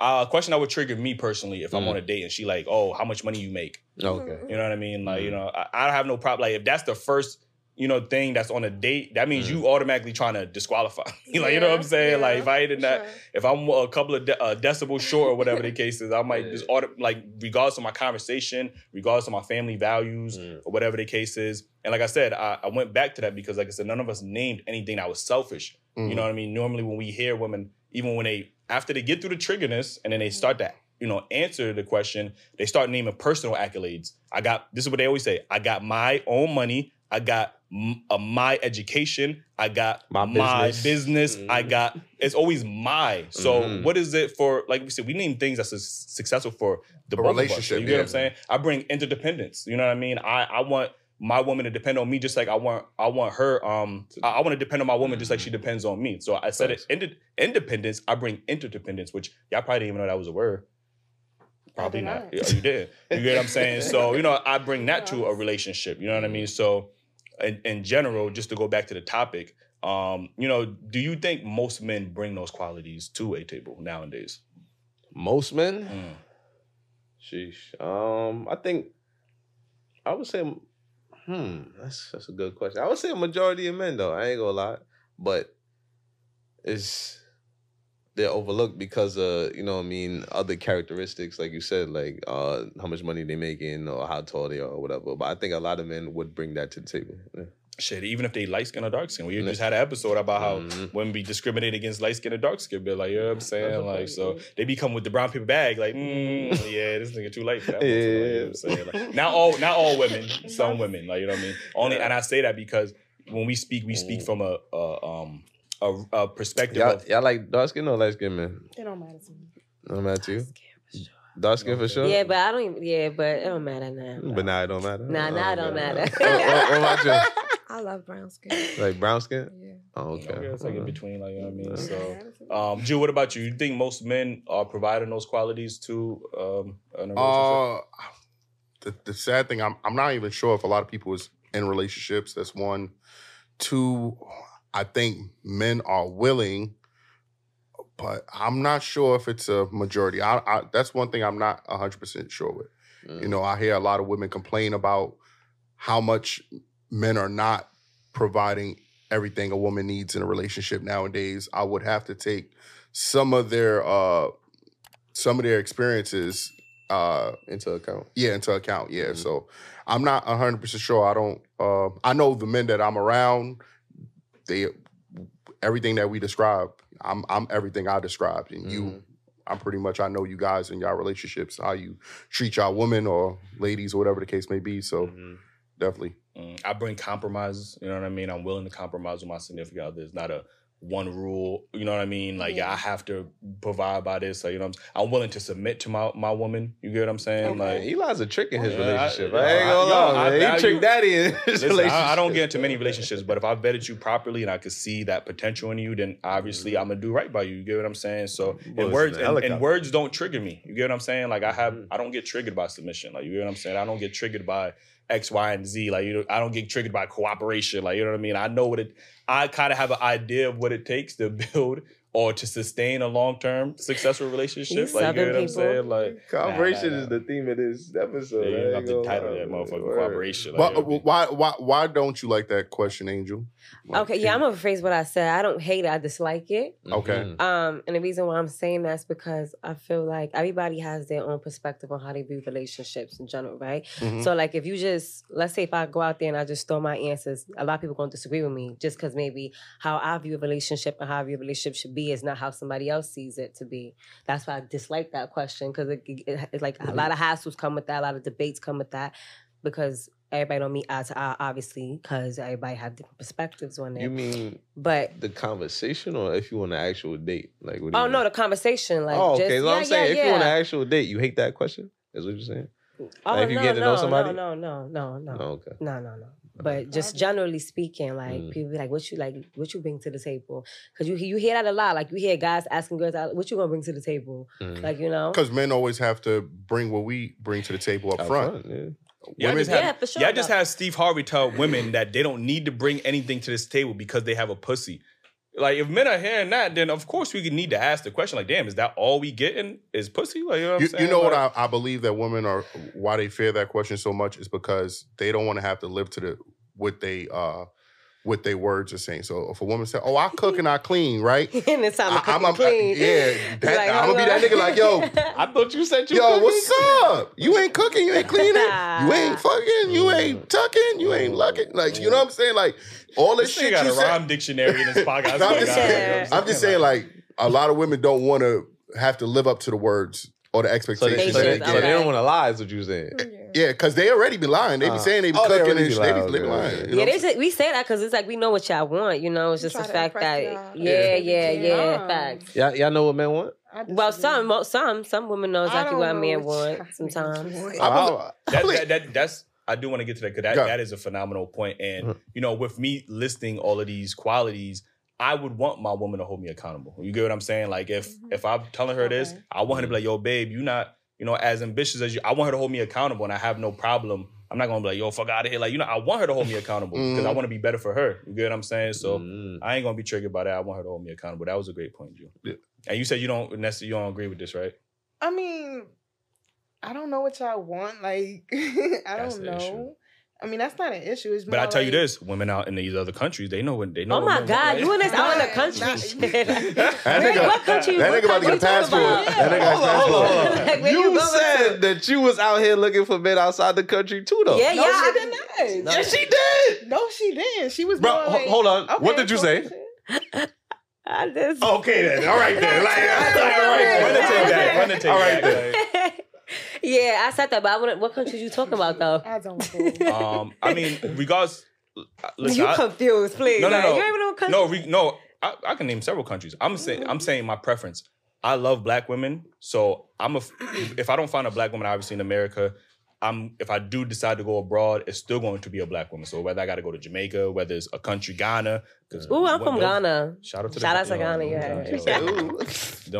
Speaker 1: Uh, a question that would trigger me personally if I'm
Speaker 3: Mm.
Speaker 1: on a date and she like, oh, how much money you make?
Speaker 4: Mm-hmm.
Speaker 3: Okay.
Speaker 1: You know what I mean? Like, you know, I, I don't have no problem. Like, if that's the first, you know, thing that's on a date, that means
Speaker 3: Mm.
Speaker 1: you automatically trying to disqualify. me. *laughs* like, you know what I'm
Speaker 4: Yeah,
Speaker 1: saying? Like,
Speaker 4: yeah,
Speaker 1: if I ain't in
Speaker 4: for
Speaker 1: that,
Speaker 4: sure.
Speaker 1: if I'm a couple of de- uh, decibels short or whatever the case is, I might
Speaker 3: Yeah.
Speaker 1: just auto- like, regardless of my conversation, regardless of my family values
Speaker 3: Mm.
Speaker 1: or whatever the case is. And like I said, I, I went back to that because, like I said, none of us named anything that was selfish.
Speaker 6: Mm.
Speaker 1: You
Speaker 6: Mm-hmm.
Speaker 1: know what I mean? Normally, when we hear women, even when they after they get through the triggerness and then they start to you know answer the question, they start naming personal accolades. I got this is what they always say. I got my own money. I got m- uh, my education. I got
Speaker 3: My
Speaker 1: my
Speaker 3: business."
Speaker 1: business. I
Speaker 3: Mhm.
Speaker 1: got it's always my. So
Speaker 6: Mm-hmm.
Speaker 3: Mhm.
Speaker 1: what is it for? Like we said, we name things that's su- successful for the
Speaker 6: A
Speaker 1: both of us.
Speaker 6: relationship,
Speaker 1: You get what I'm
Speaker 6: yeah.
Speaker 1: saying? I bring interdependence. You know what I mean? I I want my woman to depend on me just like I want I want her um I, I want to depend on my woman just like she depends on me. So I said it ind- independence, I bring interdependence, which y'all probably didn't even know that was a word. Probably
Speaker 5: did
Speaker 1: not.
Speaker 5: not.
Speaker 1: Yeah, you did. You get what I'm saying? So, you know, I bring that to a relationship. You know what I
Speaker 3: Mm-hmm.
Speaker 1: mean? So in, in general, just to go back to the topic, um, you know, do you think most men bring those qualities to a table nowadays?
Speaker 3: Most men.
Speaker 1: Mm.
Speaker 3: Sheesh. Um, I think I would say, hmm, that's that's a good question. I would say a majority of men though. I ain't gonna lie, but it's they're overlooked because of you know what I mean other characteristics like you said like uh how much money they making or how tall they are or whatever. But I think a lot of men would bring that to the table. Yeah.
Speaker 1: Shit, even if they light skin or dark skin. We
Speaker 3: Yeah.
Speaker 1: just had an episode about how
Speaker 3: Mhm.
Speaker 1: women be discriminated against light skin and dark skin. Be like, you know what I'm
Speaker 3: That's a
Speaker 1: saying? Like,
Speaker 3: point,
Speaker 1: so
Speaker 3: yeah.
Speaker 1: they become with the brown paper bag. Like, mm, yeah, this nigga too light for that.
Speaker 3: Yeah.
Speaker 1: motherfucker, you know what I'm saying? Like, not all, not all women. Some women, like you know what I mean. Only,
Speaker 3: Yeah.
Speaker 1: and I say that because when we speak, we speak
Speaker 3: Mm.
Speaker 1: from a, a um a, a perspective
Speaker 3: Y'all,
Speaker 1: of.
Speaker 3: y'all like dark skin or light skin man?
Speaker 5: It don't matter to me.
Speaker 3: No matter to you, dark skin for sure.
Speaker 2: Yeah, but I don't. Even, yeah, but it don't matter now.
Speaker 3: but now it don't matter.
Speaker 2: Nah, nah, it don't matter.
Speaker 3: Oh, oh, oh, about you?
Speaker 4: I love brown skin.
Speaker 3: Like brown skin?
Speaker 4: Yeah.
Speaker 3: Oh,
Speaker 1: Okay.
Speaker 3: okay.
Speaker 1: it's like in between, like you know what I mean.
Speaker 3: Yeah.
Speaker 1: So, um, Jew, what about you? You think most men are providing those qualities to um? An relationship?
Speaker 6: Uh, the, the sad thing, I'm, I'm not even sure if a lot of people is in relationships. That's one. Two, I think men are willing, but I'm not sure if it's a majority. I, I that's one thing I'm not 100 percent sure with.
Speaker 3: Hmm.
Speaker 6: You know, I hear a lot of women complain about how much men are not providing everything a woman needs in a relationship nowadays. I would have to take some of their uh some of their experiences uh
Speaker 3: into account.
Speaker 6: yeah into account yeah
Speaker 3: Mhm.
Speaker 6: so i'm not 100% sure i don't uh, i know the men that i'm around they everything that we describe i'm i'm everything i described and you i'm pretty much i know you guys and y'all relationships how you treat y'all women or ladies or whatever the case may be so
Speaker 3: Mm-hmm.
Speaker 1: Mm-hmm.
Speaker 6: definitely
Speaker 1: Mm, I bring compromises. You know what I mean? I'm willing to compromise with my significant other. It's not a one rule. You know what I mean? Like
Speaker 5: Yeah.
Speaker 1: I have to provide by this. Like, you know, what I'm, I'm willing to submit to my my woman. You get what I'm saying?
Speaker 3: Man,
Speaker 1: Like.
Speaker 3: Eli's a trick in his
Speaker 1: Yeah, I-
Speaker 3: relationship. I,
Speaker 1: yo,
Speaker 3: ain't gonna
Speaker 1: I- yo,
Speaker 3: lie,
Speaker 1: I
Speaker 3: man. he
Speaker 1: value-
Speaker 3: tricked daddy in *laughs* his
Speaker 1: Listen,
Speaker 3: relationship.
Speaker 1: I, I don't get into many
Speaker 3: *laughs*
Speaker 1: relationships, but if I vetted you properly and I could see that potential in you, then obviously I'm gonna do right by you. You get what I'm saying? So,
Speaker 3: Boy,
Speaker 1: and words
Speaker 3: it's an
Speaker 1: and,
Speaker 3: helicopter.
Speaker 1: and words don't trigger me. You get what I'm saying? Like I have,
Speaker 3: Mhm.
Speaker 1: I don't get triggered by submission. Like you get what I'm saying? I don't get triggered by X, Y, and Z. Like you, know, I don't get triggered by cooperation. Like you know what I mean? I know what it. I kind of have an idea of what it takes to *laughs* build or to sustain a long term successful relationship.
Speaker 2: You
Speaker 1: like you get what
Speaker 2: Southern
Speaker 1: I'm saying? Like
Speaker 3: Cooperation
Speaker 1: Nah, nah,
Speaker 3: is the theme of this episode.
Speaker 1: yeah, you
Speaker 3: I
Speaker 1: have
Speaker 3: ain't
Speaker 1: to
Speaker 3: gonna
Speaker 1: title
Speaker 3: lie,
Speaker 1: that
Speaker 3: man.
Speaker 1: motherfucker
Speaker 3: Word.
Speaker 1: cooperation. Like,
Speaker 6: why,
Speaker 1: you know what I mean?
Speaker 6: why why why don't you like that question angel Like,
Speaker 2: Okay, yeah, I'm gonna rephrase what I said. I don't hate it. I dislike it.
Speaker 6: Okay.
Speaker 3: Mhm.
Speaker 2: Um, and the reason why I'm saying that's because I feel like everybody has their own perspective on how they view relationships in general, right?
Speaker 3: Mm-hmm.
Speaker 6: Mhm.
Speaker 2: So, like, if you just let's say if I go out there and I just throw my answers, a lot of people gonna disagree with me just because maybe how I view a relationship and how I view a relationship should be. be is not how somebody else sees it to be. That's why I dislike that question because it, it, it's like
Speaker 3: Mm-hmm.
Speaker 2: a lot of hassles come with that, a lot of debates come with that because everybody don't meet eye to eye, obviously, because everybody have different perspectives
Speaker 1: Mm-hmm.
Speaker 2: on it.
Speaker 3: You mean
Speaker 2: but
Speaker 3: the conversation, or if you want an actual date? Like, what do you
Speaker 2: oh no,
Speaker 3: mean?
Speaker 2: the conversation like
Speaker 3: oh,
Speaker 2: just,
Speaker 3: okay. so
Speaker 2: yeah,
Speaker 3: I'm saying,
Speaker 2: yeah,
Speaker 3: if you want an
Speaker 2: yeah.
Speaker 3: actual date, you hate that question. Is what you're saying?
Speaker 2: oh,
Speaker 3: like, if you
Speaker 2: no,
Speaker 3: get to know
Speaker 2: no,
Speaker 3: somebody-
Speaker 2: no, no, no, no,
Speaker 3: Oh,
Speaker 2: no.
Speaker 3: okay.
Speaker 2: No, no, no. But just generally speaking, like
Speaker 3: Mm.
Speaker 2: people be like, "What you like? What you bring to the table?" Because you you hear that a lot. Like you hear guys asking girls, out, "What you gonna bring to the table?"
Speaker 3: Mm.
Speaker 2: Like you know,
Speaker 6: Because men always have to bring what we bring to the table up
Speaker 3: Out
Speaker 6: front.
Speaker 3: front, yeah.
Speaker 1: Y'all
Speaker 6: Women-
Speaker 1: just have,
Speaker 2: Yeah, for sure,
Speaker 1: Y'all just
Speaker 2: though.
Speaker 1: have Steve Harvey tell women that they don't need to bring anything to this table because they have a pussy. Like if men are hearing that, then of course we could need to ask the question. Like, damn, is that all we getting is pussy? Like, you know what I'm
Speaker 6: You,
Speaker 1: saying?
Speaker 6: you know what
Speaker 1: Like,
Speaker 6: I, I believe that women are why they fear that question so much is because they don't want to have to live to the what they uh what they words are saying. So if a woman said, "Oh, I cook and I clean," right?
Speaker 2: *laughs* and it's time to cook
Speaker 6: I'm-
Speaker 2: and
Speaker 6: I'm- I-
Speaker 2: clean. *laughs*
Speaker 6: yeah, that- I'ma be that nigga like,
Speaker 2: yo.
Speaker 3: I thought you said you.
Speaker 6: Yo,
Speaker 3: couldn't
Speaker 6: what's up? You ain't cooking, you ain't cleaning, you ain't
Speaker 2: Nah.
Speaker 6: fucking, you ain't tucking, you ain't lucking. Like, you know what I'm saying? Like all this
Speaker 1: This nigga
Speaker 6: shit
Speaker 1: got
Speaker 6: you
Speaker 1: a
Speaker 6: said.
Speaker 1: rhyme dictionary in his pocket. I
Speaker 6: *laughs* No, I'm
Speaker 1: swear to
Speaker 6: just
Speaker 1: God, you know
Speaker 2: saying-
Speaker 1: what
Speaker 6: I'm just saying, like, a lot of women don't want to have to live up to the words or the
Speaker 3: So they,
Speaker 6: expectations.
Speaker 3: so they,
Speaker 6: that
Speaker 2: Patience,
Speaker 6: they
Speaker 3: so they
Speaker 6: get.
Speaker 3: don't want to lie. Is what you were saying?
Speaker 4: Yeah.
Speaker 6: Yeah, because they already be lying. They be
Speaker 3: Uh,
Speaker 6: saying they be
Speaker 3: oh, they
Speaker 6: cooking
Speaker 3: already
Speaker 6: and
Speaker 3: be
Speaker 6: shit. They be
Speaker 3: lying,
Speaker 6: they be
Speaker 3: okay,
Speaker 6: lying.
Speaker 3: okay.
Speaker 6: you know
Speaker 2: yeah,
Speaker 6: what
Speaker 2: they
Speaker 6: I'm
Speaker 2: just, we say that because it's like we know what y'all want, you know. It's
Speaker 4: We
Speaker 2: just
Speaker 4: try
Speaker 2: the
Speaker 4: to
Speaker 2: fact
Speaker 4: impress
Speaker 2: that,
Speaker 4: y'all.
Speaker 2: yeah, yeah, yeah,
Speaker 4: Yeah.
Speaker 5: Ah.
Speaker 2: facts.
Speaker 3: Y'all, y'all know what men want?
Speaker 5: I
Speaker 2: Well,
Speaker 5: disagree.
Speaker 2: some, mo- some, some women know
Speaker 5: I
Speaker 2: exactly
Speaker 5: don't
Speaker 2: what a
Speaker 5: know
Speaker 2: man
Speaker 5: what y'all
Speaker 2: wants sometimes.
Speaker 5: want.
Speaker 6: I
Speaker 3: Oh,
Speaker 6: believe-
Speaker 1: That,
Speaker 6: Please.
Speaker 1: that, that that's I do want to get to that because that,
Speaker 6: Go.
Speaker 1: that is a phenomenal point. And
Speaker 2: Mm-hmm.
Speaker 3: Mhm.
Speaker 1: you know, with me listing all of these qualities, I would want my woman to hold me accountable. You get what I'm saying? Like if
Speaker 2: Mm-hmm.
Speaker 4: Mhm.
Speaker 1: if I'm telling her this,
Speaker 5: Okay.
Speaker 1: I want her to be like, "Yo, babe, you not you know as ambitious as you." I want her to hold me accountable, and I have no problem. I'm not gonna be like, "Yo, fuck out of here!" Like you know, I want her to hold me accountable because I
Speaker 2: Mm-hmm.
Speaker 6: Mhm.
Speaker 1: want to be better for her. You get what I'm saying? So
Speaker 3: Mm.
Speaker 1: I ain't gonna be triggered by that. I want her to hold me accountable. That was a great point, Ju.
Speaker 6: Yeah.
Speaker 1: And you said you don't necessarily you don't agree with this, right?
Speaker 5: I mean, I don't know what y'all want. Like, *laughs* I
Speaker 1: That's
Speaker 5: don't
Speaker 1: the
Speaker 5: know.
Speaker 1: issue.
Speaker 5: I mean, that's not an issue. It's
Speaker 1: But I
Speaker 5: more
Speaker 1: tell you
Speaker 5: like-
Speaker 1: this: women out in these other countries, they know what they know.
Speaker 2: Oh
Speaker 1: what men
Speaker 2: my
Speaker 1: want,
Speaker 2: God,
Speaker 1: right?
Speaker 2: you in this out in the
Speaker 5: Nah,
Speaker 2: country? *laughs*
Speaker 5: nah.
Speaker 2: shit.
Speaker 6: That
Speaker 2: Wait,
Speaker 6: nigga-
Speaker 2: what country?
Speaker 6: that
Speaker 2: what
Speaker 6: nigga about
Speaker 2: country
Speaker 6: to get
Speaker 2: you talking
Speaker 6: passport.
Speaker 2: about?
Speaker 6: That nigga-
Speaker 3: Hold on, hold on, hold on. *laughs*
Speaker 2: Like, where
Speaker 3: you
Speaker 2: you going
Speaker 3: said
Speaker 2: to?
Speaker 3: that you was out here looking for men outside the country too,
Speaker 6: Oh.
Speaker 3: though.
Speaker 2: Yeah,
Speaker 5: No,
Speaker 2: yeah. I-
Speaker 5: she did not.
Speaker 2: No.
Speaker 3: Yes, she did.
Speaker 5: No, she didn't. She was
Speaker 3: Bro,
Speaker 5: more
Speaker 3: ho-
Speaker 5: like,
Speaker 3: hold on. what
Speaker 5: okay,
Speaker 3: did you
Speaker 5: cool
Speaker 3: say?
Speaker 5: shit.
Speaker 2: I just.
Speaker 3: Okay then. All right then. Like, all
Speaker 1: Run
Speaker 3: right.
Speaker 1: the
Speaker 3: then.
Speaker 1: tape back. Run the tape
Speaker 3: All right
Speaker 1: back.
Speaker 3: then.
Speaker 2: *laughs* yeah, I said that, but I wouldn't, what country you talking about though?
Speaker 5: I don't know.
Speaker 1: like, um, I mean, regards. uh, Listen,
Speaker 2: you
Speaker 1: I,
Speaker 2: confused, please.
Speaker 1: No, no,
Speaker 2: like,
Speaker 1: no.
Speaker 2: You ain't even know what country.
Speaker 1: no, re, no. I, I can name several countries. I'm saying I'm saying my preference. I love black women, so I'm a. If I don't find a black woman, obviously in America, I'm. If I do decide to go abroad, it's still going to be a black woman. So whether I got to go to Jamaica, whether it's a country Ghana, 'cause
Speaker 2: Ooh, I'm
Speaker 1: wo-
Speaker 2: from
Speaker 1: those-
Speaker 2: Ghana.
Speaker 1: Shout out to the
Speaker 2: Shout out to
Speaker 1: you know,
Speaker 2: Ghana,
Speaker 1: you know,
Speaker 2: yeah.
Speaker 1: you know,
Speaker 2: *laughs* Yeah.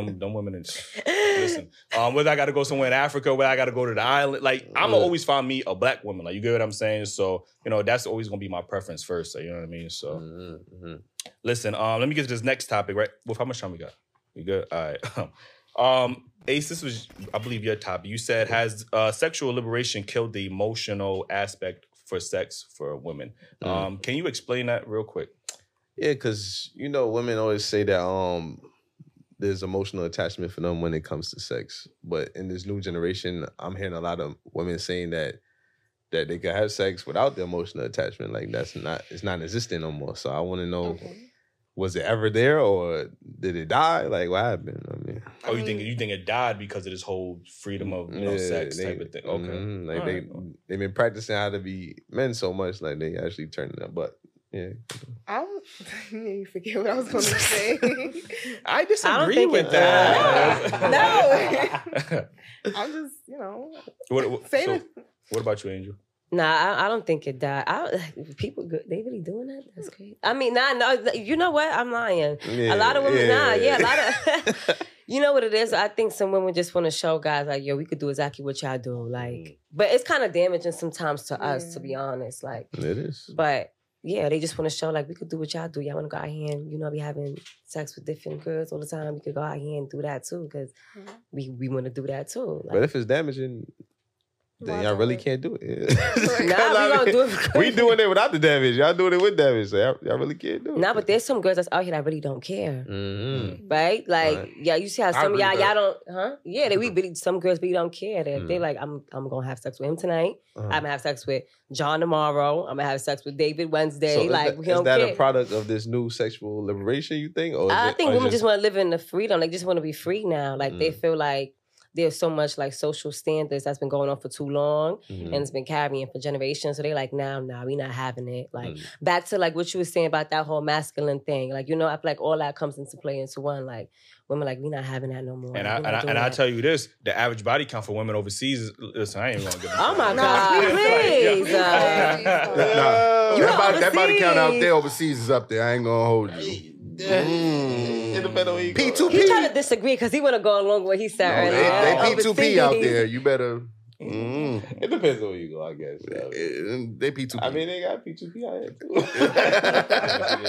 Speaker 1: Them, them women is Listen, um, whether I got to go somewhere in Africa, whether I got to go to the island, like I'm gonna
Speaker 3: Yeah.
Speaker 1: always find me a black woman. Like you get what I'm saying? So you know that's always gonna be my preference first. Like, you know what I mean? So
Speaker 3: Mhm,
Speaker 1: listen, um, let me get to this next topic. Right? Well, how much time we got? We good? All right. *laughs* um, Ace, this was I believe your topic. You said has uh, sexual liberation killed the emotional aspect for sex for women?
Speaker 3: mhm.
Speaker 1: Um, can you explain that real quick?
Speaker 3: Yeah, because you know, women always say that um there's emotional attachment for them when it comes to sex. But in this new generation, I'm hearing a lot of women saying that that they could have sex without the emotional attachment. Like that's not it's not existent no more. So I want to know
Speaker 5: Okay.
Speaker 3: was it ever there or did it die? Like what happened? I mean,
Speaker 1: Oh, you think you think it died because of this whole freedom of you know
Speaker 3: yeah,
Speaker 1: sex
Speaker 3: they-
Speaker 1: type of thing?
Speaker 2: Mm-hmm.
Speaker 1: Okay.
Speaker 3: mhm, like
Speaker 1: All
Speaker 3: they
Speaker 1: right, well.
Speaker 3: they've been practicing how to be men so much, like they actually turned it up. But yeah,
Speaker 5: I don't, *laughs* you forget what I was going
Speaker 1: *laughs*
Speaker 5: to say.
Speaker 1: I disagree
Speaker 2: think
Speaker 1: with
Speaker 2: it-
Speaker 1: that. no.
Speaker 5: I'm just, you know,
Speaker 1: *laughs* what, what,
Speaker 5: Say
Speaker 1: so,
Speaker 5: it.
Speaker 1: what about you, Angel?
Speaker 2: *laughs* Nah, I, I don't think it died. I, *laughs* people, go- they really doing that? That's crazy. I mean, nah, no, you know what? I'm lying.
Speaker 3: yeah
Speaker 2: a lot of women, nah, yeah, a lot of. *laughs* You know what it is? I think some women just want to show guys like, yo, we could do exactly what y'all do.
Speaker 1: Mm.
Speaker 2: Like, but it's kind of damaging sometimes to us, to
Speaker 5: Yeah.
Speaker 2: be honest. Like, *laughs*
Speaker 3: it is.
Speaker 2: but yeah, they just want to show like we could do what y'all do. Y'all want to go out here and you know be having sex with different girls all the time. We could go out here and do that too because we we want to do that too. Like,
Speaker 3: But if it's damaging, Then y'all really can't do
Speaker 2: *laughs*
Speaker 3: it. *laughs*
Speaker 4: Nah, we
Speaker 2: gonna do it because-
Speaker 3: We doing it without the damage. Y'all doing it with damage. So y'all, y'all really can't do it.
Speaker 2: Nah, but there's some girls that's out here that really don't care.
Speaker 3: Mhm.
Speaker 2: Right? Like,
Speaker 3: Right.
Speaker 2: yeah, you see how some of
Speaker 3: agree
Speaker 2: y'all
Speaker 3: with
Speaker 2: y'all
Speaker 3: that.
Speaker 2: don't huh? Yeah, they we really some girls really don't care. That they
Speaker 3: Mm.
Speaker 2: like, I'm I'm gonna have sex with him tonight.
Speaker 3: Uh-huh.
Speaker 2: I'm gonna have sex with John tomorrow. I'm gonna have sex with David Wednesday.
Speaker 3: So is
Speaker 2: like
Speaker 3: that-
Speaker 2: we
Speaker 3: is
Speaker 2: don't
Speaker 3: that
Speaker 2: care.
Speaker 3: a product of this new sexual liberation? You think? Or is
Speaker 2: I
Speaker 3: it-
Speaker 2: think
Speaker 3: or is
Speaker 2: women
Speaker 3: it-
Speaker 2: just want to live in the freedom. Like, just want to be free now. Like, they
Speaker 3: Mm.
Speaker 2: feel like there's so much like social standards that's been going on for too long
Speaker 3: Mhm.
Speaker 2: and it's been carrying for generations. So they like, nah, nah, we not having it. Like,
Speaker 3: Mm.
Speaker 2: back to like what you were saying about that whole masculine thing. Like, you know, I feel like all that comes into play into one. Like, women like, we not having that no more.
Speaker 1: And
Speaker 2: Like,
Speaker 1: I
Speaker 2: we
Speaker 1: and, I,
Speaker 2: not doing
Speaker 1: and I
Speaker 2: that.
Speaker 1: tell you this: the average body count for women overseas. Is, listen, I ain't gonna *laughs* give. a
Speaker 2: Oh
Speaker 1: fuck.
Speaker 2: my God,
Speaker 1: *laughs*
Speaker 2: please,
Speaker 4: uh,
Speaker 6: Nah, nah.
Speaker 2: You
Speaker 6: that, body, that body count out
Speaker 2: overseas.
Speaker 6: there overseas is up there. I ain't gonna hold you.
Speaker 3: Mm.
Speaker 6: P2P.
Speaker 2: he trying to disagree because he want to go along with what he said
Speaker 6: No,
Speaker 2: earlier.
Speaker 6: they, they P2P out
Speaker 2: Overseas.
Speaker 6: there. You better. Mm.
Speaker 1: *laughs*
Speaker 3: It depends on where you go, I guess. Yeah.
Speaker 6: Eh, They P2P.
Speaker 3: I mean, they got P2P out here too.
Speaker 1: yeah,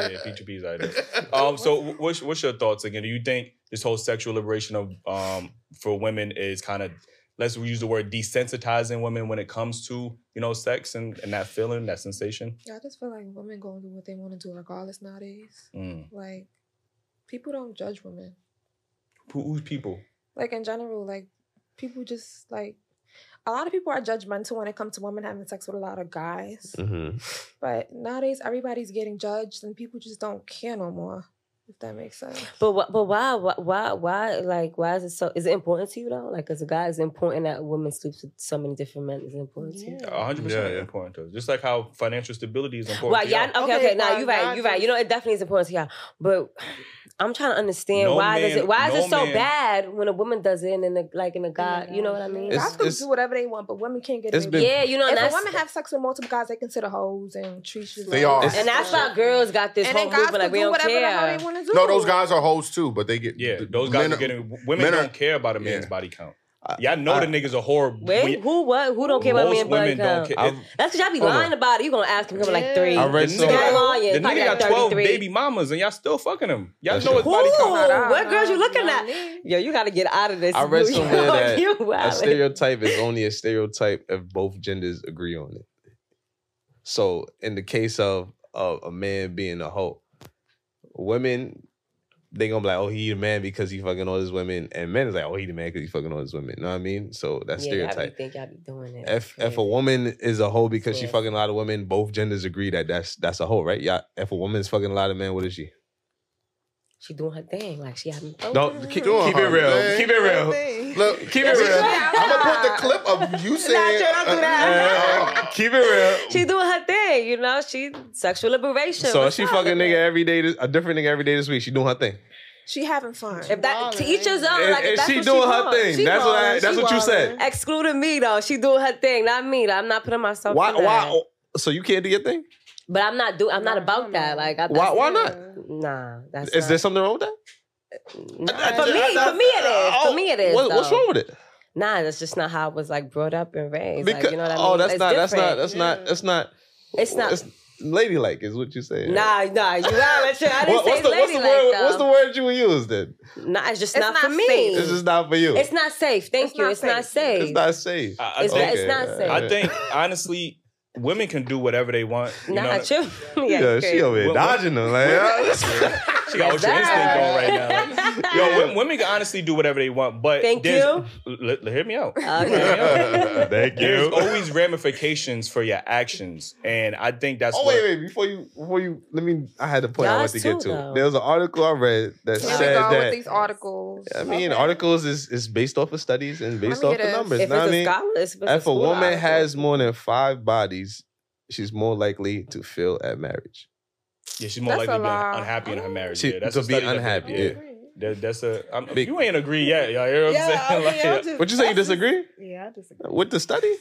Speaker 1: yeah,
Speaker 3: *laughs*
Speaker 1: P2P's out there. Um, so wh- what's what's your thoughts again? Do you think this whole sexual liberation of um for women is kind of let's use the word desensitizing women when it comes to you know sex and, and that feeling that sensation?
Speaker 4: I just feel like women go and do what they want to do regardless nowadays.
Speaker 1: Mm.
Speaker 4: Like, people don't judge women.
Speaker 1: Who, who's people?
Speaker 4: Like in general, like people just like a lot of people are judgmental when it comes to women having sex with a lot of guys.
Speaker 3: Mhm.
Speaker 4: But nowadays, everybody's getting judged, and people just don't care no more. If that makes sense.
Speaker 2: But wh- but why why- why why like why is it so? Is it important to you though? Like as a guy, is it important that women sleeps with so many different men? Is it important to you?
Speaker 5: Yeah.
Speaker 1: A 100 percent
Speaker 6: Yeah, yeah.
Speaker 1: important to us. Just like how financial stability is important.
Speaker 2: Well,
Speaker 1: to
Speaker 2: yeah.
Speaker 1: y'all.
Speaker 2: Okay, okay.
Speaker 5: Okay,
Speaker 2: Now
Speaker 5: why
Speaker 2: you're right.
Speaker 5: not
Speaker 2: You're right. You know, it definitely is important to y'all. But *sighs* I'm trying to understand
Speaker 1: No
Speaker 2: why does
Speaker 1: man-
Speaker 2: it why is
Speaker 1: no
Speaker 2: it so
Speaker 1: man-
Speaker 2: bad when a woman does it and then the, like in a guy? You know what I mean?
Speaker 3: It's-
Speaker 4: guys can do whatever they want, but women can't get
Speaker 3: it's
Speaker 4: away with
Speaker 3: been-
Speaker 4: it.
Speaker 2: yeah, you know, and
Speaker 4: If
Speaker 2: that's
Speaker 4: a woman have sex with multiple guys, they consider hoes and treat you.
Speaker 6: They
Speaker 4: like-
Speaker 6: are.
Speaker 2: and that's why girls got this
Speaker 4: And
Speaker 2: whole
Speaker 4: then guys
Speaker 2: movement
Speaker 4: can
Speaker 2: like we
Speaker 4: do
Speaker 2: don't
Speaker 4: whatever the hell
Speaker 2: care.
Speaker 4: they want to do.
Speaker 6: no, those guys are hoes too, but they get.
Speaker 1: Yeah,
Speaker 6: th-
Speaker 1: those guys
Speaker 6: men-
Speaker 1: are getting women
Speaker 6: men are-
Speaker 1: don't care about a man's
Speaker 6: Yeah.
Speaker 1: body count.
Speaker 3: I-
Speaker 1: Y'all know the
Speaker 3: I-
Speaker 1: niggas a whore.
Speaker 2: Wait,
Speaker 1: when-
Speaker 2: who what? Who don't care about
Speaker 1: most
Speaker 2: men body
Speaker 1: women don't
Speaker 2: count?
Speaker 1: care.
Speaker 3: I'm-
Speaker 2: That's because y'all be
Speaker 3: Hold on.
Speaker 2: lying about it. You gonna ask him coming like
Speaker 5: Yeah.
Speaker 2: three.
Speaker 3: I read
Speaker 1: The
Speaker 3: some.
Speaker 1: nigga-
Speaker 2: Not lying.
Speaker 1: The
Speaker 2: Probably
Speaker 1: nigga
Speaker 2: like
Speaker 1: got 12
Speaker 2: 33.
Speaker 1: baby mamas and y'all still fucking him. Y'all
Speaker 3: That's
Speaker 1: know his
Speaker 3: true.
Speaker 1: body
Speaker 2: Ooh,
Speaker 1: count.
Speaker 2: what girls you looking at? Yo, you gotta get out of this.
Speaker 3: I read
Speaker 2: You
Speaker 3: somewhere
Speaker 2: know,
Speaker 3: that
Speaker 2: you
Speaker 3: *laughs* a
Speaker 2: wildin'.
Speaker 3: stereotype is only a stereotype if both genders agree on it. So, in the case of of a man being a hoe, women they gonna be like, "Oh, he the man because he fucking all his women," and men is like, "Oh, he the man because he fucking all his women." You know what I mean? So that's
Speaker 2: Yeah, y'all be
Speaker 3: stereotype.
Speaker 2: think y'all be doing it.
Speaker 3: If if
Speaker 2: Crazy.
Speaker 3: a woman is a hoe because she
Speaker 2: Yeah.
Speaker 3: fucking a lot of women, both genders agree that that's that's a hoe, right? Yeah. If a woman's fucking a lot of men, what is she?
Speaker 2: she doing her thing, like she having oh, fun.
Speaker 3: No, keep, keep
Speaker 6: Doing
Speaker 3: it
Speaker 1: Oh,
Speaker 6: her
Speaker 3: real.
Speaker 6: thing.
Speaker 3: Keep it real.
Speaker 5: Thing.
Speaker 6: Look,
Speaker 3: Keep it real.
Speaker 6: I'm gonna put the clip of you saying.
Speaker 2: don't do that.
Speaker 6: Uh, keep it real.
Speaker 2: She doing her thing, you know. She sexual liberation.
Speaker 3: So if
Speaker 2: What's
Speaker 3: she
Speaker 2: up?
Speaker 3: fucking nigga every day, this- a different nigga every day this week. She doing her thing.
Speaker 4: She having fun.
Speaker 2: If that to each his own,
Speaker 3: And,
Speaker 2: like if
Speaker 3: and
Speaker 2: that's
Speaker 3: she
Speaker 2: what
Speaker 3: doing
Speaker 2: she
Speaker 3: her
Speaker 2: want.
Speaker 3: thing.
Speaker 4: She
Speaker 3: that's what I,
Speaker 4: wildin',
Speaker 3: that's
Speaker 4: she
Speaker 3: what you said.
Speaker 4: wildin'.
Speaker 2: Excluding me though, she doing her thing, not me. I'm not putting myself.
Speaker 3: Why?
Speaker 2: through that.
Speaker 3: Why? oh. So you can't do your thing?
Speaker 2: But I'm not do. I'm not about that. Like I,
Speaker 3: Why? Why not?
Speaker 2: Nah, that's
Speaker 3: Is there something wrong with that?
Speaker 2: nah. for me? for me it is.
Speaker 3: Oh,
Speaker 2: for me it is.
Speaker 3: What, what's
Speaker 2: though.
Speaker 3: wrong with it?
Speaker 2: Nah, that's just not how I was like brought up and raised.
Speaker 3: Because-
Speaker 2: like, you know what I mean?
Speaker 3: oh, that's
Speaker 2: It's
Speaker 3: not, that's not.
Speaker 2: different. Mm.
Speaker 3: That's not.
Speaker 5: Yeah.
Speaker 3: That's not.
Speaker 2: It's not.
Speaker 3: ladylike is what you saying.
Speaker 2: Nah, nah, you out of shit. I didn't
Speaker 3: What-
Speaker 2: say
Speaker 3: what's the
Speaker 2: lady
Speaker 3: what's the
Speaker 2: like
Speaker 3: word?
Speaker 2: though.
Speaker 3: What's the word you would use then?
Speaker 2: Nah, it's just
Speaker 4: It's
Speaker 2: not,
Speaker 4: not
Speaker 2: for me.
Speaker 4: safe.
Speaker 3: This is not for you.
Speaker 2: It's not safe. Thank
Speaker 4: It's
Speaker 2: you.
Speaker 4: not
Speaker 2: It's not
Speaker 4: safe.
Speaker 2: safe.
Speaker 3: It's not safe.
Speaker 1: I, I
Speaker 2: It's
Speaker 1: think,
Speaker 2: not- it's not safe.
Speaker 1: I think honestly, women can do whatever they want. You
Speaker 2: Nah,
Speaker 1: know,
Speaker 2: chill. *laughs*
Speaker 3: *laughs* Yeah,
Speaker 2: yeah,
Speaker 3: she over here
Speaker 1: What- what-
Speaker 3: dodging them. Like, *laughs* yeah.
Speaker 1: she got
Speaker 2: Yes,
Speaker 1: your instinct on right now. Like,
Speaker 2: sir. *laughs*
Speaker 1: Yo, women, women can honestly do whatever they want, but
Speaker 2: Thank
Speaker 1: there's-
Speaker 2: you. Uh,
Speaker 1: L- l- hear me out.
Speaker 2: Okay.
Speaker 3: Thank
Speaker 1: There's
Speaker 3: you.
Speaker 1: always ramifications for your actions, and I think that's
Speaker 3: Oh
Speaker 1: what,
Speaker 3: wait, wait! Before you, before you, let me. I had a point I
Speaker 2: Guys
Speaker 3: wanted to get
Speaker 2: too,
Speaker 3: to.
Speaker 2: though.
Speaker 3: There was an article I read that
Speaker 4: Here
Speaker 3: said
Speaker 4: we go
Speaker 3: that.
Speaker 4: with these articles.
Speaker 3: I mean,
Speaker 5: Okay.
Speaker 3: articles is is based off of studies and based
Speaker 4: me
Speaker 3: off of
Speaker 4: get a-
Speaker 3: numbers.
Speaker 2: If
Speaker 3: know what I
Speaker 2: it's a
Speaker 3: mean,
Speaker 2: scholar, if it's a
Speaker 3: if a
Speaker 2: school
Speaker 3: woman
Speaker 2: article.
Speaker 3: has more than five bodies, she's more likely to fail at marriage.
Speaker 1: yeah, she's more
Speaker 4: That's
Speaker 1: likely to
Speaker 4: a
Speaker 1: be
Speaker 4: lie.
Speaker 1: unhappy in her marriage.
Speaker 3: She-
Speaker 1: yeah, that's
Speaker 3: to
Speaker 1: a
Speaker 3: be
Speaker 1: study that-
Speaker 3: unhappy,
Speaker 1: Yeah,
Speaker 3: yeah.
Speaker 1: That- that's a. I'm,
Speaker 3: Big-
Speaker 1: you ain't agree yet. Y'all hear what I'm
Speaker 5: Yeah,
Speaker 1: saying? *laughs*
Speaker 5: okay,
Speaker 1: Like,
Speaker 5: I'm just-
Speaker 3: Would you say you
Speaker 5: that's just-
Speaker 3: disagree
Speaker 5: Yeah, I disagree.
Speaker 3: with the study?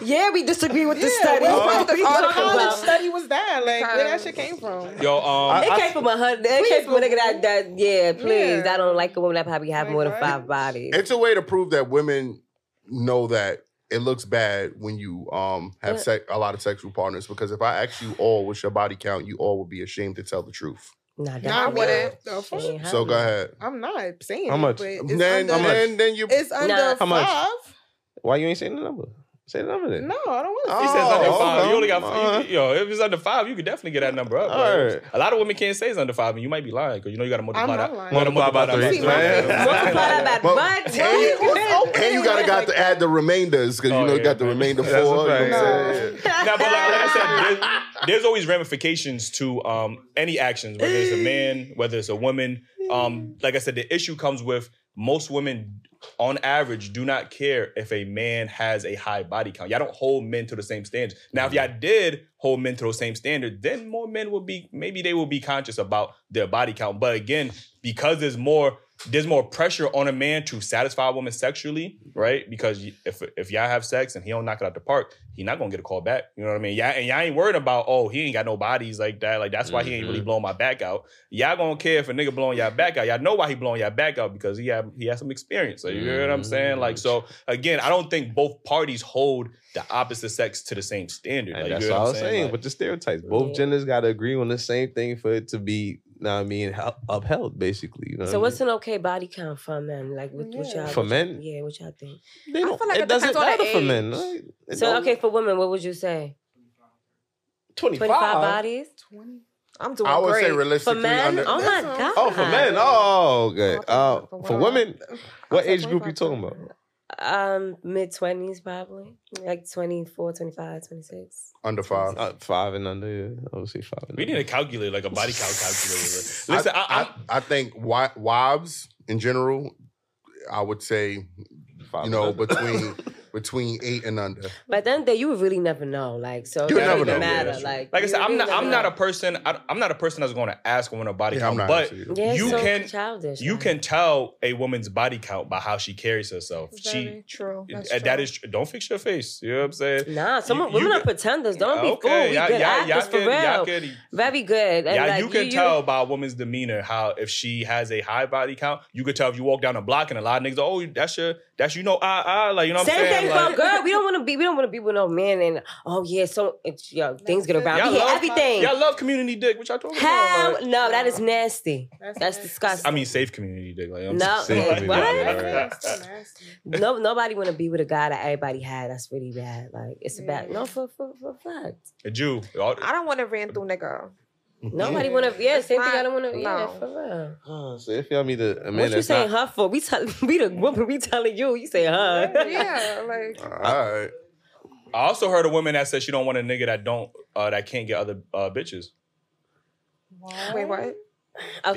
Speaker 1: *laughs*
Speaker 2: Yeah, we disagree with the
Speaker 5: Yeah,
Speaker 2: study.
Speaker 5: well,
Speaker 3: Oh.
Speaker 2: What
Speaker 4: what
Speaker 2: we
Speaker 4: the
Speaker 2: talking
Speaker 4: article
Speaker 5: How the
Speaker 2: about?
Speaker 5: study was that? Like where that shit came from?
Speaker 1: Yo, um,
Speaker 3: I-
Speaker 2: It came from a hundred. It came
Speaker 5: Please,
Speaker 2: from a nigga that, that yeah, please.
Speaker 5: Yeah.
Speaker 2: I don't like a woman that probably have
Speaker 5: Like,
Speaker 2: more than
Speaker 5: right?
Speaker 2: five bodies.
Speaker 6: It's a way to prove that women know that it looks bad when you um have
Speaker 2: What?
Speaker 6: sex a lot of sexual partners because if I ask you all what's your body count, you all would be ashamed to tell the truth.
Speaker 2: Nah,
Speaker 5: Nah, I
Speaker 2: that-
Speaker 5: wouldn't.
Speaker 2: she ain't
Speaker 5: The
Speaker 2: have
Speaker 6: So go
Speaker 2: none.
Speaker 6: ahead.
Speaker 5: I'm not saying
Speaker 3: How
Speaker 5: it,
Speaker 3: much?
Speaker 5: but it's
Speaker 6: Then,
Speaker 5: under,
Speaker 6: then, then you
Speaker 5: It's under
Speaker 2: Nah.
Speaker 3: How
Speaker 5: five.
Speaker 3: much? Why you ain't saying the number? Say the number then.
Speaker 5: No, I don't want to.
Speaker 1: He
Speaker 5: say
Speaker 1: says
Speaker 3: Oh,
Speaker 1: under five.
Speaker 3: okay.
Speaker 1: You only got
Speaker 3: Uh.
Speaker 1: you, yo. If it's under five, you could definitely get that number up.
Speaker 3: All
Speaker 1: bro.
Speaker 3: right.
Speaker 1: A lot of women can't say it's under five, and you might be lying because you know you got to multiply
Speaker 5: I'm
Speaker 1: that.
Speaker 5: not lying.
Speaker 1: you gotta
Speaker 3: Multiply by
Speaker 1: that
Speaker 3: three,
Speaker 1: by-
Speaker 3: man.
Speaker 2: Multiply that by
Speaker 6: Well,
Speaker 2: what?
Speaker 6: and you- And you
Speaker 2: *laughs*
Speaker 6: gotta got to add the remainders because
Speaker 1: Oh,
Speaker 6: you know
Speaker 1: yeah,
Speaker 6: you got the
Speaker 1: man.
Speaker 6: remainder
Speaker 3: That's a
Speaker 6: four. you know
Speaker 3: fact.
Speaker 6: what I'm
Speaker 3: Yeah,
Speaker 6: saying?
Speaker 3: yeah.
Speaker 1: Nah, but like, like I said, there's, there's always ramifications to um, any actions, whether it's a man, whether it's a woman. Um, like I said, the issue comes with most women, on average, do not care if a man has a high body count. Y'all don't hold men to the same standards. Now, if y'all did hold men to those same standards, then more men will be maybe they will be conscious about their body count. But again, because there's more. There's more pressure on a man to satisfy a woman sexually, right? Because y- if if y'all have sex and he don't knock it out the park, he not gonna get a call back. You know what I mean? Yeah, and y'all ain't worried about oh he ain't got no bodies like that. Like that's why he ain't really
Speaker 3: Mm-hmm.
Speaker 1: blowing my back out. Y'all gonna care if a nigga blowing y'all back out. Y'all know why he blowing y'all back out because he had he had some experience. Like, you know what I'm saying? Like so
Speaker 3: Mm-hmm.
Speaker 1: again, I don't think both parties hold the opposite sex to the same standard.
Speaker 3: And
Speaker 1: Like,
Speaker 3: that's
Speaker 1: you know
Speaker 3: what I
Speaker 1: what
Speaker 3: was saying.
Speaker 1: Like,
Speaker 3: with the stereotypes, both genders got to agree on the same thing for it to be, know what I mean, hel- upheld, basically. You know
Speaker 2: So
Speaker 3: what
Speaker 2: what's an okay body count for men? Like what, what
Speaker 4: Yeah.
Speaker 2: y'all
Speaker 3: For
Speaker 2: what-
Speaker 3: men?
Speaker 2: Yeah, what y'all think?
Speaker 3: I mean? They
Speaker 4: I
Speaker 3: don't-
Speaker 4: feel like
Speaker 3: it
Speaker 4: it
Speaker 3: doesn't
Speaker 4: depends on
Speaker 3: matter for
Speaker 4: the
Speaker 3: men.
Speaker 4: age.
Speaker 3: right? It
Speaker 2: So
Speaker 3: don't-
Speaker 2: okay, for women, what would you say?
Speaker 3: 25.
Speaker 2: Twenty five bodies?
Speaker 4: Twenty. I'm doing
Speaker 6: I would
Speaker 4: great.
Speaker 6: say
Speaker 2: For
Speaker 6: realistically
Speaker 2: men?
Speaker 6: under
Speaker 2: Oh my
Speaker 4: Listen.
Speaker 2: god.
Speaker 3: Oh, for men. Oh, okay. Uh,
Speaker 4: For
Speaker 3: for
Speaker 4: women.
Speaker 3: women, what
Speaker 4: said
Speaker 3: age group you
Speaker 4: 25.
Speaker 3: talking about?
Speaker 2: Um mid twenties probably. Like 24, 25, 26.
Speaker 6: under five.
Speaker 3: Uh, five and under. Yeah. I would say five and
Speaker 1: we need
Speaker 3: under.
Speaker 1: to calculate like a body count
Speaker 3: *laughs*
Speaker 1: calculator. Listen, I, I,
Speaker 6: I, I think wi- wives in general, I would say
Speaker 3: Five
Speaker 6: you
Speaker 3: and
Speaker 6: know
Speaker 3: under.
Speaker 6: between between eight and under.
Speaker 2: But then they, you would really never know. Like so,
Speaker 6: You
Speaker 2: it
Speaker 6: would never
Speaker 2: doesn't
Speaker 6: know.
Speaker 2: matter.
Speaker 1: Yeah,
Speaker 2: like,
Speaker 1: like I
Speaker 2: you
Speaker 1: said, I'm
Speaker 2: really
Speaker 1: not
Speaker 2: never
Speaker 1: I'm not a
Speaker 2: know.
Speaker 1: person. I, I'm not a person that's going to ask a woman a body
Speaker 6: Yeah, I'm
Speaker 1: count,
Speaker 6: not.
Speaker 1: but.
Speaker 6: actually-
Speaker 2: Yeah, it's
Speaker 1: You
Speaker 2: so
Speaker 1: can-
Speaker 2: childish.
Speaker 1: You
Speaker 2: like.
Speaker 1: can tell a woman's body count by how she carries herself.
Speaker 4: Very
Speaker 1: She
Speaker 4: true. That's
Speaker 1: and that
Speaker 4: true.
Speaker 1: is tr- don't fix your face. You know what I'm saying?
Speaker 2: Nah, some
Speaker 1: You-
Speaker 2: women
Speaker 1: you
Speaker 2: are
Speaker 1: can-
Speaker 2: pretenders. Don't be
Speaker 1: Yeah,
Speaker 2: fooled. We
Speaker 1: y'all- y'all-
Speaker 2: good
Speaker 1: y'all
Speaker 2: actors for
Speaker 1: can- y'all
Speaker 2: real.
Speaker 1: can-
Speaker 2: Very good. And
Speaker 1: y'all-
Speaker 2: like,
Speaker 1: you can tell by a woman's demeanor how if she has a high body count, you could tell if you walk down a block and a lot of niggas, oh, that's your, that's you know, I, I, like you know what
Speaker 2: Same
Speaker 1: I'm saying?
Speaker 2: thing
Speaker 1: Like,
Speaker 2: for a girl. We don't want to be. We don't want to be with no man. And oh yeah, so it's, yo, things get around.
Speaker 1: Y'all
Speaker 2: We hear
Speaker 1: love-
Speaker 2: everything.
Speaker 1: Y'all love community dick. What y'all talking
Speaker 2: How?
Speaker 1: about? Like,
Speaker 2: no, that is nasty.
Speaker 5: That's,
Speaker 2: That's
Speaker 5: nasty.
Speaker 2: disgusting.
Speaker 1: I mean, safe community dick. Like, I'm
Speaker 2: No,
Speaker 1: saying,
Speaker 2: hey,
Speaker 1: like,
Speaker 2: what?
Speaker 5: That's nasty.
Speaker 2: No, nobody want to be with a guy that everybody had. That's really bad. Like it's bad. No, for for for fact.
Speaker 1: A Jew. All-
Speaker 4: I don't want to ran through nigga.
Speaker 1: Mm-hmm.
Speaker 2: Nobody want to. Yeah,
Speaker 4: It's
Speaker 2: same thing.
Speaker 4: not-
Speaker 2: I don't want to. Yeah,
Speaker 4: no.
Speaker 2: for real.
Speaker 3: Uh, *laughs* so if y'all meet a, a man
Speaker 2: what you
Speaker 3: that's
Speaker 2: saying
Speaker 3: not,
Speaker 2: her for? We tell *laughs* we the woman. We telling you. You say her.
Speaker 4: *laughs* Yeah, like
Speaker 6: All right.
Speaker 1: I also heard a woman that said she don't want a nigga that don't, uh, that can't get other uh, bitches.
Speaker 4: wait, what?
Speaker 2: Okay,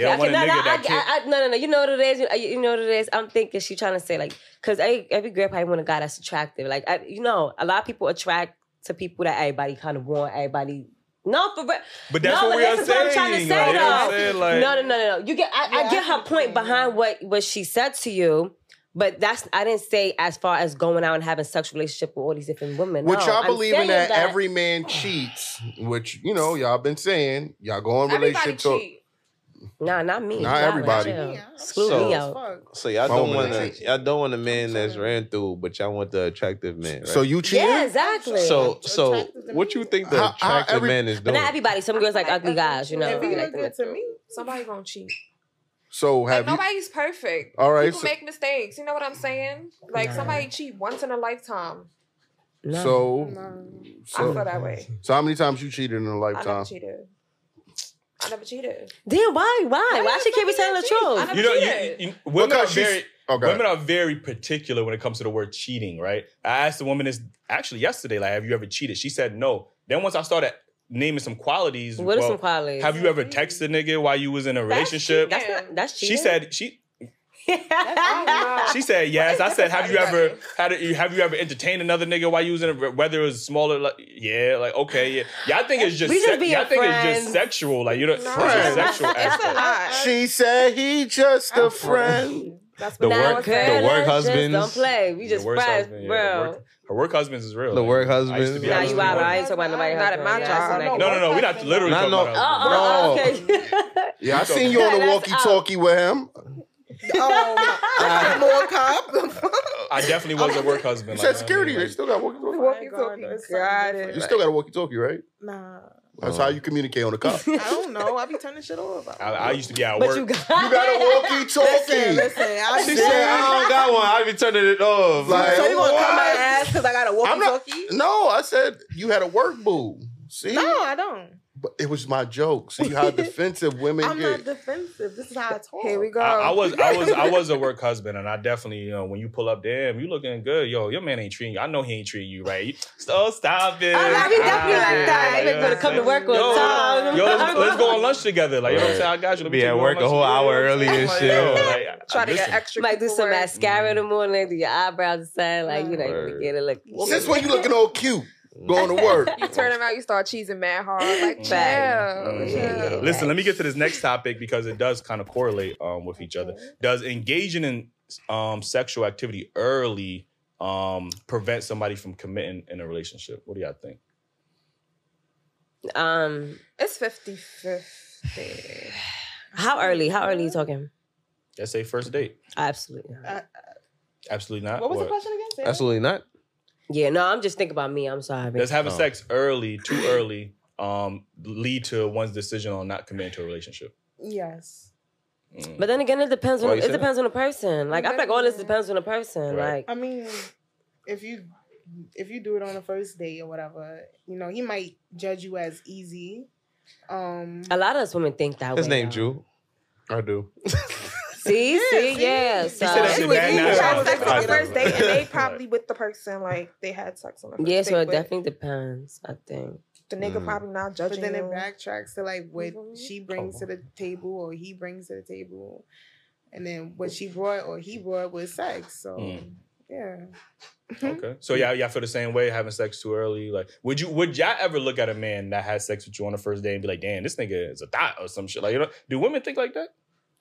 Speaker 1: Yeah, I
Speaker 2: okay,
Speaker 1: want a
Speaker 2: no, no,
Speaker 1: nigga
Speaker 2: I,
Speaker 1: that
Speaker 2: I, I, no, no, no. You know what it is. You, you know what it is. I'm thinking she's trying to say like, because every girl probably want a guy that's attractive. Like, I, you know, a lot of people attract to people that everybody kind of want. Everybody, no, for real.
Speaker 1: But that's
Speaker 2: No,
Speaker 1: what
Speaker 2: but
Speaker 1: we are
Speaker 2: this is
Speaker 1: saying.
Speaker 2: what I'm trying to
Speaker 1: like,
Speaker 2: say,
Speaker 1: you know what I'm
Speaker 2: though.
Speaker 1: saying? Like,
Speaker 2: no, no, no, no, no. You get. I,
Speaker 5: Yeah,
Speaker 2: I
Speaker 5: I
Speaker 2: get
Speaker 5: see
Speaker 2: her
Speaker 5: what you're
Speaker 2: point
Speaker 5: saying,
Speaker 2: behind
Speaker 5: yeah.
Speaker 2: what what she said to you. But that's I didn't say as far as going out and having sexual relationship with all these different women.
Speaker 6: Which
Speaker 2: no,
Speaker 6: y'all
Speaker 2: I'm
Speaker 6: believing
Speaker 2: saying
Speaker 6: that, every man cheats, which you know y'all been saying y'all go in
Speaker 4: Everybody
Speaker 6: relationship to
Speaker 4: cheat.
Speaker 2: Nah, not me.
Speaker 6: Not
Speaker 2: Y'all
Speaker 6: everybody.
Speaker 2: chill.
Speaker 5: Yeah, I'm
Speaker 2: Screw
Speaker 3: So-
Speaker 2: me out.
Speaker 3: so y'all
Speaker 6: My
Speaker 3: don't
Speaker 6: woman
Speaker 3: want a,
Speaker 6: cheats.
Speaker 3: y'all don't want a man that's
Speaker 5: sorry.
Speaker 3: ran through, but y'all want the attractive man. Right?
Speaker 6: so you cheating.
Speaker 2: Yeah, exactly.
Speaker 3: so
Speaker 5: Attractive
Speaker 3: so
Speaker 5: to
Speaker 3: what
Speaker 5: me.
Speaker 3: you think the
Speaker 6: How-
Speaker 3: attractive
Speaker 6: how every-
Speaker 3: man is
Speaker 2: But
Speaker 3: doing?
Speaker 2: not everybody. Some girls like ugly guys, you know.
Speaker 5: If
Speaker 2: they
Speaker 5: you
Speaker 2: like
Speaker 5: look
Speaker 2: them.
Speaker 5: good to me,
Speaker 4: Somebody gonna cheat.
Speaker 6: So
Speaker 4: Like,
Speaker 6: have you?
Speaker 4: nobody's perfect.
Speaker 6: All right,
Speaker 4: People
Speaker 6: so-
Speaker 4: make mistakes. You know what I'm saying? Like
Speaker 2: Nah.
Speaker 4: somebody cheat once in a lifetime.
Speaker 2: No.
Speaker 6: So
Speaker 5: no.
Speaker 4: I feel
Speaker 6: so
Speaker 4: that way.
Speaker 6: so how many times you cheated in a
Speaker 4: I never
Speaker 6: lifetime?
Speaker 4: cheated. I never cheated.
Speaker 2: Then why? Why? Why,
Speaker 4: Why
Speaker 2: she
Speaker 4: the
Speaker 2: can't be
Speaker 4: fuck
Speaker 2: telling the
Speaker 4: you gotta cheat?
Speaker 2: truth?
Speaker 4: I
Speaker 1: You know, you,
Speaker 4: cheated.
Speaker 1: you- women
Speaker 6: Because
Speaker 1: are
Speaker 6: she's-
Speaker 1: very
Speaker 6: Okay.
Speaker 1: women are very particular when it comes to the word cheating, right? I asked the woman this actually yesterday, like, have you ever cheated? She said no. Then once I started naming some qualities,
Speaker 2: What are
Speaker 1: well,
Speaker 2: some qualities?
Speaker 1: have you ever texted a nigga while you was in a relationship?
Speaker 2: That's not. That's
Speaker 1: she
Speaker 2: cheating. *laughs*
Speaker 1: said she
Speaker 4: know.
Speaker 1: she said yes. I said have you
Speaker 4: different
Speaker 1: ever had a, have you ever entertained another nigga while you was in a whether it was smaller like yeah like okay yeah y'all think it's just,
Speaker 2: We just
Speaker 1: sex-
Speaker 2: be
Speaker 1: y'all
Speaker 2: your
Speaker 1: think it's just
Speaker 2: friends.
Speaker 1: sexual like you know
Speaker 4: No.
Speaker 1: it's a
Speaker 2: *laughs*
Speaker 6: Friends.
Speaker 1: sexual
Speaker 4: It's a
Speaker 1: aspect.
Speaker 4: lot.
Speaker 6: She said he just a
Speaker 5: I'm
Speaker 6: friend.
Speaker 4: That's
Speaker 3: The
Speaker 4: what I
Speaker 2: Now, girl,
Speaker 3: work-
Speaker 4: was
Speaker 3: the
Speaker 4: saying.
Speaker 3: work
Speaker 2: let's just
Speaker 3: husbands.
Speaker 2: Don't play. We
Speaker 1: The
Speaker 2: just
Speaker 1: worst
Speaker 2: friends,
Speaker 1: husband, yeah, the
Speaker 2: bro.
Speaker 1: work- her work husband is real.
Speaker 3: The work
Speaker 1: I used to
Speaker 3: husband.
Speaker 1: be
Speaker 2: Nah,
Speaker 1: honest
Speaker 2: you
Speaker 1: with
Speaker 2: out.
Speaker 1: one.
Speaker 2: I ain't talking about nobody.
Speaker 4: Not at my
Speaker 2: husband. Yeah,
Speaker 4: job.
Speaker 2: that's
Speaker 1: No, no, no. We're not literally
Speaker 3: No,
Speaker 1: talking
Speaker 3: no.
Speaker 1: about.
Speaker 2: Oh, oh, oh,
Speaker 1: *laughs*
Speaker 2: okay. *laughs*
Speaker 6: Yeah, I seen you on the
Speaker 4: um,
Speaker 2: That's
Speaker 6: walkie-talkie with him.
Speaker 5: Oh, my.
Speaker 4: More
Speaker 5: *laughs*
Speaker 4: cop.
Speaker 1: I definitely was a work husband.
Speaker 6: You
Speaker 1: like,
Speaker 6: said security.
Speaker 1: Uh-uh. you know
Speaker 6: They still got walkie
Speaker 4: The
Speaker 6: talkie.
Speaker 4: walkie-talkie.
Speaker 5: God, it's
Speaker 4: Got
Speaker 5: something
Speaker 4: it.
Speaker 6: You still got a walkie talkie, right?
Speaker 5: Nah,
Speaker 6: That's
Speaker 3: Oh.
Speaker 6: how you communicate on
Speaker 4: *laughs*
Speaker 6: the cop. you
Speaker 5: I don't know. I be turning shit off.
Speaker 1: what I, mean? I, I used to be at
Speaker 2: But
Speaker 1: work.
Speaker 2: you got,
Speaker 6: got a walkie
Speaker 5: Listen,
Speaker 6: talkie.
Speaker 5: listen. I
Speaker 3: She said, I don't got one. I be turning it off. Like,
Speaker 5: so you gonna
Speaker 6: what?
Speaker 5: cut my ass because I got a
Speaker 6: I'm
Speaker 5: walkie
Speaker 6: not-
Speaker 5: talkie?
Speaker 6: No, I said you had a work boo. See,
Speaker 5: No, I don't.
Speaker 6: but it was my joke. See
Speaker 5: *laughs*
Speaker 6: how defensive women
Speaker 5: I'm not
Speaker 6: get.
Speaker 5: defensive. This is how I talk.
Speaker 4: Here we go.
Speaker 1: I, I was I was I was a work husband, and I definitely you know, when you pull up, damn, you looking good, yo. Your man ain't treating you. I know he ain't treating you right. You, so stop it.
Speaker 2: Oh, no, he definitely
Speaker 1: Stop
Speaker 2: like
Speaker 1: it.
Speaker 2: that. I
Speaker 1: Like,
Speaker 2: better come to work on
Speaker 1: Yo,
Speaker 2: time.
Speaker 1: Yo, let's, let's
Speaker 2: *laughs*
Speaker 1: go on lunch together. Like you know what I'm
Speaker 3: Right.
Speaker 1: saying. I got you. Let me
Speaker 3: Be
Speaker 1: take
Speaker 3: at
Speaker 1: you on
Speaker 3: work a
Speaker 1: lunch
Speaker 3: whole
Speaker 1: together.
Speaker 3: hour
Speaker 1: I'm
Speaker 3: early and
Speaker 1: like,
Speaker 3: shit.
Speaker 1: yo, like,
Speaker 4: Try to get
Speaker 1: listen,
Speaker 4: extra.
Speaker 2: Might do
Speaker 4: people
Speaker 2: some
Speaker 4: work.
Speaker 2: mascara in the morning, do your eyebrows the same, like you know, you
Speaker 3: Word.
Speaker 2: wanna get it look.
Speaker 6: Since when you looking all cute going to
Speaker 5: *laughs*
Speaker 6: work?
Speaker 4: You turn around, you start cheesing mad hard. Like, chill.
Speaker 5: Oh,
Speaker 2: Facts.
Speaker 4: chill.
Speaker 1: Oh, Listen, let me get to this next topic because it does kind of correlate um, with each other. Does engaging in um, sexual activity early um, prevent somebody from committing in a relationship? What do y'all think?
Speaker 2: Um,
Speaker 4: It's 50 50.
Speaker 2: how early? How early you talking?
Speaker 1: Let's say first date.
Speaker 2: Absolutely. not.
Speaker 5: Uh,
Speaker 1: Absolutely not.
Speaker 5: what was the question again? Sarah?
Speaker 3: Absolutely not.
Speaker 2: Yeah, no, I'm just thinking about me. I'm sorry.
Speaker 1: Does having
Speaker 3: Oh.
Speaker 1: sex early, too early, um, lead to one's decision on not committing to a relationship?
Speaker 5: Yes.
Speaker 1: Mm.
Speaker 2: But then again, it depends on
Speaker 3: Why
Speaker 2: it
Speaker 3: you say that?
Speaker 2: depends on the person. Like I feel like all this depends on the person.
Speaker 1: Right.
Speaker 2: Like
Speaker 5: I mean, if you if you do it on the first date or whatever, you know, he might judge you as easy. Um
Speaker 2: a lot of us women think that
Speaker 3: His
Speaker 2: way.
Speaker 3: name
Speaker 2: though.
Speaker 3: Jew.
Speaker 6: I do.
Speaker 2: See,
Speaker 5: Yeah,
Speaker 2: see,
Speaker 5: see?
Speaker 2: yeah.
Speaker 5: He
Speaker 2: So
Speaker 1: said that
Speaker 4: It
Speaker 1: shit
Speaker 4: was
Speaker 1: back
Speaker 4: you
Speaker 1: now.
Speaker 4: had sex on
Speaker 1: I
Speaker 4: the
Speaker 1: know.
Speaker 4: first date, and they
Speaker 1: Right.
Speaker 4: probably with the person like they had sex on the first
Speaker 2: yeah,
Speaker 4: date.
Speaker 2: so it
Speaker 4: but
Speaker 2: definitely depends. I think.
Speaker 4: the nigga
Speaker 3: Mm.
Speaker 4: probably not judging
Speaker 5: but then it
Speaker 4: you.
Speaker 5: backtracks to like what
Speaker 4: Mhm.
Speaker 5: she brings to the table or he brings to the table. And then what she brought or he brought was sex. So
Speaker 1: Mm.
Speaker 5: yeah.
Speaker 1: Okay. So yeah, y'all feel the same way having sex too early. Like, would you would y'all ever look at a man that had sex with you on the first day and be like, damn, this nigga is a thought or some shit? Like, you know, do women think like that?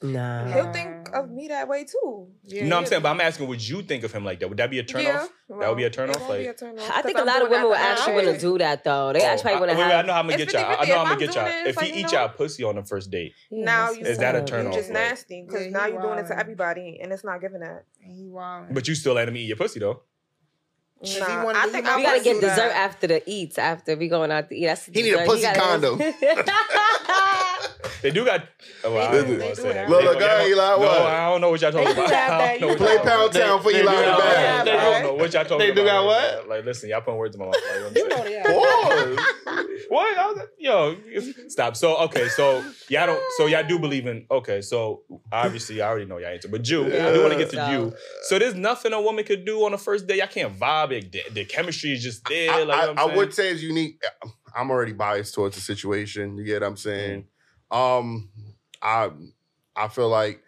Speaker 2: Nah.
Speaker 4: He'll think of me that way too.
Speaker 5: yeah.
Speaker 1: you know what I'm saying? But I'm asking, would you think of him like that? Would that be a turn off? That would be a turn off, like-
Speaker 2: I think a lot of women would actually want to do that though.
Speaker 3: Oh,
Speaker 2: They actually
Speaker 1: Oh, I,
Speaker 2: want to
Speaker 1: wait, wait, I
Speaker 2: have.
Speaker 1: know how I'm gonna
Speaker 4: It's
Speaker 1: get y'all. I
Speaker 4: 50-50.
Speaker 1: know
Speaker 4: If
Speaker 1: I'm
Speaker 4: I'm
Speaker 1: gonna get y'all.
Speaker 4: doing it, it's
Speaker 1: If
Speaker 4: like,
Speaker 1: he
Speaker 4: you
Speaker 1: eat
Speaker 4: know-
Speaker 1: y'all pussy on the first date,
Speaker 2: Yeah,
Speaker 4: Now
Speaker 2: that's
Speaker 4: you
Speaker 1: is that a
Speaker 2: sad.
Speaker 1: turn
Speaker 4: you
Speaker 1: off?
Speaker 4: just
Speaker 1: Like,
Speaker 4: nasty because
Speaker 5: Yeah,
Speaker 4: now
Speaker 5: he
Speaker 4: you're doing it to
Speaker 5: wildin'.
Speaker 4: everybody, and it's not giving that.
Speaker 5: He wild.
Speaker 1: but you still let him eat your pussy though.
Speaker 5: If
Speaker 4: Nah,
Speaker 5: he wanna
Speaker 4: I
Speaker 5: leave
Speaker 4: think
Speaker 5: my
Speaker 4: I
Speaker 2: We
Speaker 4: would
Speaker 2: gotta get
Speaker 4: do
Speaker 2: dessert
Speaker 4: that.
Speaker 2: after the eats. After we going out to eat, that's
Speaker 6: He need a
Speaker 2: dessert.
Speaker 6: pussy
Speaker 2: gotta- *laughs*
Speaker 6: condom.
Speaker 1: They do got. Oh, well, I
Speaker 5: They
Speaker 1: don't
Speaker 5: do,
Speaker 1: wanna
Speaker 5: they do
Speaker 1: say that.
Speaker 5: have-
Speaker 6: Look,
Speaker 1: They-
Speaker 6: look, I ain't like
Speaker 1: no,
Speaker 6: what.
Speaker 1: I don't know what y'all talking
Speaker 5: They do
Speaker 1: about. *laughs*
Speaker 5: have
Speaker 1: I
Speaker 5: that.
Speaker 1: don't know
Speaker 5: You
Speaker 1: what
Speaker 5: play
Speaker 1: y'all talking
Speaker 6: Pound
Speaker 1: about.
Speaker 6: Town for
Speaker 1: They-
Speaker 6: Eli
Speaker 1: they do
Speaker 6: in the
Speaker 1: got-
Speaker 6: back.
Speaker 1: They don't
Speaker 5: Right?
Speaker 1: know what y'all talking
Speaker 3: They
Speaker 1: about.
Speaker 3: do got what?
Speaker 1: Like, listen, y'all putting words in my mouth. Like, you know what I'm
Speaker 5: You
Speaker 1: saying?
Speaker 5: know they are.
Speaker 6: Pause.
Speaker 1: *laughs* What? I was- Yo, stop. So okay, so y'all don't. So y'all do believe in. Okay, so obviously I already know y'all answer, but Jew, I do want to get to
Speaker 2: Yeah.
Speaker 1: you. So there's nothing a woman could do on the first day. Y'all can't vibe it. The, the chemistry is just there. like,
Speaker 6: I,
Speaker 1: you know
Speaker 6: I-
Speaker 1: what I'm
Speaker 6: I would say it's unique. *sighs* I'm already biased towards the situation. You get what I'm saying?
Speaker 1: Mm.
Speaker 6: Um, I I feel like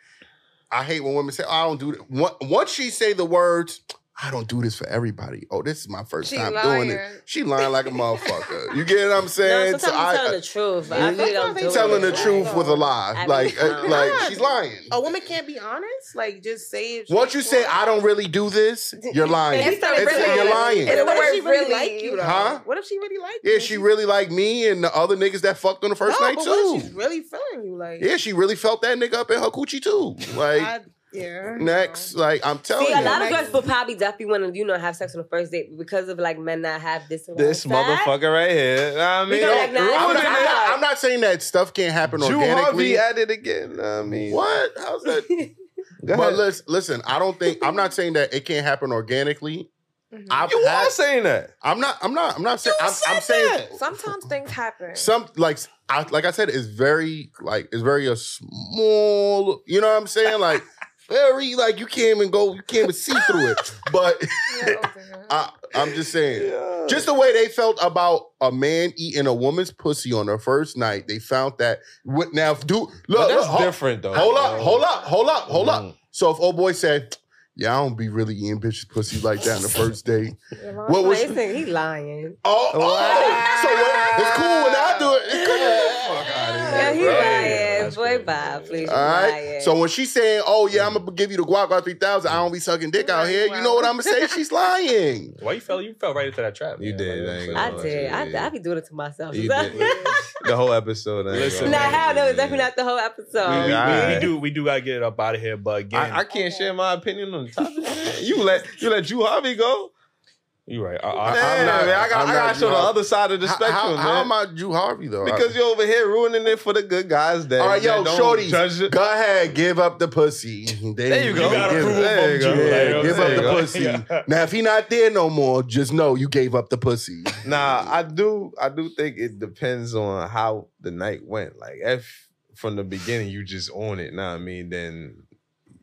Speaker 6: I hate when women say, "Oh, "I don't do it." Once- Once she say the words, "I don't do this for everybody." Oh, this is my first
Speaker 4: She
Speaker 6: time doing it.
Speaker 4: lying.
Speaker 6: She lying like a motherfucker. You get what I'm saying?
Speaker 2: No, sometimes
Speaker 6: So
Speaker 2: I'm
Speaker 6: I-
Speaker 2: telling the truth. I
Speaker 6: Yeah,
Speaker 2: really don't
Speaker 5: sometimes
Speaker 2: do
Speaker 5: they
Speaker 6: telling the
Speaker 2: it.
Speaker 6: truth
Speaker 5: Like,
Speaker 6: with a lie.
Speaker 2: I mean,
Speaker 6: like, uh,
Speaker 2: um,
Speaker 6: like
Speaker 5: God.
Speaker 6: she's lying.
Speaker 5: A woman can't be honest. Like just say it.
Speaker 6: Once you say I don't really do this, you're lying.
Speaker 4: It's the
Speaker 6: It's-
Speaker 4: really-
Speaker 6: you're lying.
Speaker 4: it's the
Speaker 5: What if she
Speaker 4: word
Speaker 5: really
Speaker 4: really.
Speaker 5: like you though?
Speaker 6: Huh?
Speaker 5: What if she really like you?
Speaker 6: yeah, she really liked me and the other niggas that fucked on the first
Speaker 5: no,
Speaker 6: night
Speaker 5: but
Speaker 6: too.
Speaker 5: What if she's really feeling you like
Speaker 6: yeah, she really felt that nigga up in her coochie too. Like
Speaker 5: I, yeah.
Speaker 6: next, like I'm telling
Speaker 2: See,
Speaker 6: you,
Speaker 2: a lot of
Speaker 5: Like-
Speaker 2: girls will probably definitely want to, you know, have sex on the first date because of like men not have this. and
Speaker 3: This
Speaker 2: all that. *laughs*
Speaker 3: motherfucker right here. I mean,
Speaker 2: Because, like,
Speaker 3: don't-
Speaker 2: nah,
Speaker 6: I'm,
Speaker 2: I'm
Speaker 6: not, I'm not-
Speaker 2: not.
Speaker 6: I'm not saying that stuff can't happen
Speaker 3: Jew
Speaker 6: organically.
Speaker 3: Harvey at it again. I mean,
Speaker 6: what? How's
Speaker 2: *laughs*
Speaker 6: that?
Speaker 3: Go
Speaker 6: but
Speaker 3: ahead.
Speaker 6: listen, listen, I don't think I'm not saying that it can't happen organically.
Speaker 5: Mhm.
Speaker 4: Mm-hmm.
Speaker 6: I've
Speaker 3: you
Speaker 6: had-
Speaker 3: are saying that.
Speaker 6: I'm not. I'm not. I'm not saying.
Speaker 3: You
Speaker 6: I'm, I'm
Speaker 3: said
Speaker 6: saying
Speaker 3: that.
Speaker 4: Sometimes things happen.
Speaker 6: some like I, like I said, it's very like it's very a small. You know what I'm saying?
Speaker 3: *laughs*
Speaker 6: Like very like you can't even go. You can't even see through it. But *laughs*
Speaker 4: Yeah, oh,
Speaker 3: *laughs*
Speaker 4: damn.
Speaker 6: I, I'm just saying.
Speaker 3: Yeah.
Speaker 6: Just the way they felt about a man eating a woman's pussy on her first night, they found that. What now? If dude,
Speaker 3: But
Speaker 6: look,
Speaker 3: that's
Speaker 6: look ho-
Speaker 3: different though.
Speaker 6: hold up, hold up, hold up, hold up.
Speaker 3: Mm.
Speaker 6: So if old boy said, "Yeah, I don't be really eating bitches pussy like that on the first date,"
Speaker 4: You're lying.
Speaker 6: what was?
Speaker 2: Wait, listen, he lying.
Speaker 6: Oh, oh,
Speaker 3: Wow.
Speaker 6: so what, it's cool when I do it. It's cool. Fuck outta
Speaker 2: Yeah,
Speaker 6: here,
Speaker 2: he
Speaker 6: bro.
Speaker 2: lying.
Speaker 1: That's
Speaker 2: but boy vibe, please.
Speaker 6: All right.
Speaker 2: Mariah.
Speaker 6: So when she's saying, "Oh yeah, I'm gonna give you the guac guac three thousand, I don't be sucking dick out here," you know what I'm gonna say? She's lying.
Speaker 1: Why you fell? You fell right into that trap.
Speaker 3: You
Speaker 1: man.
Speaker 3: did,
Speaker 1: Like,
Speaker 3: I ain't
Speaker 2: I
Speaker 3: gonna
Speaker 2: did. I,
Speaker 3: Yeah.
Speaker 2: I be doing it to myself. *laughs*
Speaker 3: You
Speaker 2: So-
Speaker 3: did. the whole episode. I ain't
Speaker 1: Listen,
Speaker 3: gonna
Speaker 2: Nah,
Speaker 3: lie.
Speaker 2: hell no, it's definitely not the whole episode.
Speaker 3: We-
Speaker 1: we, we, we
Speaker 3: Alright.
Speaker 1: do. We do gotta get it up out of here. But again,
Speaker 3: I, I can't share my opinion on the topic. man. *laughs* you let you let Drew Harvey go.
Speaker 1: you're right. I,
Speaker 3: I,
Speaker 1: I,
Speaker 3: man,
Speaker 6: I'm not-
Speaker 3: I got
Speaker 6: I'm
Speaker 3: I
Speaker 6: not
Speaker 3: got to show
Speaker 6: Drew
Speaker 3: the
Speaker 6: Harvey.
Speaker 3: other side of *laughs* the
Speaker 6: How-
Speaker 3: spectrum,
Speaker 6: how,
Speaker 3: man.
Speaker 6: how am I Drew Harvey though?
Speaker 3: because you're over here ruining it for the good guys. That,
Speaker 6: All right, yo,
Speaker 3: that don't
Speaker 6: shorties.
Speaker 3: judge it.
Speaker 6: Go ahead, give up the pussy. There,
Speaker 3: you go.
Speaker 1: You got
Speaker 6: give,
Speaker 1: approval
Speaker 6: there
Speaker 1: from
Speaker 6: you go.
Speaker 1: Drew,
Speaker 6: Yeah,
Speaker 1: like,
Speaker 6: give up
Speaker 1: there
Speaker 6: the
Speaker 1: you go.
Speaker 3: *laughs*
Speaker 6: pussy.
Speaker 1: Yeah.
Speaker 6: Now, if he not there no more, just know you gave up the pussy.
Speaker 3: *laughs* Nah, I do. I do think it depends on how the night went. Like if from the beginning you just own it. Nah, I mean then.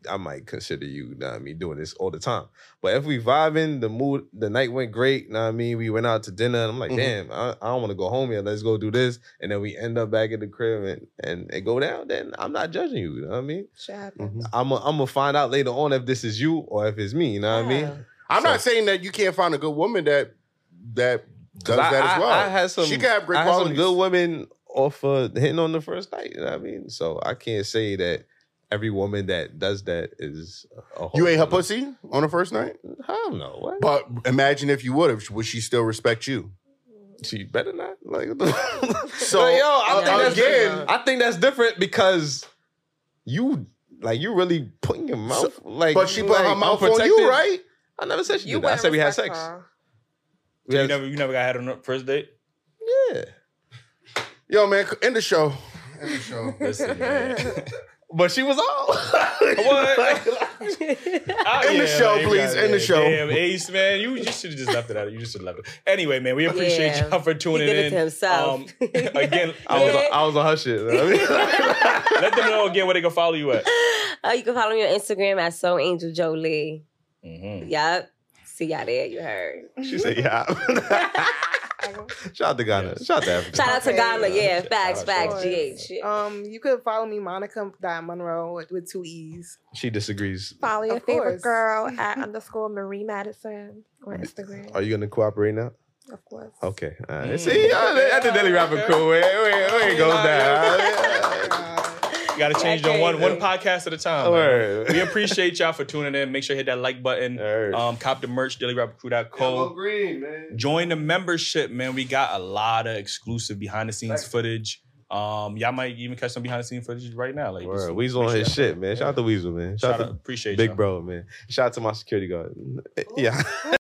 Speaker 3: I might consider you, know what I mean, doing this all the time. But if we vibing, the mood, the night went great, know what I mean? We went out to dinner and I'm like,
Speaker 6: Mhm.
Speaker 3: damn, I, I don't want to go home yet. Let's go do this. And then we end up back at the crib and, and it go down, then I'm not judging you, you know what I mean?
Speaker 4: Shit happens.
Speaker 6: Mhm.
Speaker 3: I'm gonna I'm find out later on if this is you or if it's me. You know what I mean?
Speaker 6: I'm
Speaker 3: So-
Speaker 6: not saying that you can't find a good woman that that does
Speaker 3: 'Cause I-
Speaker 6: that
Speaker 3: I-
Speaker 6: as well.
Speaker 3: I had some.
Speaker 6: she can have great
Speaker 3: I had some
Speaker 6: qualities.
Speaker 3: good women off uh, hitting on the first night. You know what I mean? So I can't say that every woman that does that is a
Speaker 6: you ain't her
Speaker 3: pussy.
Speaker 6: pussy on the first night,
Speaker 3: I don't know. What?
Speaker 6: but imagine if you would have. Would she still respect you?
Speaker 3: she better not. Like *laughs* what the-
Speaker 6: So, uh,
Speaker 3: Like, yo, I think that's
Speaker 6: again-
Speaker 3: different. uh, I think that's different because you like you really putting your mouth like.
Speaker 6: But she put
Speaker 3: like,
Speaker 6: her
Speaker 3: I'm
Speaker 6: mouth on you,
Speaker 3: protected.
Speaker 6: right?
Speaker 3: I never said she
Speaker 4: You
Speaker 3: did. That. I
Speaker 4: wouldn't
Speaker 3: said we had
Speaker 4: respect
Speaker 3: sex.
Speaker 4: her.
Speaker 3: We
Speaker 1: you
Speaker 3: had,
Speaker 1: never, you never got had on the first date.
Speaker 3: yeah.
Speaker 6: Yo, man, end the show. End the show.
Speaker 1: Listen,
Speaker 6: *laughs*
Speaker 1: man.
Speaker 3: But she was all. *laughs*
Speaker 1: What? Ah,
Speaker 6: End the show,
Speaker 1: you
Speaker 6: please.
Speaker 1: got-
Speaker 6: End
Speaker 1: yeah,
Speaker 6: the show.
Speaker 1: Damn, Ace, man. You, you should have just left it out. You just should have left it. Anyway, man, we appreciate
Speaker 2: Yeah.
Speaker 1: y'all for tuning
Speaker 2: he did it
Speaker 1: in.
Speaker 2: to himself.
Speaker 1: Um, again,
Speaker 2: *laughs*
Speaker 3: I was,
Speaker 2: Yeah.
Speaker 3: I was on her shit. you know *laughs* what I
Speaker 2: *laughs*
Speaker 3: mean?
Speaker 1: let them know again where they can follow you at.
Speaker 2: Uh, you can follow me on Instagram at So Angel Jolie. Mm-hmm.
Speaker 1: Mhm.
Speaker 2: Yep. See y'all there. You heard.
Speaker 3: she said, *laughs* yeah. Shout out to Ghana.
Speaker 1: Yes.
Speaker 3: Shout out to Africa.
Speaker 2: Shout out to
Speaker 4: Okay.
Speaker 2: Ghana. Yeah.
Speaker 1: Shout
Speaker 2: Facts.
Speaker 1: out,
Speaker 2: Facts.
Speaker 4: shout out.
Speaker 2: GH. Yeah.
Speaker 5: Um, you could follow me, Monica dot Monroe with, with two E's.
Speaker 3: She disagrees.
Speaker 4: Follow your
Speaker 5: Of
Speaker 4: favorite
Speaker 5: course.
Speaker 4: girl *laughs* at underscore Marie Madison on Instagram.
Speaker 3: Are you going to cooperate now?
Speaker 4: Of course.
Speaker 3: Okay. All right.
Speaker 1: Mm.
Speaker 3: See, uh, that's the Daily Rapper cool. Wait, wait, wait. It goes
Speaker 5: Oh,
Speaker 3: down.
Speaker 1: You got to change
Speaker 2: Yeah,
Speaker 1: them one, one
Speaker 2: crazy.
Speaker 1: podcast at a
Speaker 3: *laughs*
Speaker 1: time. man.
Speaker 3: Word.
Speaker 1: We appreciate y'all for tuning in. Make sure you hit that like button.
Speaker 3: Word.
Speaker 1: Um, cop the merch, dailyrappercrew.co.
Speaker 6: Yellow green, man.
Speaker 1: join the membership, man. We got a lot of exclusive behind the scenes
Speaker 6: Thanks.
Speaker 1: footage. Um, y'all might even catch some behind the scenes footage right now. Like,
Speaker 3: Word.
Speaker 1: just-
Speaker 3: Weasel on his
Speaker 1: appreciate
Speaker 3: shit, man. Oh, Shout out to Weasel, man.
Speaker 1: shout out,
Speaker 3: Shout out
Speaker 1: appreciate
Speaker 3: to Big
Speaker 1: y'all.
Speaker 3: Bro, man. Shout out to my security guard. Yeah.